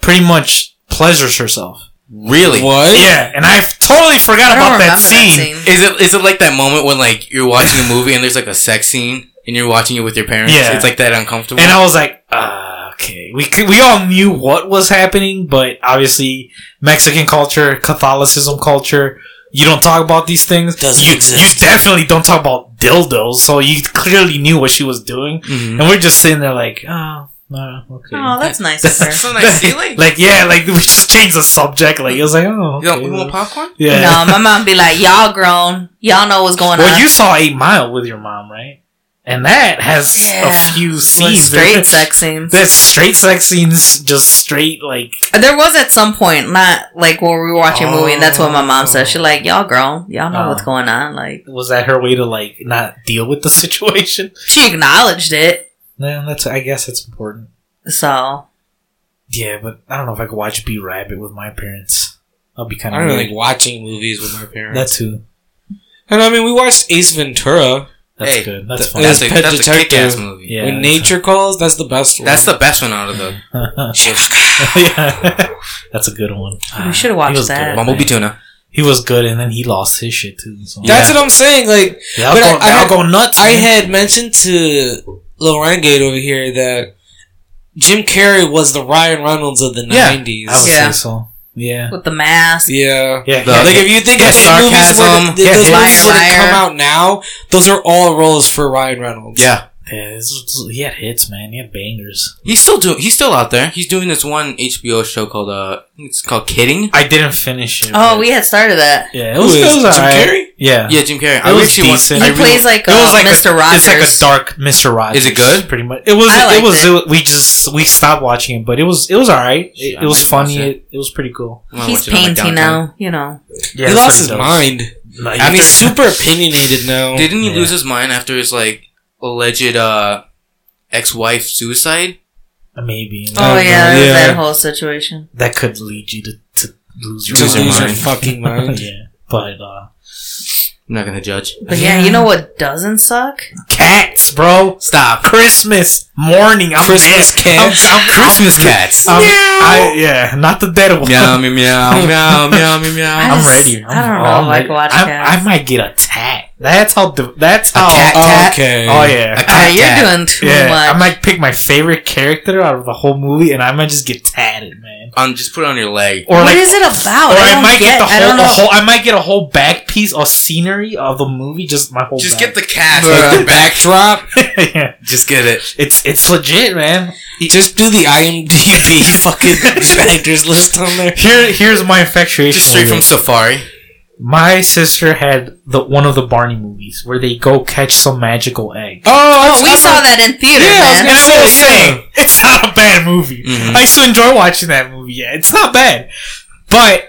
[SPEAKER 1] pretty much pleasures herself.
[SPEAKER 4] Really?
[SPEAKER 2] What?
[SPEAKER 1] Yeah, and I've totally forgot
[SPEAKER 3] I don't
[SPEAKER 1] about
[SPEAKER 3] remember
[SPEAKER 1] that
[SPEAKER 3] that
[SPEAKER 1] scene.
[SPEAKER 3] scene.
[SPEAKER 4] Is it is it like that moment when like you're watching a movie and there's like a sex scene and you're watching it with your parents?
[SPEAKER 1] Yeah.
[SPEAKER 4] It's like that uncomfortable.
[SPEAKER 1] And I was like, uh, okay. We, c- we all knew what was happening, but obviously, Mexican culture, Catholicism culture, you don't talk about these things.
[SPEAKER 2] Doesn't
[SPEAKER 1] you,
[SPEAKER 2] exist.
[SPEAKER 1] you definitely don't talk about dildos, so you clearly knew what she was doing.
[SPEAKER 4] Mhm.
[SPEAKER 1] And we're just sitting there like, oh, no, okay.
[SPEAKER 3] Oh, that's nice of her.
[SPEAKER 4] So nice. See, like,
[SPEAKER 1] like, yeah, like, we just changed the subject. Like, it was like, oh,
[SPEAKER 4] you don't
[SPEAKER 1] okay,
[SPEAKER 4] you want
[SPEAKER 1] well,
[SPEAKER 4] popcorn?
[SPEAKER 1] yeah.
[SPEAKER 3] No, my mom be like, "Y'all grown. Y'all know what's going
[SPEAKER 1] well,
[SPEAKER 3] on."
[SPEAKER 1] you saw Eight Mile with your mom, right? And that has
[SPEAKER 3] Yeah.
[SPEAKER 1] a few
[SPEAKER 3] With
[SPEAKER 1] scenes.
[SPEAKER 3] straight
[SPEAKER 1] that-
[SPEAKER 3] sex scenes.
[SPEAKER 1] That's straight sex scenes, just straight, like,
[SPEAKER 3] There was at some point, not like when we were watching a movie, and that's what my mom
[SPEAKER 1] Oh.
[SPEAKER 3] said. She like, "Y'all grown. Y'all know
[SPEAKER 1] Oh.
[SPEAKER 3] what's going on." Like
[SPEAKER 1] was that her way to, like, not deal with the situation?
[SPEAKER 3] she acknowledged it.
[SPEAKER 1] No, that's, I guess that's important.
[SPEAKER 3] So
[SPEAKER 1] Yeah, but I don't know if I could watch B Rabbit with my parents. I'll be kind
[SPEAKER 2] I
[SPEAKER 1] of.
[SPEAKER 2] don't really like watching movies with my parents.
[SPEAKER 1] That too.
[SPEAKER 2] and I mean, we watched Ace Ventura.
[SPEAKER 1] That's
[SPEAKER 4] Hey,
[SPEAKER 1] good. That's
[SPEAKER 2] th-
[SPEAKER 1] fun.
[SPEAKER 4] That's a,
[SPEAKER 2] Pet
[SPEAKER 4] that's a
[SPEAKER 2] Detective.
[SPEAKER 4] kick-ass movie.
[SPEAKER 1] yeah.
[SPEAKER 2] when
[SPEAKER 1] that's-
[SPEAKER 2] nature calls, that's the best one.
[SPEAKER 4] That's the best one out of the
[SPEAKER 1] yeah, that's a good one. Ah,
[SPEAKER 3] we should have
[SPEAKER 1] He
[SPEAKER 3] watched
[SPEAKER 1] was
[SPEAKER 3] that.
[SPEAKER 1] good.
[SPEAKER 4] Bumblebee Tuna.
[SPEAKER 1] He was good, and then he lost his shit too. So.
[SPEAKER 2] That's
[SPEAKER 4] Yeah.
[SPEAKER 2] what I'm saying. Like
[SPEAKER 1] they all
[SPEAKER 2] but
[SPEAKER 1] go,
[SPEAKER 2] I- I
[SPEAKER 1] they all
[SPEAKER 2] had-
[SPEAKER 1] go nuts.
[SPEAKER 2] I
[SPEAKER 1] man.
[SPEAKER 2] had mentioned to Lorangate over here that Jim Carrey was the Ryan Reynolds of the
[SPEAKER 4] Yeah,
[SPEAKER 1] I would
[SPEAKER 2] nineties.
[SPEAKER 3] Yeah.
[SPEAKER 1] say so. Yeah,
[SPEAKER 3] With the mask,
[SPEAKER 2] Yeah.
[SPEAKER 1] yeah.
[SPEAKER 4] The-
[SPEAKER 1] yeah.
[SPEAKER 2] Like if you think
[SPEAKER 4] Yeah,
[SPEAKER 2] of these movies were
[SPEAKER 4] sarcasm.
[SPEAKER 2] to, th-
[SPEAKER 1] Yeah,
[SPEAKER 2] those
[SPEAKER 1] yeah.
[SPEAKER 2] movies were to
[SPEAKER 3] Liar,
[SPEAKER 2] come
[SPEAKER 3] liar.
[SPEAKER 2] out now, those are all roles for Ryan Reynolds.
[SPEAKER 4] Yeah.
[SPEAKER 1] Yeah, this was- he had hits, man. He had bangers.
[SPEAKER 4] He's still doing. He's still out there. He's doing this one HBO show called uh, I think it's called Kidding.
[SPEAKER 1] I didn't finish it.
[SPEAKER 3] Oh,
[SPEAKER 1] but-
[SPEAKER 3] we had started that.
[SPEAKER 1] yeah, it was,
[SPEAKER 2] Who
[SPEAKER 1] it
[SPEAKER 2] is
[SPEAKER 1] was
[SPEAKER 2] Jim
[SPEAKER 1] alright.
[SPEAKER 2] Carrey?
[SPEAKER 1] Yeah,
[SPEAKER 4] Yeah, Jim Carrey.
[SPEAKER 1] It
[SPEAKER 4] I
[SPEAKER 1] was
[SPEAKER 4] actually want.
[SPEAKER 1] decent.
[SPEAKER 3] He
[SPEAKER 1] I
[SPEAKER 4] really-
[SPEAKER 3] plays like uh,
[SPEAKER 1] it
[SPEAKER 2] Oh,
[SPEAKER 1] was like
[SPEAKER 3] Mr.
[SPEAKER 1] A,
[SPEAKER 3] Rogers.
[SPEAKER 1] It's like a dark Mr. Rogers.
[SPEAKER 4] Is it good?
[SPEAKER 1] Pretty much. It was.
[SPEAKER 3] I
[SPEAKER 1] It
[SPEAKER 3] liked
[SPEAKER 1] was.
[SPEAKER 3] it.
[SPEAKER 1] It. We just we stopped watching it, but it was it was alright.
[SPEAKER 4] Yeah,
[SPEAKER 1] It,
[SPEAKER 4] I
[SPEAKER 1] it was
[SPEAKER 4] might watch
[SPEAKER 1] funny.
[SPEAKER 4] it.
[SPEAKER 1] It, it was pretty cool.
[SPEAKER 4] I wanna
[SPEAKER 3] He's
[SPEAKER 4] watch it on my
[SPEAKER 3] painting
[SPEAKER 4] downtime.
[SPEAKER 3] now, you know.
[SPEAKER 1] Yeah, that's
[SPEAKER 2] he
[SPEAKER 1] what
[SPEAKER 2] lost his
[SPEAKER 1] does.
[SPEAKER 2] mind.
[SPEAKER 1] No,
[SPEAKER 2] I
[SPEAKER 1] you-
[SPEAKER 2] mean, he's super opinionated now.
[SPEAKER 4] Didn't he
[SPEAKER 1] Yeah.
[SPEAKER 4] lose his mind after his like alleged uh ex-wife suicide?
[SPEAKER 1] uh, maybe
[SPEAKER 3] Oh,
[SPEAKER 2] Oh,
[SPEAKER 3] yeah,
[SPEAKER 2] no.
[SPEAKER 3] there was
[SPEAKER 2] Yeah.
[SPEAKER 3] that whole situation.
[SPEAKER 1] that could lead you to, to lose your
[SPEAKER 2] to
[SPEAKER 4] Lose your
[SPEAKER 2] lose your
[SPEAKER 4] mind.
[SPEAKER 2] fucking mind.
[SPEAKER 1] yeah, but uh,
[SPEAKER 4] I'm not gonna judge.
[SPEAKER 3] But yeah, you know what doesn't suck?
[SPEAKER 1] cats, bro.
[SPEAKER 4] Stop.
[SPEAKER 1] Christmas morning. I'm
[SPEAKER 2] Christmas
[SPEAKER 1] dead.
[SPEAKER 2] cats.
[SPEAKER 1] I'm, I'm,
[SPEAKER 4] Christmas cats.
[SPEAKER 1] I'm- I- yeah, not the dead one.
[SPEAKER 4] meow meow meow meow meow meow. meow.
[SPEAKER 3] I
[SPEAKER 1] I'm
[SPEAKER 3] just-
[SPEAKER 1] ready. I'm,
[SPEAKER 3] I don't
[SPEAKER 1] oh,
[SPEAKER 3] know,
[SPEAKER 1] I'm
[SPEAKER 3] like,
[SPEAKER 1] ready.
[SPEAKER 3] watch
[SPEAKER 1] I'm-
[SPEAKER 3] cats.
[SPEAKER 1] I might get attacked. That's how. The, that's how.
[SPEAKER 4] cat
[SPEAKER 1] oh,
[SPEAKER 4] cat?
[SPEAKER 2] Okay.
[SPEAKER 1] oh, yeah.
[SPEAKER 4] A
[SPEAKER 3] Ah,
[SPEAKER 4] cat
[SPEAKER 3] you're
[SPEAKER 4] cat.
[SPEAKER 3] doing too
[SPEAKER 1] yeah,
[SPEAKER 3] much.
[SPEAKER 1] I might pick my favorite character out of the whole movie, and I might just get tatted, man.
[SPEAKER 4] Um, just put it on your leg.
[SPEAKER 1] Or
[SPEAKER 3] what
[SPEAKER 1] like,
[SPEAKER 3] is it about?
[SPEAKER 1] or
[SPEAKER 3] I,
[SPEAKER 1] I,
[SPEAKER 3] don't
[SPEAKER 1] might get,
[SPEAKER 3] get,
[SPEAKER 1] the
[SPEAKER 3] I
[SPEAKER 1] whole,
[SPEAKER 3] don't
[SPEAKER 1] the
[SPEAKER 3] know.
[SPEAKER 1] whole. I might get a whole back piece or scenery of the movie, just my whole.
[SPEAKER 4] Just
[SPEAKER 1] back.
[SPEAKER 4] get the cat.
[SPEAKER 2] Like
[SPEAKER 1] uh,
[SPEAKER 4] Like
[SPEAKER 2] the backdrop.
[SPEAKER 1] the. yeah,
[SPEAKER 4] Just get it.
[SPEAKER 1] it's it's legit, man.
[SPEAKER 2] Just do the IMDb fucking actors list on there.
[SPEAKER 1] Here, here's my infatuation.
[SPEAKER 4] Just straight
[SPEAKER 1] with
[SPEAKER 4] from
[SPEAKER 1] it.
[SPEAKER 4] Safari.
[SPEAKER 1] my sister had the one of the Barney movies where they go catch some magical egg.
[SPEAKER 2] Oh,
[SPEAKER 3] Oh, we saw that in theater,
[SPEAKER 1] Yeah,
[SPEAKER 3] man.
[SPEAKER 1] that's what I'm saying. It's not a bad movie.
[SPEAKER 4] Mhm.
[SPEAKER 1] I used to enjoy watching that movie. Yeah, it's not bad. But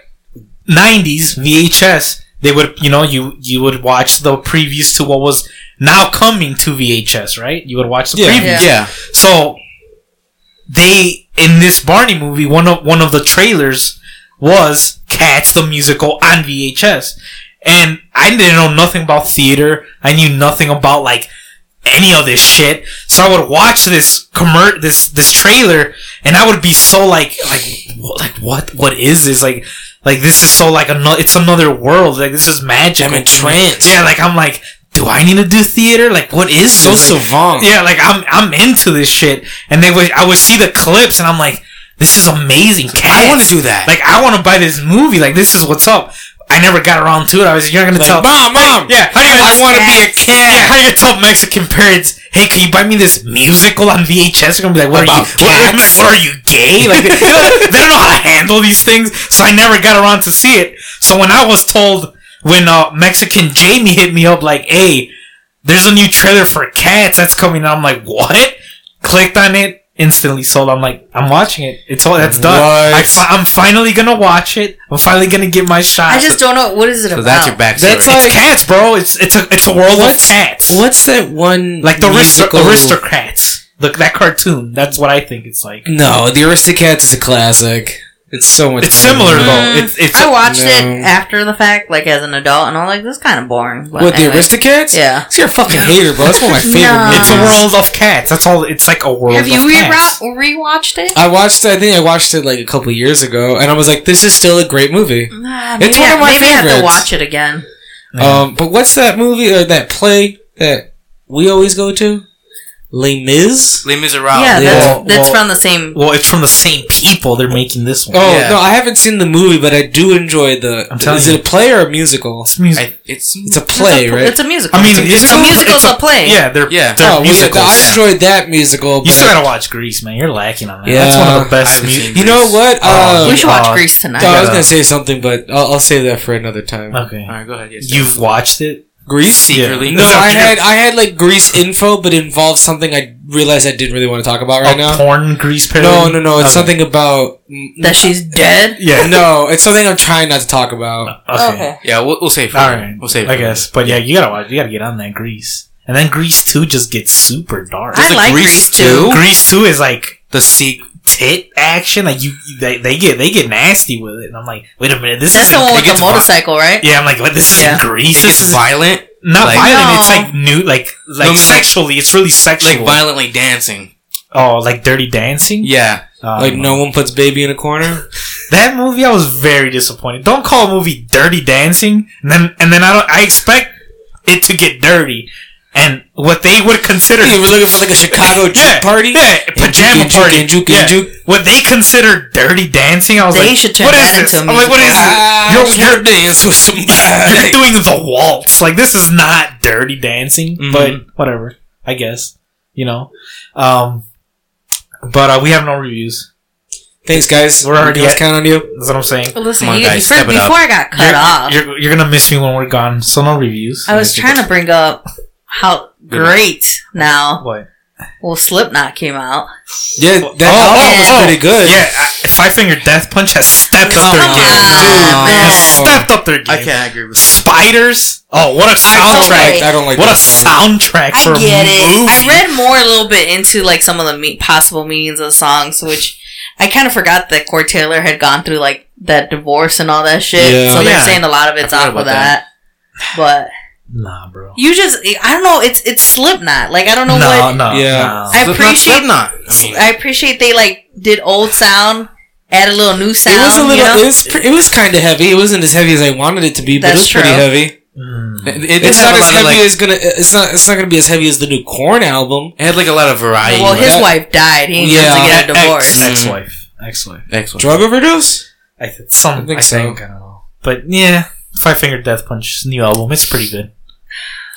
[SPEAKER 1] '90s VHS, they would, you know, you you would watch the previews to what was now coming to VHS, right? You would watch the
[SPEAKER 2] Yeah.
[SPEAKER 1] previews.
[SPEAKER 3] Yeah.
[SPEAKER 1] So they in this Barney movie, one of one of the trailers was Cats the musical on VHS, and I didn't know nothing about theater. I knew nothing about like any of this shit. So I would watch this commer- this this trailer, and I would be so like like wh- like what what is this like like this is so like another it's another world like this is magic
[SPEAKER 2] I'm entranced.
[SPEAKER 1] yeah like I'm like do I need to do theater like what is
[SPEAKER 2] So
[SPEAKER 1] this? Like,
[SPEAKER 2] savant.
[SPEAKER 1] yeah, like I'm I'm into this shit. And they would I would see the clips and I'm like, this is amazing. Cats.
[SPEAKER 2] I want to do that.
[SPEAKER 1] Like I want to buy this movie. Like this is what's up. I never got around to it. I was like, you're not gonna
[SPEAKER 2] Like,
[SPEAKER 1] tell.
[SPEAKER 2] mom, mom.
[SPEAKER 1] yeah,
[SPEAKER 2] honey, I want to be
[SPEAKER 1] yeah,
[SPEAKER 2] a cat.
[SPEAKER 1] how you gonna tell Mexican parents? Hey, can you buy me this musical on VHS? They're gonna be like, "What are you?
[SPEAKER 2] About
[SPEAKER 1] What,
[SPEAKER 2] cats?
[SPEAKER 1] what are you gay?" Like they, they don't, they don't know how to handle these things. So I never got around to see it. So when I was told, when uh, Mexican Jamie hit me up, like, "Hey, there's a new trailer for Cats that's coming," out. I'm like, "What?" Clicked on it, instantly sold. I'm like, "I'm watching it. It's all that's done.
[SPEAKER 2] What?
[SPEAKER 1] I fi- I'm finally gonna watch it. I'm finally gonna get my shot."
[SPEAKER 3] I just don't know. What is it
[SPEAKER 4] So
[SPEAKER 3] about?
[SPEAKER 4] that's your backstory.
[SPEAKER 1] it's
[SPEAKER 2] That's like-
[SPEAKER 1] cats, bro. It's it's a it's a world of
[SPEAKER 2] What's-
[SPEAKER 1] cats
[SPEAKER 2] What's that one?
[SPEAKER 1] like the Aristo-
[SPEAKER 2] musical-
[SPEAKER 1] aristocrats. Look that cartoon. That's what I think it's like.
[SPEAKER 2] No, the Aristocats is a classic. It's so much.
[SPEAKER 1] It's similar
[SPEAKER 2] better.
[SPEAKER 1] though.
[SPEAKER 3] Mm.
[SPEAKER 1] It's it's
[SPEAKER 3] I watched it
[SPEAKER 2] No.
[SPEAKER 3] after the fact, like as an adult, and I'm like, this is kind of boring. But
[SPEAKER 2] What
[SPEAKER 3] anyway.
[SPEAKER 2] the Aristocats?
[SPEAKER 3] Yeah.
[SPEAKER 2] you're a fucking hater, bro. That's one of my favorite.
[SPEAKER 3] No.
[SPEAKER 2] movies.
[SPEAKER 1] it's a world of cats. That's all. It's like a world.
[SPEAKER 3] Have you
[SPEAKER 1] of
[SPEAKER 3] re-
[SPEAKER 1] cats.
[SPEAKER 3] rewatched it?
[SPEAKER 2] I watched. it- I think I watched it like a couple years ago, and I was like, "This is still a great movie."
[SPEAKER 3] Nah,
[SPEAKER 2] It's
[SPEAKER 3] Uh, maybe
[SPEAKER 2] one
[SPEAKER 3] I-
[SPEAKER 2] of my
[SPEAKER 3] maybe I have
[SPEAKER 2] favorites.
[SPEAKER 3] to watch it again.
[SPEAKER 1] Yeah.
[SPEAKER 2] Um, but what's that movie or that play that we always go to? Les Mis.
[SPEAKER 4] Les Miserables.
[SPEAKER 3] yeah, that's,
[SPEAKER 1] well,
[SPEAKER 3] that's
[SPEAKER 1] well-
[SPEAKER 3] from the same.
[SPEAKER 1] well, it's from the same people. They're making this one.
[SPEAKER 2] Oh
[SPEAKER 4] Yeah.
[SPEAKER 2] no, I haven't seen the movie, but I do enjoy the.
[SPEAKER 1] I'm telling
[SPEAKER 2] is
[SPEAKER 1] you.
[SPEAKER 2] it a play or a musical?
[SPEAKER 1] it's music.
[SPEAKER 4] I, it's
[SPEAKER 2] It's a play,
[SPEAKER 3] it's a,
[SPEAKER 2] right?
[SPEAKER 3] It's a musical.
[SPEAKER 1] I mean,
[SPEAKER 2] a
[SPEAKER 1] it's,
[SPEAKER 2] musical?
[SPEAKER 1] a
[SPEAKER 3] Musicals
[SPEAKER 1] it's
[SPEAKER 3] are playing.
[SPEAKER 1] Yeah, they're
[SPEAKER 4] Yeah.
[SPEAKER 1] They're
[SPEAKER 2] Oh, well,
[SPEAKER 1] musicals.
[SPEAKER 2] I enjoyed that musical.
[SPEAKER 1] You
[SPEAKER 2] but-
[SPEAKER 1] still gotta watch Grease, man. You're lacking on that. That's
[SPEAKER 2] Yeah.
[SPEAKER 1] one of the
[SPEAKER 4] I
[SPEAKER 1] best.
[SPEAKER 4] haven't
[SPEAKER 1] Mu-
[SPEAKER 4] seen-
[SPEAKER 2] You know what?
[SPEAKER 1] Oh,
[SPEAKER 2] Uh,
[SPEAKER 3] we should watch
[SPEAKER 1] uh,
[SPEAKER 3] Grease tonight.
[SPEAKER 2] no, I was
[SPEAKER 1] gotta-
[SPEAKER 2] gonna say something, but I'll, I'll save that for another time.
[SPEAKER 1] okay,
[SPEAKER 4] All right, go ahead. Yes,
[SPEAKER 1] you've watched it.
[SPEAKER 2] Grease.
[SPEAKER 4] secretly.
[SPEAKER 1] Uh, Yeah.
[SPEAKER 2] No,
[SPEAKER 1] So
[SPEAKER 2] I
[SPEAKER 1] you're-
[SPEAKER 2] had I had like Grease info, but it involved something I realized I didn't really want to talk about right
[SPEAKER 1] a
[SPEAKER 2] now.
[SPEAKER 1] Oh, porn Grease parody.
[SPEAKER 2] No, no, no. It's
[SPEAKER 1] Okay.
[SPEAKER 2] something about. n-
[SPEAKER 3] that she's dead.
[SPEAKER 1] Yeah. Uh,
[SPEAKER 2] No, it's something I'm trying not to talk about.
[SPEAKER 1] Okay.
[SPEAKER 4] Yeah, we'll, we'll save.
[SPEAKER 1] All right.
[SPEAKER 4] We'll save.
[SPEAKER 1] I guess, but yeah, you gotta watch. You gotta get on that Grease, and then Grease Two just gets super dark.
[SPEAKER 3] I
[SPEAKER 4] a
[SPEAKER 3] like Grease
[SPEAKER 4] Grease too?
[SPEAKER 3] too.
[SPEAKER 1] Grease Two is like
[SPEAKER 4] the sequel.
[SPEAKER 1] tit action. Like you, they, they get they get nasty with it, and I'm like, wait a minute, this
[SPEAKER 3] That's
[SPEAKER 1] is
[SPEAKER 3] the one with
[SPEAKER 4] gets
[SPEAKER 3] the motorcycle, right?
[SPEAKER 1] yeah. I'm like, what? This is
[SPEAKER 3] Yeah.
[SPEAKER 1] not Grease. This
[SPEAKER 4] It's
[SPEAKER 1] is
[SPEAKER 4] violent,
[SPEAKER 1] not
[SPEAKER 4] like-
[SPEAKER 1] violent.
[SPEAKER 3] No.
[SPEAKER 1] It's like new, like like
[SPEAKER 4] No, I mean, like-
[SPEAKER 1] sexually. it's really sexual.
[SPEAKER 4] like violently dancing.
[SPEAKER 1] Oh, like Dirty Dancing.
[SPEAKER 4] Yeah,
[SPEAKER 1] Uh,
[SPEAKER 2] Like no one puts baby in a corner.
[SPEAKER 1] that movie. I was very disappointed. Don't call a movie Dirty Dancing, and then and then I don't. I expect it to get dirty, and what they would consider
[SPEAKER 2] You were looking for like a Chicago
[SPEAKER 1] yeah,
[SPEAKER 2] juke party.
[SPEAKER 1] yeah, pajama
[SPEAKER 2] juke,
[SPEAKER 1] party,
[SPEAKER 2] and juke, and
[SPEAKER 1] yeah.
[SPEAKER 2] juke.
[SPEAKER 1] What they consider dirty dancing, I was
[SPEAKER 3] They
[SPEAKER 1] like,
[SPEAKER 3] should turn
[SPEAKER 1] "What is
[SPEAKER 3] that
[SPEAKER 1] this?"
[SPEAKER 3] into a
[SPEAKER 1] I'm like, "What is
[SPEAKER 3] musical.
[SPEAKER 2] I
[SPEAKER 1] this? You're,
[SPEAKER 2] wanna
[SPEAKER 1] you're
[SPEAKER 2] dance with
[SPEAKER 1] you're
[SPEAKER 2] somebody. Mm-hmm.
[SPEAKER 1] doing the waltz. Like this is not dirty dancing, but whatever. I guess. you know. Um, but uh, we have no reviews.
[SPEAKER 2] Thanks, guys.
[SPEAKER 1] We're already
[SPEAKER 2] Let's
[SPEAKER 1] at-
[SPEAKER 2] count on you.
[SPEAKER 1] That's what I'm saying.
[SPEAKER 3] Listen,
[SPEAKER 4] Come on,
[SPEAKER 3] you,
[SPEAKER 4] guys,
[SPEAKER 3] for-
[SPEAKER 4] step it
[SPEAKER 3] before
[SPEAKER 4] up.
[SPEAKER 3] I got cut
[SPEAKER 1] you're,
[SPEAKER 3] off,
[SPEAKER 1] You're, you're gonna miss me when we're gone, so no reviews.
[SPEAKER 3] I was trying to bring up how
[SPEAKER 4] Good.
[SPEAKER 3] great now.
[SPEAKER 1] What?
[SPEAKER 3] Well, Slipknot came out.
[SPEAKER 2] Yeah, that
[SPEAKER 1] Oh, oh,
[SPEAKER 2] album was
[SPEAKER 1] oh.
[SPEAKER 2] pretty good.
[SPEAKER 1] Yeah, uh, Five Finger Death Punch has stepped up
[SPEAKER 2] Come
[SPEAKER 1] their
[SPEAKER 2] on,
[SPEAKER 1] game.
[SPEAKER 3] dude, man.
[SPEAKER 1] Has stepped up their game.
[SPEAKER 4] I can't agree with that.
[SPEAKER 1] Spiders. Oh, what a
[SPEAKER 3] don't
[SPEAKER 1] soundtrack!
[SPEAKER 3] like-
[SPEAKER 2] I don't like
[SPEAKER 1] What a
[SPEAKER 2] that.
[SPEAKER 1] soundtrack for
[SPEAKER 3] I get
[SPEAKER 1] a
[SPEAKER 3] it.
[SPEAKER 1] movie.
[SPEAKER 3] I read more a little bit into like some of the me- possible meanings of the songs, which I kind of forgot that Cord Taylor had gone through like that divorce and all that shit.
[SPEAKER 2] Yeah.
[SPEAKER 3] So they're
[SPEAKER 1] Yeah.
[SPEAKER 3] saying a lot of it's
[SPEAKER 4] I forgot
[SPEAKER 3] off of
[SPEAKER 4] about that.
[SPEAKER 3] that. But
[SPEAKER 1] Nah, bro.
[SPEAKER 3] you just, I don't know. It's it's Slipknot. Like I don't know
[SPEAKER 1] no,
[SPEAKER 3] what.
[SPEAKER 1] no,
[SPEAKER 2] Yeah.
[SPEAKER 1] no.
[SPEAKER 3] I appreciate.
[SPEAKER 4] Slipknot. I mean,
[SPEAKER 3] I appreciate they like did old sound, add a little new sound.
[SPEAKER 2] It was a little.
[SPEAKER 3] You know?
[SPEAKER 2] It was. Pre- it was kind of heavy. It wasn't as heavy as I wanted it to be, but it
[SPEAKER 3] That's
[SPEAKER 2] was pretty
[SPEAKER 3] true.
[SPEAKER 2] heavy.
[SPEAKER 1] Mm.
[SPEAKER 4] it, it did
[SPEAKER 2] It's
[SPEAKER 4] have
[SPEAKER 2] not
[SPEAKER 4] a
[SPEAKER 2] as
[SPEAKER 4] lot of
[SPEAKER 2] heavy
[SPEAKER 4] like.
[SPEAKER 2] as gonna. It's not. It's not gonna be as heavy as the new Corn album.
[SPEAKER 4] It had like a lot of variety.
[SPEAKER 3] well, his
[SPEAKER 2] that-
[SPEAKER 3] wife died. He needs
[SPEAKER 2] Yeah.
[SPEAKER 3] to get a divorce.
[SPEAKER 4] Ex-
[SPEAKER 1] Ex-wife. Ex-wife.
[SPEAKER 4] Next one.
[SPEAKER 2] Drug overdose.
[SPEAKER 1] I th- some.
[SPEAKER 2] I think
[SPEAKER 1] I
[SPEAKER 2] so.
[SPEAKER 1] think. I don't know. But yeah, Five Finger Death Punch new album. It's pretty good.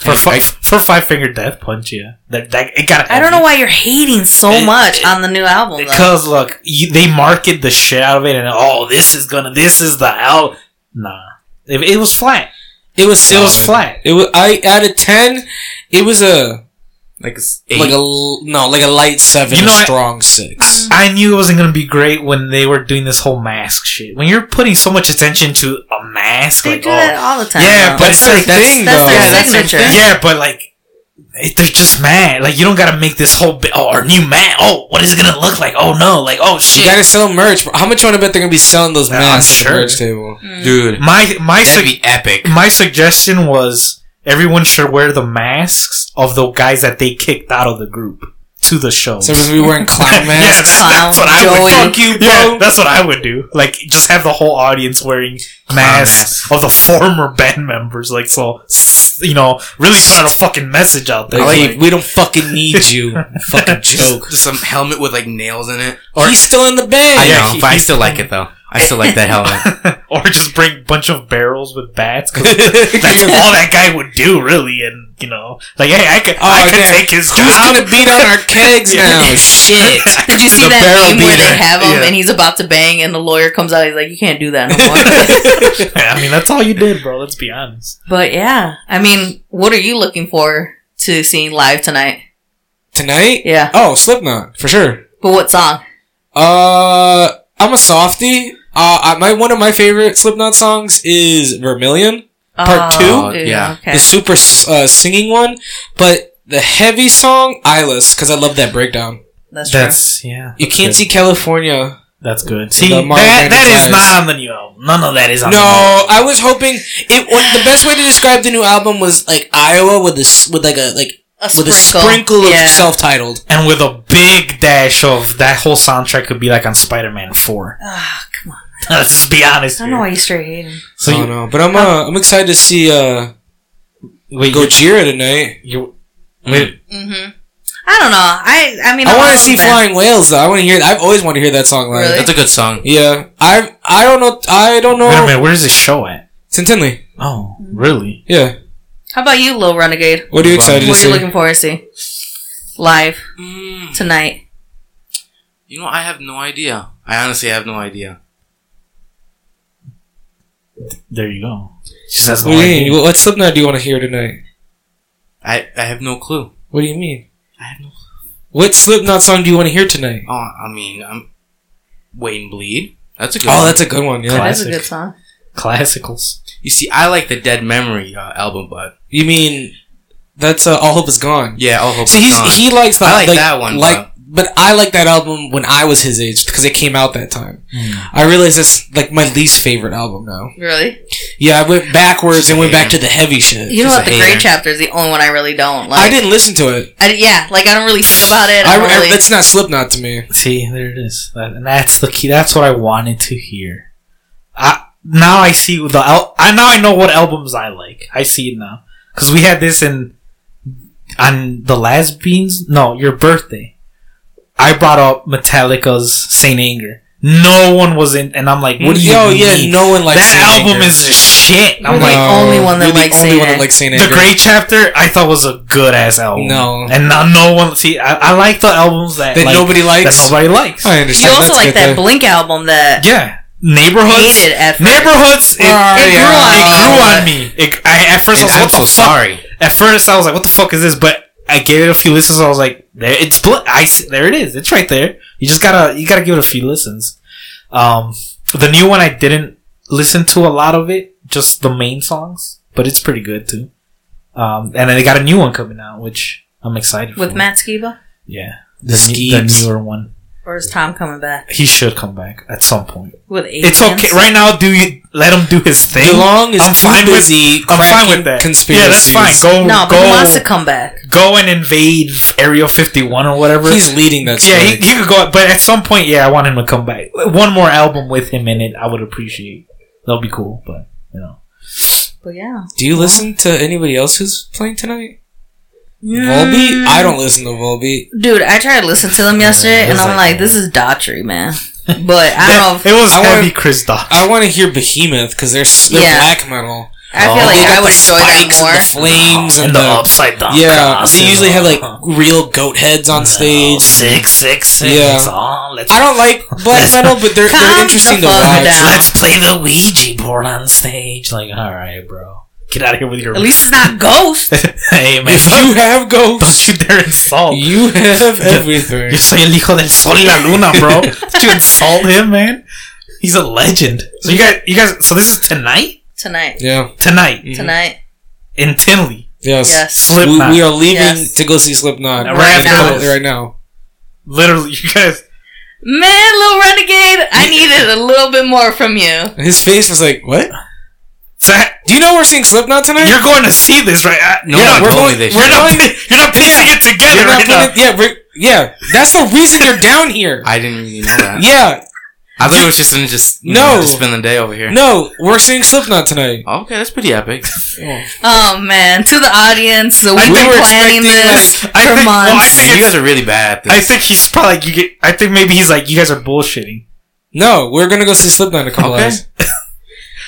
[SPEAKER 1] For
[SPEAKER 4] Hey,
[SPEAKER 1] fi-
[SPEAKER 4] I-
[SPEAKER 1] for Five Finger Death Punch, yeah. That, that it got.
[SPEAKER 3] I don't know why you're hating so
[SPEAKER 1] It-
[SPEAKER 3] much on the new album. Though.
[SPEAKER 1] Because look, you, they market the shit out of it, and oh, this is gonna, this is the album. Nah, it, it was flat.
[SPEAKER 2] It was.
[SPEAKER 1] It was
[SPEAKER 2] solid.
[SPEAKER 1] flat.
[SPEAKER 2] It was. I out of ten. It was a
[SPEAKER 4] Like it's
[SPEAKER 2] like a l- no like a light seven,
[SPEAKER 1] You know
[SPEAKER 2] a
[SPEAKER 1] what?
[SPEAKER 2] strong
[SPEAKER 3] Mm-hmm.
[SPEAKER 2] six.
[SPEAKER 1] I knew it wasn't gonna be great when they were doing this whole mask shit. When you're putting so much attention to a mask,
[SPEAKER 3] They
[SPEAKER 1] like
[SPEAKER 3] do
[SPEAKER 1] oh,
[SPEAKER 3] that all the time.
[SPEAKER 1] Yeah,
[SPEAKER 3] though.
[SPEAKER 1] but
[SPEAKER 2] That's
[SPEAKER 1] it's
[SPEAKER 2] their
[SPEAKER 1] like, that's-
[SPEAKER 2] thing,
[SPEAKER 3] that's
[SPEAKER 2] though.
[SPEAKER 3] their
[SPEAKER 2] that's their
[SPEAKER 3] signature.
[SPEAKER 2] thing.
[SPEAKER 1] yeah, but like it, they're just mad. Like you don't gotta make this whole bi- oh our new man. Oh, what is it gonna look like? Oh no, like oh
[SPEAKER 2] You
[SPEAKER 1] shit.
[SPEAKER 2] gotta sell merch. How much you want to bet they're gonna be selling those
[SPEAKER 1] I'm
[SPEAKER 2] masks at
[SPEAKER 1] sure.
[SPEAKER 2] the merch table?
[SPEAKER 3] Hmm.
[SPEAKER 4] dude.
[SPEAKER 1] my my
[SPEAKER 4] It's
[SPEAKER 1] sug-
[SPEAKER 4] gonna be epic.
[SPEAKER 1] my suggestion was everyone should wear the masks of the guys that they kicked out of the group to the show.
[SPEAKER 2] So everyone's gonna be wearing clown masks.
[SPEAKER 1] yes, that's what I
[SPEAKER 3] Joey.
[SPEAKER 1] would.
[SPEAKER 2] Fuck you, bro.
[SPEAKER 1] Yeah, that's what I would do. Like, just have the whole audience wearing
[SPEAKER 2] Ah,
[SPEAKER 1] masks of the former band members. Like, so s- you know, really start a fucking message out there.
[SPEAKER 2] Like,
[SPEAKER 1] Like,
[SPEAKER 2] we don't fucking need you. fucking
[SPEAKER 4] Just,
[SPEAKER 2] joke.
[SPEAKER 4] just some helmet with like nails in it.
[SPEAKER 2] He's still in the band.
[SPEAKER 4] I
[SPEAKER 1] Yeah,
[SPEAKER 4] know,
[SPEAKER 1] he-
[SPEAKER 4] but I
[SPEAKER 1] he's-
[SPEAKER 4] still like it though. I still like that helmet.
[SPEAKER 1] or just bring a bunch of barrels with bats. 'cause that's all that guy would do, really. And you know, like, hey, I could, I
[SPEAKER 2] Oh,
[SPEAKER 1] could
[SPEAKER 2] yeah.
[SPEAKER 1] take his
[SPEAKER 2] Who's
[SPEAKER 1] job.
[SPEAKER 2] gonna beat on our kegs
[SPEAKER 1] Yeah.
[SPEAKER 2] now? Shit.
[SPEAKER 3] Did you see
[SPEAKER 2] The barrel
[SPEAKER 3] that meme where
[SPEAKER 2] beater.
[SPEAKER 3] they have him
[SPEAKER 1] Yeah.
[SPEAKER 3] and he's about to bang and the lawyer comes out? He's like, "You can't do that." No more.
[SPEAKER 1] I mean, that's all you did, bro. Let's be honest.
[SPEAKER 3] but yeah, I mean, what are you looking for to seeing live tonight?
[SPEAKER 2] Tonight?
[SPEAKER 3] Yeah,
[SPEAKER 2] Oh, Slipknot for sure.
[SPEAKER 3] but what song?
[SPEAKER 2] Uh, I'm a softie. Uh, I, my one of my favorite Slipknot songs is Vermilion, Part
[SPEAKER 3] Oh,
[SPEAKER 4] two?
[SPEAKER 3] ew,
[SPEAKER 4] Yeah.
[SPEAKER 3] Okay.
[SPEAKER 2] the super uh, singing one. But the heavy song, Eyeless, because I love that breakdown.
[SPEAKER 3] That's true.
[SPEAKER 1] That's yeah.
[SPEAKER 2] You
[SPEAKER 1] that's
[SPEAKER 2] can't
[SPEAKER 1] good.
[SPEAKER 2] see California.
[SPEAKER 1] That's good. See,
[SPEAKER 2] The Marlon
[SPEAKER 1] that, that is
[SPEAKER 2] Brando's eyes.
[SPEAKER 1] not on the new album. None of that is on the new album.
[SPEAKER 2] No, I was hoping it. What, the best way to describe the new album was like Iowa with this with like a like
[SPEAKER 3] a
[SPEAKER 2] with a sprinkle of self-titled.
[SPEAKER 1] And with a big dash of that whole soundtrack could be like on Spider Man 4.
[SPEAKER 3] Ah, come on.
[SPEAKER 1] Let's just be honest.
[SPEAKER 3] I don't know why
[SPEAKER 1] here. Oh,
[SPEAKER 3] you straight hating.
[SPEAKER 1] So
[SPEAKER 2] I
[SPEAKER 1] you,
[SPEAKER 2] don't know, but I'm uh, I'm excited to see uh
[SPEAKER 1] wait, you,
[SPEAKER 2] Gojira tonight.
[SPEAKER 1] you, wait,
[SPEAKER 3] Mm-hmm. I don't know. I I mean,
[SPEAKER 2] I
[SPEAKER 3] I'm
[SPEAKER 2] want
[SPEAKER 3] all
[SPEAKER 2] to see
[SPEAKER 3] that.
[SPEAKER 2] Flying Whales though. I want to hear. I've always wanted to hear that song live.
[SPEAKER 3] Really?
[SPEAKER 4] That's a good song.
[SPEAKER 2] Yeah, I I don't know. I don't
[SPEAKER 1] wait a
[SPEAKER 3] Oh.
[SPEAKER 2] know.
[SPEAKER 1] minute, where's this show at?
[SPEAKER 2] It's in Tinley.
[SPEAKER 1] Oh,
[SPEAKER 3] Mm-hmm.
[SPEAKER 1] really?
[SPEAKER 2] Yeah.
[SPEAKER 3] How about you, Lil Renegade?
[SPEAKER 2] What are you
[SPEAKER 4] Wow.
[SPEAKER 2] excited to
[SPEAKER 3] What are
[SPEAKER 2] see?
[SPEAKER 3] you looking for to see live tonight?
[SPEAKER 4] Mm, You know, I have no idea. I honestly have no idea.
[SPEAKER 1] There you go. She says,
[SPEAKER 2] what do you mean? What- What Slipknot do you want to hear tonight?
[SPEAKER 4] I I have no clue.
[SPEAKER 2] What do you mean?
[SPEAKER 4] I have no. Clue.
[SPEAKER 2] What Slipknot song do you want to hear tonight?
[SPEAKER 4] Oh, I mean, I'm Wait and Bleed. That's a good.
[SPEAKER 2] Oh,
[SPEAKER 4] one.
[SPEAKER 2] that's a good one. Yeah.
[SPEAKER 1] Class.
[SPEAKER 3] That's a
[SPEAKER 1] Classic.
[SPEAKER 3] good song.
[SPEAKER 1] classicals.
[SPEAKER 4] you see, I like the Dead Memory uh, album, but
[SPEAKER 2] You mean that's uh, All Hope Is Gone?
[SPEAKER 4] yeah, I'll hope
[SPEAKER 2] So
[SPEAKER 4] it's
[SPEAKER 2] he's
[SPEAKER 4] gone.
[SPEAKER 2] he likes the,
[SPEAKER 4] I like that one,
[SPEAKER 2] Like, but I like that album when I was his age because it came out that time.
[SPEAKER 1] Hmm.
[SPEAKER 2] I realize that's like my least favorite album now.
[SPEAKER 3] Really?
[SPEAKER 2] Yeah, I went backwards and went back to
[SPEAKER 4] Hater.
[SPEAKER 2] the heavy shit.
[SPEAKER 3] You know
[SPEAKER 4] Just
[SPEAKER 3] what?
[SPEAKER 4] a
[SPEAKER 3] The Great
[SPEAKER 4] hater.
[SPEAKER 3] Chapter is the only one I really don't like.
[SPEAKER 2] I didn't listen to it.
[SPEAKER 3] I, yeah, like I don't really think about it. I
[SPEAKER 2] I,
[SPEAKER 3] don't
[SPEAKER 2] I-
[SPEAKER 3] really.
[SPEAKER 2] that's not Slipknot to me.
[SPEAKER 1] See, there it is. That, and that's the key. That's what I wanted to hear. I now I see the al- I now I know what albums I like. I see it now because we had this in on the last beans. No, your birthday. I brought up Metallica's Saint Anger. No one was in, and I'm like, "What do you
[SPEAKER 2] Yo,
[SPEAKER 1] mean?
[SPEAKER 2] yeah, no one likes
[SPEAKER 1] that
[SPEAKER 2] Saint
[SPEAKER 1] album
[SPEAKER 2] Anger.
[SPEAKER 1] is just shit. I'm
[SPEAKER 3] You're the
[SPEAKER 1] like,
[SPEAKER 3] only one that likes Saint Ed.
[SPEAKER 2] likes Saint
[SPEAKER 1] the
[SPEAKER 2] Ed.
[SPEAKER 1] Gray Chapter, I thought was a good ass album.
[SPEAKER 2] No.
[SPEAKER 1] and not no one. See, I, I like the albums that
[SPEAKER 2] that
[SPEAKER 1] like,
[SPEAKER 2] nobody
[SPEAKER 1] that
[SPEAKER 2] likes.
[SPEAKER 1] nobody likes.
[SPEAKER 2] I understand.
[SPEAKER 3] You also
[SPEAKER 2] Let's
[SPEAKER 3] like
[SPEAKER 2] get
[SPEAKER 3] that
[SPEAKER 2] there.
[SPEAKER 3] Blink album that
[SPEAKER 1] Yeah, neighborhoods.
[SPEAKER 3] hated at first.
[SPEAKER 1] Neighborhoods. It,
[SPEAKER 2] Oh,
[SPEAKER 1] it grew
[SPEAKER 2] yeah.
[SPEAKER 1] on, it grew on me. It, I, at first,
[SPEAKER 4] And
[SPEAKER 1] I
[SPEAKER 4] I'm
[SPEAKER 1] was like,
[SPEAKER 4] so
[SPEAKER 1] "What the fuck?"
[SPEAKER 4] sorry.
[SPEAKER 1] At first, I was like, "What the fuck is this?" But I gave it a few listens. I was like, "There, it's bl- I s- there it is. It's right there. You just gotta you gotta give it a few listens." Um, the new one I didn't listen to a lot of it, just the main songs, but it's pretty good too. Um, and then they got a new one coming out, which I'm excited
[SPEAKER 3] with
[SPEAKER 1] for.
[SPEAKER 3] Matt Skiba?
[SPEAKER 1] Yeah,
[SPEAKER 2] The
[SPEAKER 1] new- the
[SPEAKER 2] Skeebs.
[SPEAKER 1] newer one.
[SPEAKER 3] Or is Tom coming back
[SPEAKER 1] He should come back at some point.
[SPEAKER 3] with eight?
[SPEAKER 1] It's okay right now. Do you let him do his thing?
[SPEAKER 2] DeLong is
[SPEAKER 1] I'm
[SPEAKER 2] too
[SPEAKER 1] fine with-
[SPEAKER 2] busy
[SPEAKER 1] I'm fine
[SPEAKER 2] cracking
[SPEAKER 1] with that. Yeah, that's
[SPEAKER 2] conspiracies.
[SPEAKER 1] fine. Go,
[SPEAKER 3] No, but he wants to
[SPEAKER 1] go,
[SPEAKER 3] come back.
[SPEAKER 1] go and invade Area 51 or whatever.
[SPEAKER 2] He's leading that.
[SPEAKER 1] yeah,
[SPEAKER 2] story.
[SPEAKER 1] he, he could go, but at some point, yeah, I want him to come back. One more album with him in it, I would appreciate. That'll be cool, but you know,
[SPEAKER 3] But yeah,
[SPEAKER 2] Do you listen to anybody else who's playing tonight? Volbeat? I don't listen to Volbeat.
[SPEAKER 3] Dude, I tried to listen to them yesterday,
[SPEAKER 2] It
[SPEAKER 3] and
[SPEAKER 2] was
[SPEAKER 3] I'm
[SPEAKER 2] like-
[SPEAKER 3] like, this is Daughtry, man. But I don't know.
[SPEAKER 1] That-
[SPEAKER 3] If,
[SPEAKER 1] it was
[SPEAKER 2] I
[SPEAKER 1] heavy,
[SPEAKER 2] wanna-
[SPEAKER 1] Chris Doc.
[SPEAKER 2] I want to hear Behemoth because they're, s- they're
[SPEAKER 3] Yeah.
[SPEAKER 2] black metal.
[SPEAKER 3] I feel
[SPEAKER 1] Oh.
[SPEAKER 3] like
[SPEAKER 2] They got
[SPEAKER 3] I would
[SPEAKER 2] the
[SPEAKER 3] enjoy that
[SPEAKER 2] spikes and
[SPEAKER 3] more.
[SPEAKER 2] the flames and,
[SPEAKER 1] and the, Oh,
[SPEAKER 2] the,
[SPEAKER 1] upside down.
[SPEAKER 2] yeah.
[SPEAKER 1] cross
[SPEAKER 2] They
[SPEAKER 1] and
[SPEAKER 2] usually
[SPEAKER 1] the-
[SPEAKER 2] have like real goat heads on stage.
[SPEAKER 1] six, six, six.
[SPEAKER 2] Yeah.
[SPEAKER 1] Oh, let's,
[SPEAKER 2] I don't like black metal, but they're
[SPEAKER 3] Calm
[SPEAKER 2] they're interesting
[SPEAKER 3] the
[SPEAKER 2] to
[SPEAKER 3] fuck
[SPEAKER 2] watch.
[SPEAKER 3] down.
[SPEAKER 1] let's play the Ouija board on stage. Like, all right, bro, get out of here with your.
[SPEAKER 3] At least it's not Ghost.
[SPEAKER 1] hey man,
[SPEAKER 2] If you have ghosts,
[SPEAKER 1] don't you dare insult.
[SPEAKER 2] you have everything.
[SPEAKER 1] Yo soy el hijo del sol y la luna, bro. Did you insult him, man? He's a legend. So you guys, you guys, so this is tonight,
[SPEAKER 3] Tonight.
[SPEAKER 2] Yeah.
[SPEAKER 1] tonight
[SPEAKER 2] Mhm.
[SPEAKER 3] Tonight.
[SPEAKER 1] in Tinley.
[SPEAKER 2] Yes.
[SPEAKER 3] Yes.
[SPEAKER 2] We,
[SPEAKER 1] Slipknot.
[SPEAKER 2] we are leaving
[SPEAKER 3] Yes.
[SPEAKER 2] to go see Slipknot
[SPEAKER 1] Right
[SPEAKER 2] right
[SPEAKER 1] now.
[SPEAKER 2] now. Right now.
[SPEAKER 1] Literally, you guys.
[SPEAKER 3] Man, little renegade, I needed a little bit more from you.
[SPEAKER 2] His face was like, "What?
[SPEAKER 1] Zach,
[SPEAKER 2] Do you know we're seeing Slipknot tonight?
[SPEAKER 1] you're going to see this, right? I-
[SPEAKER 4] No
[SPEAKER 1] you're
[SPEAKER 4] one
[SPEAKER 1] not,
[SPEAKER 2] we're
[SPEAKER 4] told me
[SPEAKER 2] going-
[SPEAKER 4] this
[SPEAKER 1] you're
[SPEAKER 4] shit.
[SPEAKER 1] not, pi- you're not piecing it together
[SPEAKER 2] You're
[SPEAKER 1] right
[SPEAKER 2] not
[SPEAKER 1] now.
[SPEAKER 2] playing it- yeah, we're, yeah. That's the reason you're down here.
[SPEAKER 4] I didn't really know that.
[SPEAKER 2] yeah.
[SPEAKER 4] I thought it was just gonna just you
[SPEAKER 2] No.
[SPEAKER 4] know, just spend the day over here.
[SPEAKER 2] No, we're seeing Slipknot tonight.
[SPEAKER 4] Okay, that's pretty epic.
[SPEAKER 3] Oh man, to the audience, we've
[SPEAKER 2] think
[SPEAKER 3] been
[SPEAKER 2] we're
[SPEAKER 3] planning
[SPEAKER 2] expecting,
[SPEAKER 3] this
[SPEAKER 1] I
[SPEAKER 3] for
[SPEAKER 1] think- well, I
[SPEAKER 3] months.
[SPEAKER 1] think
[SPEAKER 4] you
[SPEAKER 1] it's-
[SPEAKER 4] guys are really bad. At
[SPEAKER 1] I
[SPEAKER 4] this.
[SPEAKER 1] think he's probably like you get. I think maybe he's like you guys are bullshitting.
[SPEAKER 2] No, we're gonna go see Slipknot in a couple
[SPEAKER 4] Okay.
[SPEAKER 2] hours.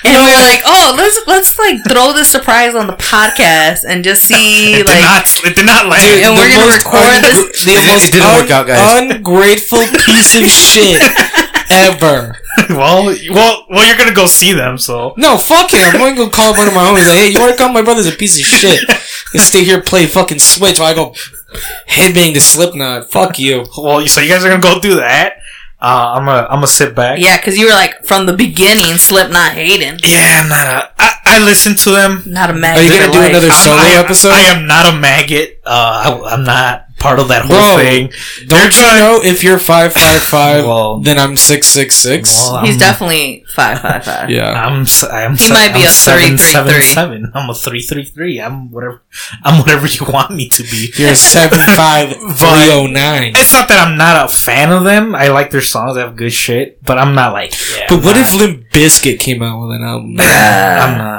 [SPEAKER 3] and we were like, oh, let's let's like throw this surprise on the podcast and just see
[SPEAKER 1] It did
[SPEAKER 3] like.
[SPEAKER 1] not. It did not land.
[SPEAKER 3] Dude, and
[SPEAKER 2] The
[SPEAKER 3] we're gonna
[SPEAKER 2] most
[SPEAKER 3] record this-
[SPEAKER 2] The
[SPEAKER 4] It didn't-
[SPEAKER 2] most
[SPEAKER 4] it didn't work out, guys.
[SPEAKER 2] ungrateful piece of shit ever.
[SPEAKER 1] well, well, well, you're gonna go see them, so
[SPEAKER 2] No, fuck him. I'm gonna go call up one of my homies. Like, hey, you wanna come? My brother's a piece of shit. You stay here, play fucking Switch while I go headbang to Slipknot. Fuck you.
[SPEAKER 1] well, so you guys are gonna go do that. Uh, I'm gonna, I'm gonna sit back.
[SPEAKER 3] Yeah, because you were like from the beginning, Slipknot hating,
[SPEAKER 1] Yeah, I'm not. A, I, I listen to them.
[SPEAKER 3] not a
[SPEAKER 2] Are you
[SPEAKER 3] magnet.
[SPEAKER 2] gonna do another
[SPEAKER 1] I'm-
[SPEAKER 2] solo
[SPEAKER 1] I am-
[SPEAKER 2] episode?
[SPEAKER 1] I am not a maggot. Uh, I, am not part of that whole
[SPEAKER 2] Bro,
[SPEAKER 1] thing.
[SPEAKER 2] Don't you
[SPEAKER 1] trying-
[SPEAKER 2] know if you're five five five,
[SPEAKER 1] Well-
[SPEAKER 2] then I'm six six six.
[SPEAKER 1] Well, I'm,
[SPEAKER 3] He's definitely five five five.
[SPEAKER 2] Yeah.
[SPEAKER 1] I'm. s- I'm.
[SPEAKER 3] He might be
[SPEAKER 1] I'm
[SPEAKER 3] a
[SPEAKER 1] seven, seven,
[SPEAKER 3] 333.
[SPEAKER 1] seven. I'm a three three three. I'm whatever. I'm whatever you want me to be.
[SPEAKER 2] You're seven five three oh nine.
[SPEAKER 1] It's not that I'm not a fan of them. I like their songs. They have good shit, but I'm not like. yeah,
[SPEAKER 2] But what
[SPEAKER 1] I'm
[SPEAKER 2] if Limp Bizkit came out with an album?
[SPEAKER 1] not- I'm
[SPEAKER 2] Ah.
[SPEAKER 1] not.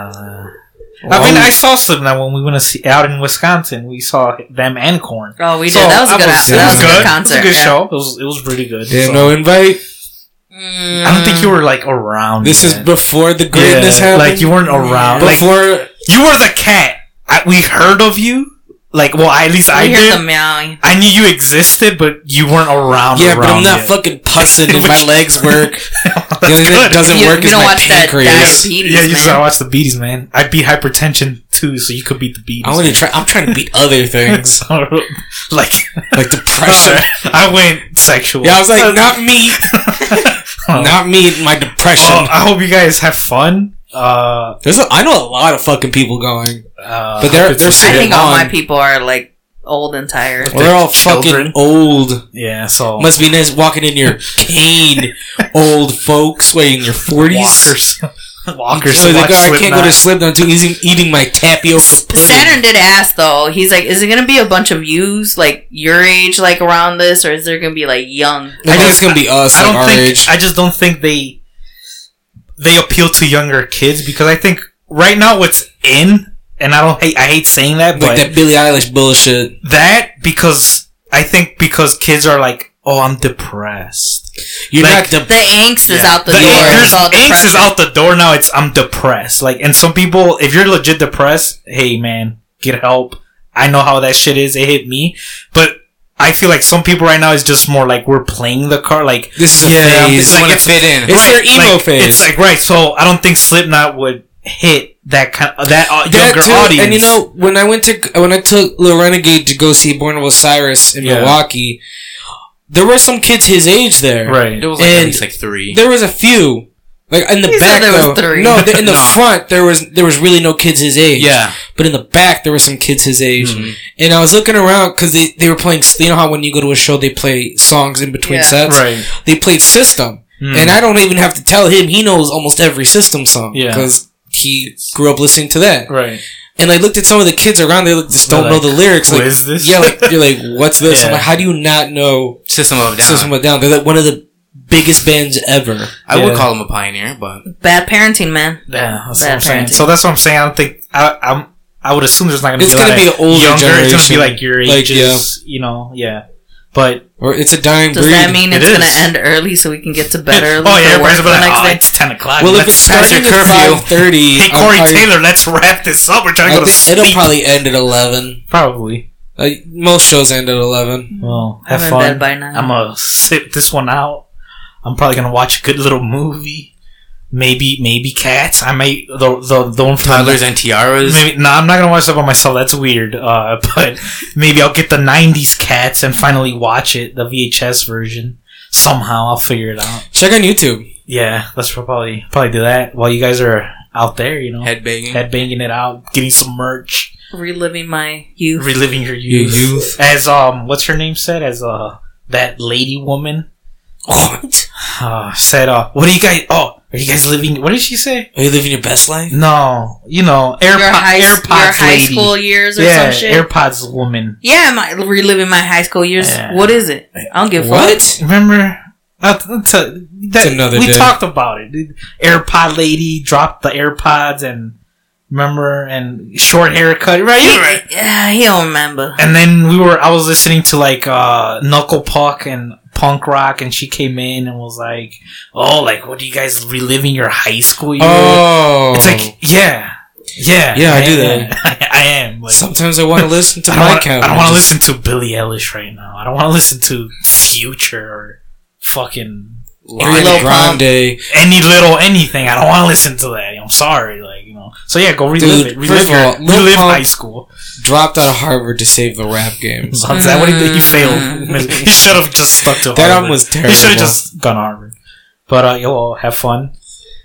[SPEAKER 1] Um, I mean, I saw Slipknot when we went to see out in Wisconsin. We saw them and Corn.
[SPEAKER 3] Oh, we did. that was a good.
[SPEAKER 2] it
[SPEAKER 3] that
[SPEAKER 2] was
[SPEAKER 3] was a good
[SPEAKER 1] It
[SPEAKER 3] concert.
[SPEAKER 1] was a good
[SPEAKER 3] yeah.
[SPEAKER 1] show. It was it was really good.
[SPEAKER 2] They have
[SPEAKER 1] So,
[SPEAKER 2] no invite.
[SPEAKER 3] Mm.
[SPEAKER 1] I don't think you were like around.
[SPEAKER 2] This is
[SPEAKER 1] then.
[SPEAKER 2] before the greatness
[SPEAKER 1] Yeah,
[SPEAKER 2] happened.
[SPEAKER 1] Like you weren't around. Like
[SPEAKER 2] before
[SPEAKER 1] you were the cat. I, we heard of you. Like well, at least I
[SPEAKER 3] I hear
[SPEAKER 1] did.
[SPEAKER 3] the meowing.
[SPEAKER 1] I knew you existed, but you weren't around.
[SPEAKER 2] Yeah, but I'm
[SPEAKER 1] around
[SPEAKER 2] not
[SPEAKER 1] yet.
[SPEAKER 2] fucking pussing and my
[SPEAKER 1] Which-
[SPEAKER 2] legs work.
[SPEAKER 1] That's
[SPEAKER 2] the only thing that
[SPEAKER 1] good.
[SPEAKER 2] doesn't
[SPEAKER 3] You-
[SPEAKER 2] work
[SPEAKER 3] you
[SPEAKER 2] is
[SPEAKER 3] don't
[SPEAKER 2] my
[SPEAKER 3] watch that
[SPEAKER 2] pancreas.
[SPEAKER 3] diet- Beaties,
[SPEAKER 1] yeah, you just
[SPEAKER 3] man.
[SPEAKER 1] gotta watch the beaties, man. I beat hypertension too, so you could beat the beaties.
[SPEAKER 2] I want to try. I'm trying to beat other things
[SPEAKER 1] like,
[SPEAKER 2] like depression.
[SPEAKER 1] I went sexual.
[SPEAKER 2] Yeah, I was like, not me,
[SPEAKER 1] Oh.
[SPEAKER 2] not me. My depression.
[SPEAKER 1] Well, Oh, I hope you guys have fun. Uh,
[SPEAKER 2] There's a, I know a lot of fucking people going.
[SPEAKER 1] uh,
[SPEAKER 2] But they're-
[SPEAKER 1] hope it's okay.
[SPEAKER 2] they're
[SPEAKER 3] I
[SPEAKER 2] Yeah,
[SPEAKER 3] think all
[SPEAKER 2] on.
[SPEAKER 3] my people are like old and tired.
[SPEAKER 2] We're all
[SPEAKER 1] children.
[SPEAKER 2] fucking old.
[SPEAKER 1] yeah. So
[SPEAKER 2] Must be nice walking in your cane, old folks, way in your forties.
[SPEAKER 1] walkers, walkers.
[SPEAKER 2] So like,
[SPEAKER 1] watch
[SPEAKER 2] "Oh, I can't go
[SPEAKER 1] Slipknot.
[SPEAKER 2] to Slipknot too. Eating, eating my tapioca pudding.
[SPEAKER 3] Saturn did ask though. He's like, "Is it gonna be a bunch of yous like your age, like around this, or is there gonna be like young?"
[SPEAKER 2] I, think it's gonna be us,
[SPEAKER 1] I
[SPEAKER 2] like
[SPEAKER 1] don't
[SPEAKER 2] our
[SPEAKER 1] think.
[SPEAKER 2] age.
[SPEAKER 1] I just don't think they they appeal to younger kids because I think right now what's in, and I don't hate. I hate saying that, but
[SPEAKER 2] like that Billie Eilish bullshit.
[SPEAKER 1] that because I think because kids are like, oh, I'm depressed.
[SPEAKER 2] You're
[SPEAKER 1] Like-
[SPEAKER 2] not
[SPEAKER 3] The
[SPEAKER 2] de-
[SPEAKER 3] angst is
[SPEAKER 1] Yeah.
[SPEAKER 3] out the,
[SPEAKER 1] The-
[SPEAKER 3] door.
[SPEAKER 1] there's
[SPEAKER 3] It's all
[SPEAKER 1] angst is
[SPEAKER 3] depressing.
[SPEAKER 1] out the door now. It's I'm depressed. Like, and some people, if you're legit depressed, hey man, get help. I know how that shit is. It hit me, but I feel like some people right now is just more like we're playing the card. Like,
[SPEAKER 2] This is a
[SPEAKER 1] Yeah, I'm
[SPEAKER 2] phase.
[SPEAKER 1] just
[SPEAKER 4] Just want to
[SPEAKER 1] it's-
[SPEAKER 4] fit in.
[SPEAKER 2] it's their
[SPEAKER 1] Right,
[SPEAKER 2] emo
[SPEAKER 1] like,
[SPEAKER 2] phase.
[SPEAKER 1] It's like right. So I don't think Slipknot would hit that kind of, that uh,
[SPEAKER 2] That
[SPEAKER 1] younger
[SPEAKER 2] too,
[SPEAKER 1] audience.
[SPEAKER 2] And you know, when I went to when I took Lil Renegade to go see Born of Osiris in
[SPEAKER 1] Yeah.
[SPEAKER 2] Milwaukee, there were some kids his age there.
[SPEAKER 1] right?
[SPEAKER 4] There was like, at
[SPEAKER 2] And-
[SPEAKER 4] least like three.
[SPEAKER 2] There was a few. Like in the
[SPEAKER 3] He said
[SPEAKER 2] back,
[SPEAKER 3] there was
[SPEAKER 2] though.
[SPEAKER 3] three.
[SPEAKER 2] no, the, in the
[SPEAKER 4] No.
[SPEAKER 2] front there was there was really no kids his age.
[SPEAKER 4] yeah.
[SPEAKER 2] but in the back there were some kids his age,
[SPEAKER 1] Mm-hmm.
[SPEAKER 4] Mhm.
[SPEAKER 2] and I was looking around because they they were playing. You know how when you go to a show they play songs in between
[SPEAKER 3] Yeah.
[SPEAKER 2] sets.
[SPEAKER 1] Right.
[SPEAKER 2] They played System,
[SPEAKER 1] Mm.
[SPEAKER 2] and I don't even have to tell him; he knows almost every System song
[SPEAKER 1] Yeah.
[SPEAKER 2] because he grew up listening to that.
[SPEAKER 1] right.
[SPEAKER 2] And I looked at some of the kids around. They like, just don't
[SPEAKER 1] They're
[SPEAKER 2] know
[SPEAKER 1] like,
[SPEAKER 2] the lyrics.
[SPEAKER 1] "Who
[SPEAKER 2] Like,
[SPEAKER 1] is this?"
[SPEAKER 2] Yeah, like, you're like, what's this? I'm
[SPEAKER 1] Yeah.
[SPEAKER 2] like, how do you not know
[SPEAKER 4] System of a Down.
[SPEAKER 2] System of a Down? They're like one of the biggest bands ever.
[SPEAKER 4] I
[SPEAKER 1] Yeah.
[SPEAKER 4] would call him a pioneer, but
[SPEAKER 3] Bad parenting, man.
[SPEAKER 1] Yeah, that's what
[SPEAKER 3] Bad
[SPEAKER 1] I'm saying.
[SPEAKER 3] parenting.
[SPEAKER 1] So that's what I'm saying. I don't think I, I'm. I would assume there's not going to be.
[SPEAKER 2] It's gonna
[SPEAKER 1] a lot
[SPEAKER 2] be
[SPEAKER 1] of
[SPEAKER 2] an older
[SPEAKER 1] younger. It's
[SPEAKER 2] generation.
[SPEAKER 1] going to be like your
[SPEAKER 2] Like,
[SPEAKER 1] ages. You know. Yeah. But
[SPEAKER 2] Or it's a dying
[SPEAKER 3] Does
[SPEAKER 2] breed.
[SPEAKER 3] that mean
[SPEAKER 1] It
[SPEAKER 3] it's gonna
[SPEAKER 1] is.
[SPEAKER 3] end early so we can get to bed early
[SPEAKER 1] oh
[SPEAKER 3] for
[SPEAKER 1] yeah,
[SPEAKER 3] work
[SPEAKER 1] everybody's
[SPEAKER 3] the
[SPEAKER 1] gonna be like,
[SPEAKER 3] next
[SPEAKER 1] oh,
[SPEAKER 3] day?
[SPEAKER 1] it's ten o'clock.
[SPEAKER 2] well, if
[SPEAKER 1] let's
[SPEAKER 2] it's
[SPEAKER 1] pass your
[SPEAKER 2] starting at
[SPEAKER 1] curfew.
[SPEAKER 2] five thirty,
[SPEAKER 1] Hey Corey Taylor, let's wrap this up. We're trying to
[SPEAKER 2] I
[SPEAKER 1] go to
[SPEAKER 2] think it'll
[SPEAKER 1] sleep.
[SPEAKER 2] probably end at eleven.
[SPEAKER 1] probably.
[SPEAKER 2] Like, most shows end at eleven.
[SPEAKER 1] Well,
[SPEAKER 3] I'm
[SPEAKER 1] "Ah, have
[SPEAKER 3] in
[SPEAKER 1] fun.
[SPEAKER 3] bed by nine.
[SPEAKER 1] I'm gonna sit this one out. I'm probably gonna watch a good little movie. Maybe, maybe cats. I may the the the one from
[SPEAKER 4] toddlers and tiaras.
[SPEAKER 1] Maybe no, I'm not gonna watch that by myself. That's weird. Uh, but maybe I'll get the '90s cats and finally watch it, the VHS version. Somehow I'll figure it out.
[SPEAKER 2] Check on YouTube.
[SPEAKER 1] Yeah, let's probably probably do that while you guys are out there. You know,
[SPEAKER 4] Headbanging.
[SPEAKER 1] headbanging it out, getting some merch,
[SPEAKER 3] reliving my youth.
[SPEAKER 1] reliving your youth.
[SPEAKER 2] youth.
[SPEAKER 1] As um, what's her name said? As uh, that lady woman
[SPEAKER 2] What?
[SPEAKER 1] uh, said. Uh, what are you guys? Oh, are you guys living? What did she say?
[SPEAKER 2] Are you living your best life?
[SPEAKER 1] No, you know, AirPod,
[SPEAKER 3] your high, your
[SPEAKER 1] AirPods
[SPEAKER 3] high
[SPEAKER 1] lady.
[SPEAKER 3] school years or
[SPEAKER 1] yeah,
[SPEAKER 3] some shit.
[SPEAKER 1] AirPods woman.
[SPEAKER 3] yeah, my reliving my high school years.
[SPEAKER 1] Yeah.
[SPEAKER 3] What is it? I don't give a fuck.
[SPEAKER 2] What?
[SPEAKER 1] Remember? That's, that's a- that-
[SPEAKER 2] It's another
[SPEAKER 1] we
[SPEAKER 2] day.
[SPEAKER 1] talked about it. The AirPod lady dropped the AirPods and remember and short haircut, right?
[SPEAKER 3] He,
[SPEAKER 1] You're right.
[SPEAKER 3] yeah, he don't remember.
[SPEAKER 1] And then we were I was listening to like uh Knuckle Puck and punk rock and she came in and was like, "Oh, like what are you guys reliving your high school years?"
[SPEAKER 2] Oh,
[SPEAKER 1] It's like, "Yeah. Yeah.
[SPEAKER 2] Yeah, I do
[SPEAKER 1] am. I am. Like,
[SPEAKER 2] Sometimes I want to listen to
[SPEAKER 1] I don't
[SPEAKER 2] my
[SPEAKER 1] wanna-
[SPEAKER 2] count.
[SPEAKER 1] I don't want to
[SPEAKER 2] Just-
[SPEAKER 1] listen to Billie Eilish right now. I don't want to listen to Future or fucking
[SPEAKER 2] Ariana
[SPEAKER 3] Lil Pump.
[SPEAKER 2] Grande.
[SPEAKER 1] any little anything. I don't want to listen to that. I'm sorry, like you know. So yeah, go relive
[SPEAKER 2] Dude,
[SPEAKER 1] it. Relive,
[SPEAKER 2] first of all,
[SPEAKER 1] your,
[SPEAKER 2] Lil
[SPEAKER 1] relive
[SPEAKER 2] Pump-
[SPEAKER 1] high school.
[SPEAKER 2] Dropped out of Harvard to save the rap games.
[SPEAKER 1] So is that what he did? You failed.
[SPEAKER 2] Mm.
[SPEAKER 1] you should have just stuck to
[SPEAKER 2] That
[SPEAKER 1] Harvard.
[SPEAKER 2] album was
[SPEAKER 1] You should
[SPEAKER 2] terrible.
[SPEAKER 1] have just gone Harvard. But uh, yo, well, have fun.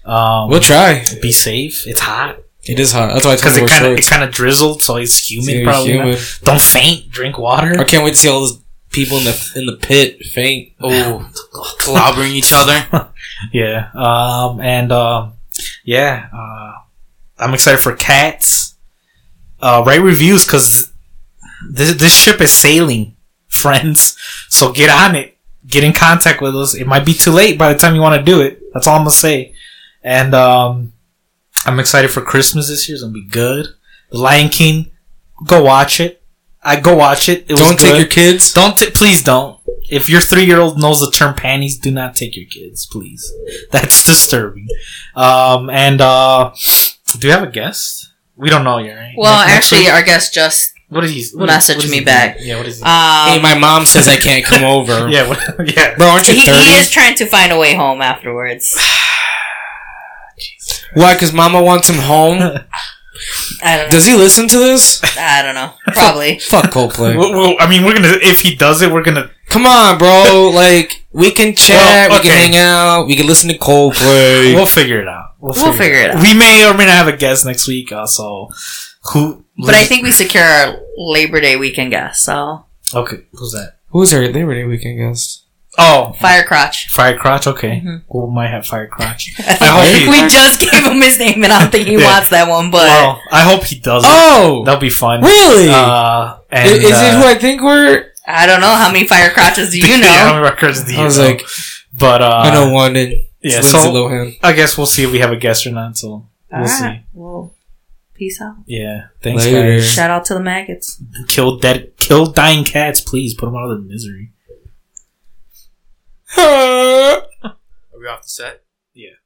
[SPEAKER 1] Um,
[SPEAKER 2] We'll try.
[SPEAKER 1] be safe. It's hot
[SPEAKER 2] It is hot. That's why I told
[SPEAKER 1] because
[SPEAKER 2] you
[SPEAKER 1] it
[SPEAKER 2] we're
[SPEAKER 1] kind of it
[SPEAKER 2] shorts.
[SPEAKER 1] kind of drizzled, so it's humid.
[SPEAKER 2] It's gonna be
[SPEAKER 1] probably
[SPEAKER 2] humid.
[SPEAKER 1] don't faint. Drink water.
[SPEAKER 2] I can't wait to see all those people in the in the pit faint.
[SPEAKER 4] Oh, clobbering each other.
[SPEAKER 1] Yeah. Um, and um, yeah, uh, I'm excited for cats. Uh, write reviews because this this ship is sailing, friends. So get on it. Get in contact with us. It might be too late by the time you want to do it. That's all I'm gonna say. And um, I'm excited for Christmas this year. It's gonna be good. The Lion King. Go watch it. I go watch it. It was
[SPEAKER 2] Don't take
[SPEAKER 1] good.
[SPEAKER 2] your kids.
[SPEAKER 1] Don't t- please don't. If your three year old knows the term panties, do not take your kids, please. That's disturbing. Um, and uh, do you have a guest? We don't know yet, right?
[SPEAKER 3] Well,
[SPEAKER 1] Next- next
[SPEAKER 3] actually,
[SPEAKER 1] week?
[SPEAKER 3] our guest just
[SPEAKER 1] what is he? What
[SPEAKER 3] messaged
[SPEAKER 1] what is
[SPEAKER 3] me
[SPEAKER 1] he
[SPEAKER 3] back.
[SPEAKER 1] doing? Yeah, what is he?
[SPEAKER 2] Hey,
[SPEAKER 3] um,
[SPEAKER 2] my mom says I can't come over.
[SPEAKER 1] yeah, what, yeah.
[SPEAKER 2] Bro, aren't you
[SPEAKER 3] he, he is
[SPEAKER 2] 30?
[SPEAKER 3] trying to find a way home afterwards.
[SPEAKER 2] Why? Because mama wants him home?
[SPEAKER 3] I don't know.
[SPEAKER 2] Does he listen to this?
[SPEAKER 3] I don't know. Probably.
[SPEAKER 2] Fuck Coldplay.
[SPEAKER 1] Well, well, I mean, we're gonna. If he does it, we're gonna.
[SPEAKER 2] Come on, bro. Like, we can chat,
[SPEAKER 1] Well,
[SPEAKER 2] we can
[SPEAKER 1] Oh, okay.
[SPEAKER 2] hang out, we can listen to Coldplay.
[SPEAKER 1] We'll figure it out.
[SPEAKER 3] We'll figure it out.
[SPEAKER 1] We may or may not have a guest next week. Also, who?
[SPEAKER 3] But I think we secure our Labor Day weekend guest. So
[SPEAKER 1] Okay, who's that?
[SPEAKER 2] Who's our Labor Day weekend guest?
[SPEAKER 1] Oh,
[SPEAKER 3] Firecrotch.
[SPEAKER 1] Fire Crotch. Okay,
[SPEAKER 3] Mhm.
[SPEAKER 1] we might have Fire Crotch. I
[SPEAKER 3] we
[SPEAKER 1] hope he.
[SPEAKER 3] just gave him his name, and I don't think he
[SPEAKER 1] Yeah.
[SPEAKER 3] wants that one. But
[SPEAKER 1] Well, I hope he does. it.
[SPEAKER 2] Oh!
[SPEAKER 1] That'll be fun.
[SPEAKER 2] Really?
[SPEAKER 1] Uh, and,
[SPEAKER 2] is, is it
[SPEAKER 1] uh,
[SPEAKER 2] who I think we're?
[SPEAKER 3] I don't know how many Firecrotches do you
[SPEAKER 1] yeah, how
[SPEAKER 3] know.
[SPEAKER 1] many records do you
[SPEAKER 2] I was
[SPEAKER 1] know?
[SPEAKER 2] like,
[SPEAKER 1] but uh,
[SPEAKER 2] I know one, and
[SPEAKER 1] Yeah,
[SPEAKER 2] it's Lindsay
[SPEAKER 1] so-
[SPEAKER 2] Lohan.
[SPEAKER 1] I guess we'll see if we have a guest or not. So we'll
[SPEAKER 3] Ah.
[SPEAKER 1] see.
[SPEAKER 3] Alright, Well, peace out.
[SPEAKER 1] Yeah, thanks
[SPEAKER 2] Later.
[SPEAKER 1] guys.
[SPEAKER 3] Shout out to the maggots.
[SPEAKER 1] Kill dead, kill dying cats, please. Put them out of their misery. Are we off the set?
[SPEAKER 4] Yeah.